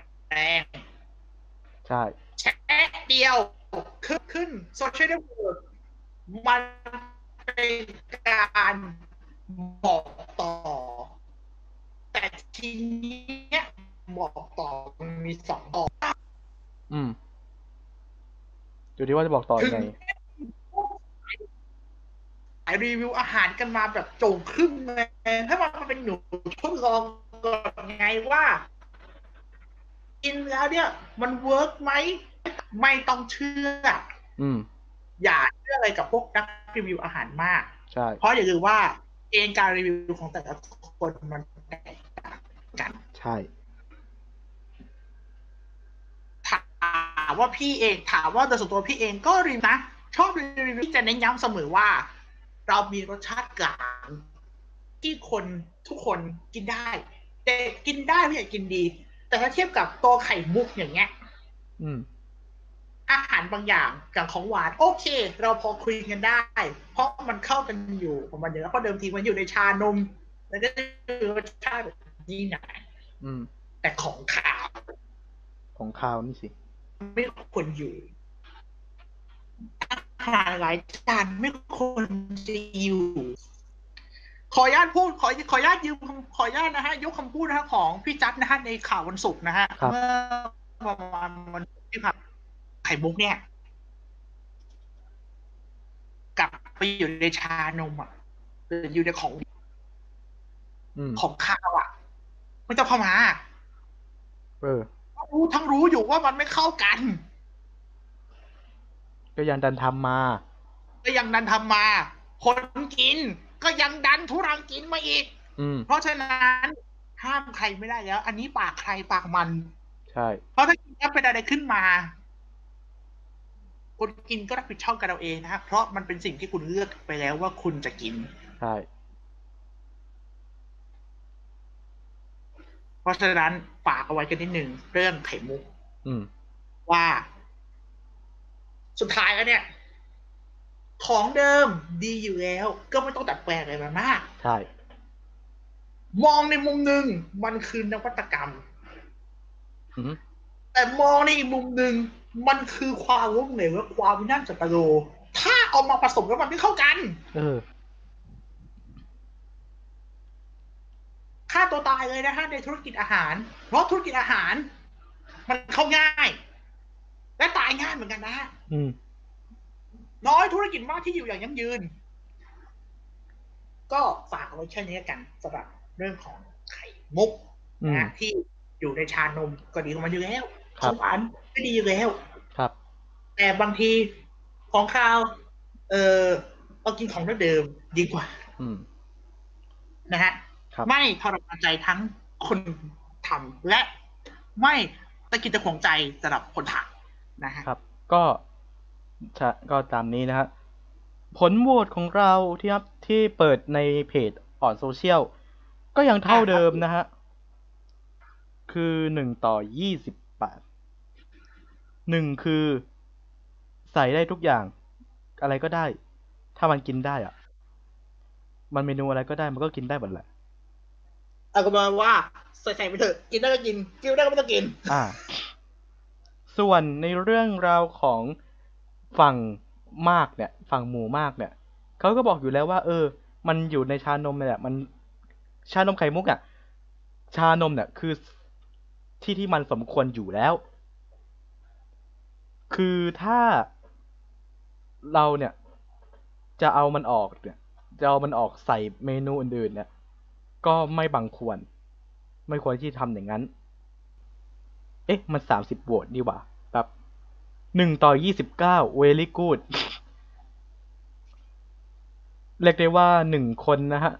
Speaker 4: ง
Speaker 1: ใช่
Speaker 4: แชะเดียวขึ้นขึ้นโซเชียลเน็ตเวิร์กมันเป็นการบอกต่อ แต่ทีเนี้ยบอกต่อมันมีสองต่อ
Speaker 1: อืมอยู่ที่ว่าจะบอกต่อยังไง
Speaker 4: ขายรีวิวอาหารกันมาแบบโจ่งครึ่งเลยให้มันเป็นหนูทดลองก่อนไงว่า กินแล้วเนี่ย มันเวิร์กไหม ไม่ต้องเชื่อ
Speaker 1: อืม
Speaker 4: อย่าเชื่ออะไรกับพวกนักรีวิวอาหารมาก
Speaker 1: ใช่
Speaker 4: เพราะอย่าลืมว่าเกณฑ์การรีวิวของแต่ละคนมันแตกต่างกัน
Speaker 1: ใช่
Speaker 4: ถามว่าพี่เองถามว่าโดยส่วนตัวพี่เองก็รีวิวนะ ชอบรีวิวที่จะเน้นย้ำเสมอว่า เรามีรสชาติกลางที่คนทุกคนกินได้แต่กินได้ไม่ใช่กินดี แต่ถ้าเทียบกับตัวไข่มุกอย่างเงี้ย
Speaker 1: อืม
Speaker 4: อาหารบางอย่างกับของหวาน โอเค เราพอคุยกันได้ เพราะมันเข้ากันอยู่ของมันอยู่แล้วเพราะเดิมทีมันอยู่ในชานม แล้วก็คือรสชาติแบบนี้นะ
Speaker 1: อืม
Speaker 4: แต่ของขาว
Speaker 1: ของข้าวนี่สิ
Speaker 4: ไม่ควรอยู่อาหารหลายจานไม่ควรจะอยู่ ขออนุญาตพูดขอขออนุญาตยืมคำขออนุญาตนะฮะยกคำพูดนะฮะของพี่จัดนะฮะในข่าววันศุกร์นะฮะ
Speaker 1: ครับ
Speaker 4: เมื่อประมาณวันที่ผ่านไข่มุกเนี่ย กลับไปอยู่ในชานมอ่ะหรืออยู่ในของ
Speaker 1: อืม
Speaker 4: ของข้าวอ่ะ มันจะเข้ามา
Speaker 1: เออ
Speaker 4: รู้ทั้งรู้อยู่ว่ามันไม่เข้ากัน
Speaker 1: ก็ยังดันทำมา
Speaker 4: ก็ยังดันทำมา คนกิน ก็ยังดันทุรังกินมาอีก
Speaker 1: อืม
Speaker 4: เพราะฉะนั้นห้ามใครไม่ได้แล้ว อันนี้ปากใครปากมัน
Speaker 1: ใช่
Speaker 4: เพราะถ้ากินแล้วเป็นอะไรขึ้นมา คนกินก็รับผิดชอบกันเอาเองนะฮะเพราะมันเป็นสิ่งที่คุณเลือกไปแล้วว่าคุณจะกิน
Speaker 1: ใช่
Speaker 4: เพราะฉะนั้นฝากเอาไว้กันนิดหนึ่งเรื่องไข่มุก
Speaker 1: อืม
Speaker 4: ว่า สุดท้ายแล้วเนี่ย ของเดิมดีอยู่แล้ว ก็ไม่ต้องดัดแปลงอะไรมันมาก
Speaker 1: ใช่
Speaker 4: มองในมุมหนึ่งมันคือนวัตกรรม
Speaker 1: อืม
Speaker 4: แต่มองในอีกมุมหนึ่งมันคือความล้มเหลวและความวินาศจัตโรถ้าเอามาผสมแล้วมันไม่เข้ากัน
Speaker 1: เออ
Speaker 4: ค่าตัวตายเลยนะฮะในธุรกิจอาหาร เพราะธุรกิจอาหาร มันเข้าง่าย และตายง่ายเหมือนกันนะฮะ
Speaker 1: อืม
Speaker 4: น้อยธุรกิจมากที่อยู่อย่างยั่งยืน ก็ฝากเอาไว้แค่นี้กันสำหรับเรื่องของไข่มุก
Speaker 1: อืม
Speaker 4: นะที่อยู่ในชานมก็ดีของมันอยู่แล้ว
Speaker 1: ค
Speaker 4: ข
Speaker 1: รับ
Speaker 4: องหวานก็ดีอยู่แล้ว
Speaker 1: ครับ
Speaker 4: แต่บางทีของข้าว เออเอากินของเดิมๆดีกว่า
Speaker 1: อืม
Speaker 4: นะฮะ
Speaker 1: ครับ
Speaker 4: ไม่ทรมานใจทั้งคนทำและไม่ตะกิดตะขวงใจสำหรับคนทำนะฮะ
Speaker 1: ครับ ก็ใช่ก็ตามนี้นะฮะ ผลโหวตของเราที่ครับที่เปิดในเพจอ่อนโซเชียล ก็ยังเท่าเดิมนะฮะ คือหนึ่งต่อยี่สิบแปดหนึ่งคือใส่ได้ทุกอย่าง อะไรก็ได้ ถ้ามันกินได้อะมันเมนูอะไรก็ได้มันก็กินได้หมดแหละ
Speaker 4: เอาก็มาว่าใส่ๆไปเถอะกินได้ก็กินกินไม่ได้ก็ไม่ต้องกิน
Speaker 1: อ่า ส่วนในเรื่องราวของฝั่งมากเนี่ย ฝั่งหมู่มากเนี่ย เขาก็บอกอยู่แล้วว่า เออ มันอยู่ในชานมเนี่ยแหละมันชานมไข่มุกอ่ะ ชานมเนี่ยคือที่ที่มันสมควรอยู่แล้ว คือถ้าเราเนี่ย จะเอามันออกเนี่ย จะเอามันออกใส่เมนูอื่นๆเนี่ย ก็ไม่บังควร ไม่ควรที่จะทำอย่างนั้น เอ๊ะ มันสามสิบโหวตดีหว่าแบบหนึ่งต่อยี่สิบเก้าเวลี่กูด เรียกได้ว่าหนึ่งคนนะฮะ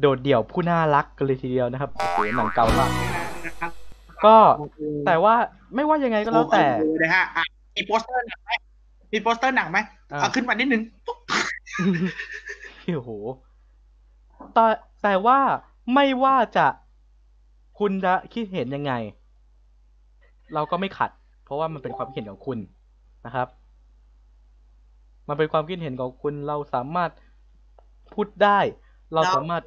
Speaker 1: โดดเดี่ยวผู้น่ารักกันเลยทีเดียวนะครับ โอ้โหหนังเก่ามากก็ แต่ว่าไม่ว่ายังไงก็แล้วแต่
Speaker 4: โอ้โหนะฮะอ่ะมีโปสเตอร์หนังไหมมีโปสเตอร์หนังไหม
Speaker 1: อ่า
Speaker 4: เอาขึ้นมานิดนึงปุ๊บ
Speaker 1: โอ้โหแต่แต่ว่าไม่ว่าจะ คุณจะคิดเห็นยังไง เราก็ไม่ขัด เพราะว่ามันเป็นความคิดเห็นของคุณนะครับ มันเป็นความคิดเห็นของคุณเราสามารถพูดได้ เราสามารถ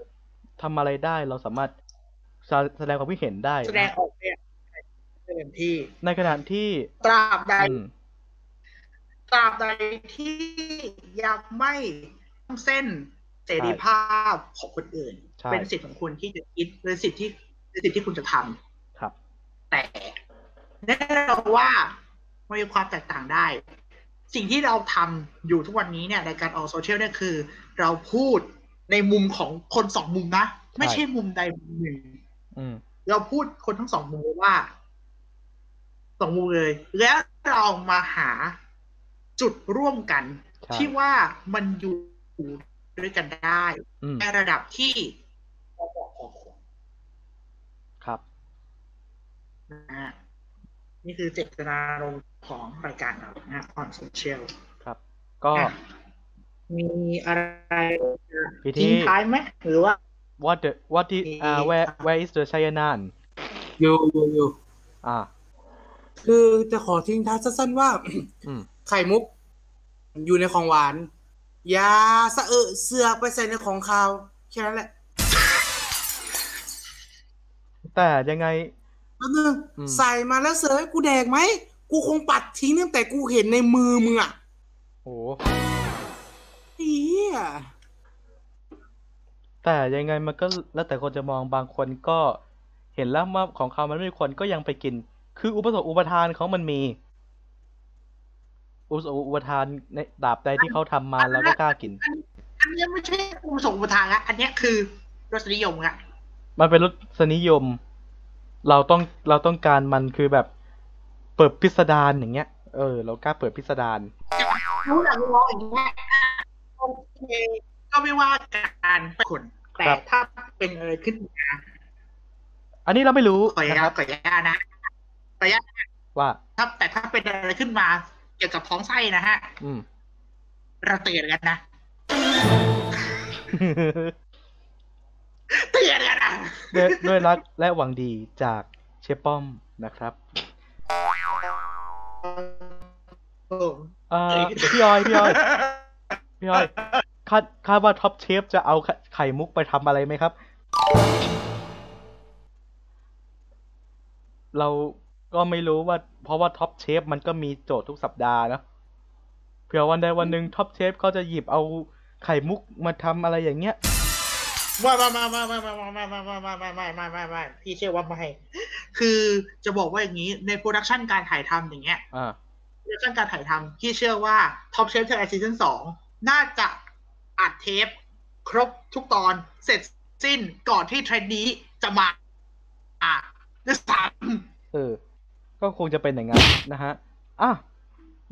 Speaker 1: ทำอะไรได้ เราสามารถแสแสดงความคิดเห็นได้
Speaker 4: แสดงออกเนี่ยเต็มที่
Speaker 1: ในขณะที่
Speaker 4: ตราบใด
Speaker 1: อืม
Speaker 4: ตราบใดที่ยังไม่ล้ำเส้นเสรีภาพของคนอื่น
Speaker 1: ใช่
Speaker 4: เป็นสิทธิ์ของคุณที่จะคิดเป็นสิทธิ์ที่เป็นสิทธิ์ที่คุณจะทำ
Speaker 1: ครับ
Speaker 4: แต่แน่นอนว่ามันมีความแตกต่างได้ สิ่งที่เราทำอยู่ทุกวันนี้เนี่ยในการออกโซเชียลเนี่ยคือ เราพูดในมุมของคนสองมุมนะ ไม่ใช่มุมใดมุมหนึ่ง
Speaker 1: อืม
Speaker 4: เราพูดคนทั้งสองมุมเลยว่าสองมุมเลย แล้วเรามาหาจุดร่วมกัน
Speaker 1: ใช่
Speaker 4: ที่ว่ามันอยู่ด้วยกันได้
Speaker 1: อืม
Speaker 4: ในระดับที่เราบอกของคน
Speaker 1: ครับ
Speaker 4: นะฮะนี่คือเจตนารมณ์ของรายการเรานะออนโซเชียล
Speaker 1: ครับ ก็
Speaker 4: มีอะไรจะ
Speaker 1: พิธี
Speaker 4: ทิ้งท้ายไหมหรือว่า
Speaker 1: what the what the อ่า where where is the Chayanan
Speaker 3: อยู่อยู่อยู่
Speaker 1: อ่า
Speaker 3: คือจะขอทิ้งท้ายสั้นๆว่า
Speaker 1: อืม
Speaker 3: ไข่มุก อยู่ในของหวาน อย่าสะเออเสือกไปใส่ในของคาวแค่นั้นแหละ
Speaker 1: แต่ยังไง
Speaker 3: แป๊บนึง
Speaker 1: อืม
Speaker 3: ใส่มาแล้วเสือกให้กูแดกไหม กูคงปัดทิ้งตั้งแต่กูเห็นในมือมึงอ่ะ
Speaker 1: โอ้
Speaker 3: ไอ้เหี้ย
Speaker 1: แต่ยังไงมันก็แล้วแต่คนจะมองบางคนก็เห็นแล้วว่าของเขามันไม่มีคนก็ยังไปกิน คืออุปสงค์อุปทานเขามันมี อุปสงค์อุปทานในดาบใดที่เขาทำมาแล้วก็กล้ากิน
Speaker 4: อันเนี้ยไม่ใช่อุปสงค์อุปทานละอันเนี้ยคือรสนิยมละ
Speaker 1: มันเป็นรสนิยม เราต้องเราต้องการมันคือแบบ เปิดพิสดารอย่างเงี้ย เออ เรากล้าเปิดพิสดาร
Speaker 4: รู้หลังร้องอย่างเงี้ยอ่ะโอเคก็ไม่ว่าการเป็นคนแต่
Speaker 1: ครับ
Speaker 4: ถ้าเป็นอะไรขึ้นมา
Speaker 1: อันนี้เราไม่รู้
Speaker 4: ขออนุ
Speaker 1: นะค
Speaker 4: ญา
Speaker 1: รั
Speaker 4: ต
Speaker 1: บ
Speaker 4: ขออนุญาตนะขออนุญาต
Speaker 1: ว่า
Speaker 4: ครับ แต่ถ้าเป็นอะไรขึ้นมา เกี่ยวกับท้องไส้นะฮะ
Speaker 1: อืม
Speaker 4: เราเตือนกันนะ เตือนกันนะ
Speaker 1: ด้วยด้วยรักและหวังดีจากเชฟป้อมนะครับเอ่อ
Speaker 4: เอ้ย
Speaker 1: พี่ออย พี่ออย พี่ออยคาดคาดว่าท็อปเชฟจะเอาไขไข่มุกไปทำอะไรไหมครับ เราก็ไม่รู้ว่า เพราะว่าท็อปเชฟมันก็มีโจทย์ทุกสัปดาห์นะเผื่อวันใดวันหนึ่งท็อปเชฟเขาจะหยิบเอาไข่มุกมาทำอะไรอย่างเงี้ย
Speaker 4: ว่ามามามามามามามามามามามามามามาพี่เชื่อว่าไม่คือจะบอกว่าอย่างนี้ในโปรดักชันการถ่ายทำอย่างเงี้ย
Speaker 1: อ่า
Speaker 4: โปรดักชันการถ่ายทำพี่เชื่อว่าท็อปเชฟไทยซีซั่นสองน่าจะอัดเทป ครบทุกตอนเสร็จสิ้นก่อนที่เทรนด์นี้จะมา อ่ะด้วยซ้ำ
Speaker 1: เออ ก็คงจะเป็นอย่างนั้นนะฮะ อ่ะ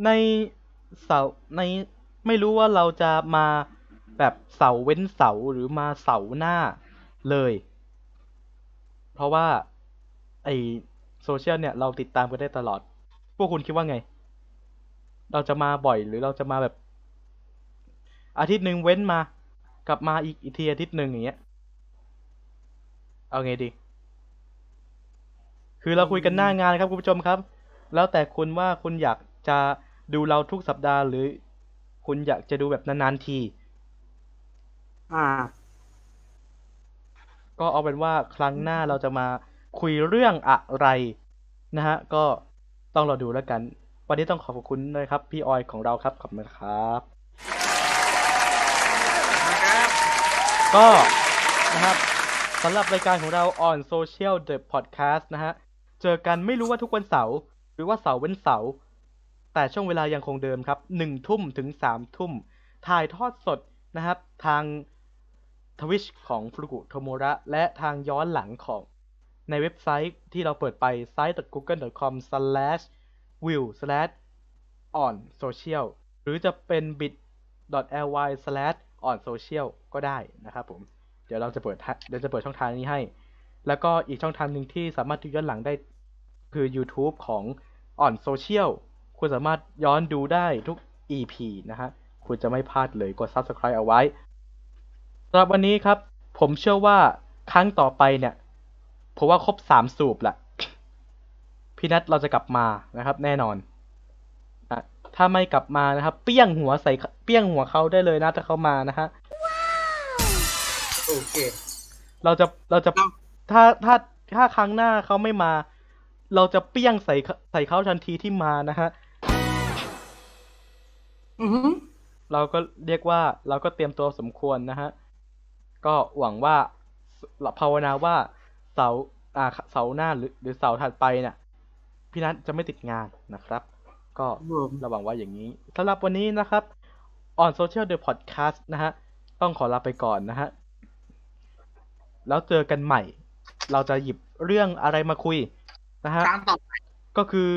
Speaker 1: ในเสาร์ในไม่รู้ว่าเราจะมาแบบเสาร์เว้นเสาร์หรือมาเสาร์หน้าเลย เพราะว่า ไอโซเชียลเนี่ยเราติดตามกันได้ตลอด พวกคุณคิดว่าไง เราจะมาบ่อยหรือเราจะมาแบบ อาทิตย์หนึ่งเว้นมา กลับมาอีกอีกทีอาทิตย์หนึ่งอย่างเงี้ย เอาไงดี คือเราคุยกันหน้างานครับคุณผู้ชมครับ แล้วแต่คุณว่าคุณอยากจะดูเราทุกสัปดาห์หรือ คุณอยากจะดูแบบนานๆที
Speaker 3: อ่า
Speaker 1: ก็เอาเป็นว่าครั้งหน้าเราจะมาคุยเรื่องอะไรนะฮะ ก็ต้องรอดูแล้วกัน วันนี้ต้องขอบคุณนะครับ พี่ออยของเราครับ ขอบคุณครับ ก็นะครับสำหรับรายการของเรา on social the podcast นะฮะ เจอกันไม่รู้ว่าทุกวันเสาร์หรือว่าเสาร์เว้นเสาร์แต่ช่วงเวลายังคงเดิมครับหนึ่งทุ่มถึงสามทุ่ม ถ่ายทอดสดนะครับ ทางทวิชของฟลุกุโทโมระ และทางย้อนหลังของในเว็บไซต์ที่เราเปิดไป site.google.com/will/onsocial หรือจะเป็น bit.ly/onsocial ก็ได้นะครับผม เดี๋ยวเราจะเปิดทะเดี๋ยวจะเปิดช่องทางนี้ให้ แล้วก็อีกช่องทางหนึ่งที่สามารถดูย้อนหลังได้ คือ YouTube ของ On Social คุณสามารถย้อนดูได้ทุก EP นะฮะ คุณจะไม่พลาดเลยกด Subscribe เอาไว้สำหรับวันนี้ครับ ผมเชื่อว่าครั้งต่อไปเนี่ย เพราะว่าครบสามสูบแหละพี่นัทเราจะกลับมานะครับ แน่นอนอะถ้าไม่กลับมานะครับ เปี้ยงหัวใส่เปี้ยงหัวเขาได้เลยนะถ้าเขามานะฮะ
Speaker 3: โอเค
Speaker 1: เราจะเราจะ
Speaker 3: เรา
Speaker 1: ถ้าถ้าถ้าครั้งหน้าเขาไม่มา เราจะเปี้ยงใส่เขาใส่เขาทันทีที่มานะฮะ
Speaker 3: อือหือ
Speaker 1: เราก็เรียกว่าเราก็เตรียมตัวสมควรนะฮะ ก็หวังว่าภาวนาว่าเสาร์อ่าเสาร์หน้าหรือหรือเสาร์ถัดไปเนี่ยพี่นัทจะไม่ติดงานนะครับ ก็
Speaker 3: ครับผม
Speaker 1: ระหวังว่าอย่างนี้สำหรับวันนี้นะครับออนโซเชียลเดอะพอดแคสต์นะฮะ ต้องขอลาไปก่อนนะฮะ แล้วเจอกันใหม่ เราจะหยิบเรื่องอะไรมาคุยนะฮะ
Speaker 4: ตามต่อไป
Speaker 1: ก็คือ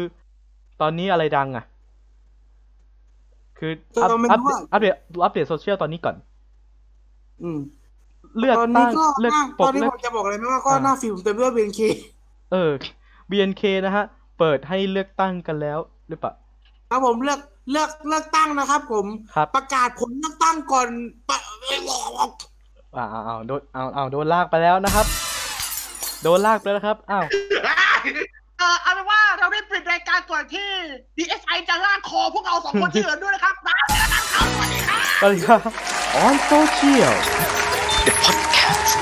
Speaker 1: ตอนนี้อะไรดังอ่ะ คือ
Speaker 3: ก็
Speaker 1: อัพ
Speaker 3: ไม่
Speaker 1: อั
Speaker 3: รู้
Speaker 1: พ
Speaker 3: อะ
Speaker 1: อัปเดตอัปเดตโซเชียลตอนนี้ก่อน
Speaker 3: อืม
Speaker 1: เลือก
Speaker 3: ตอนนี้
Speaker 1: ตั้ง
Speaker 3: ก็
Speaker 1: เลือก
Speaker 3: น่า
Speaker 1: ป
Speaker 3: ต
Speaker 1: ล
Speaker 3: อน
Speaker 1: ด
Speaker 3: นี้
Speaker 1: เลื
Speaker 3: ผ
Speaker 1: อก
Speaker 3: มจะบอกอะไรไม่ว่าก็
Speaker 1: อ่า
Speaker 3: หน้าฟิลผมเต็มไปด้วยเบนเค
Speaker 1: เออ BNK นะฮะ เปิดให้เลือกตั้งกันแล้วหรือเปล่า
Speaker 3: ครับผมเลือกเลือกเลือกตั้งนะครับ ผม
Speaker 1: ครับ
Speaker 3: ประกาศผลเลือกตั้งก่อนปะ
Speaker 1: อ่าเอาเอาโดนเอาเอาโดนลากไปแล้วนะครับ โดนลากไปแล้วครับอ้าว
Speaker 4: เออเอาเป็นว่าเราได้ปิดรายการก่อนที่ DSI จะลากคอพวกเราสองคนที่เหลือด้วยนะครับลาไปแล้วนะครับสวัสดีค
Speaker 1: อะไรครั
Speaker 4: รับ
Speaker 1: บออนโซเชียล
Speaker 2: The podcast.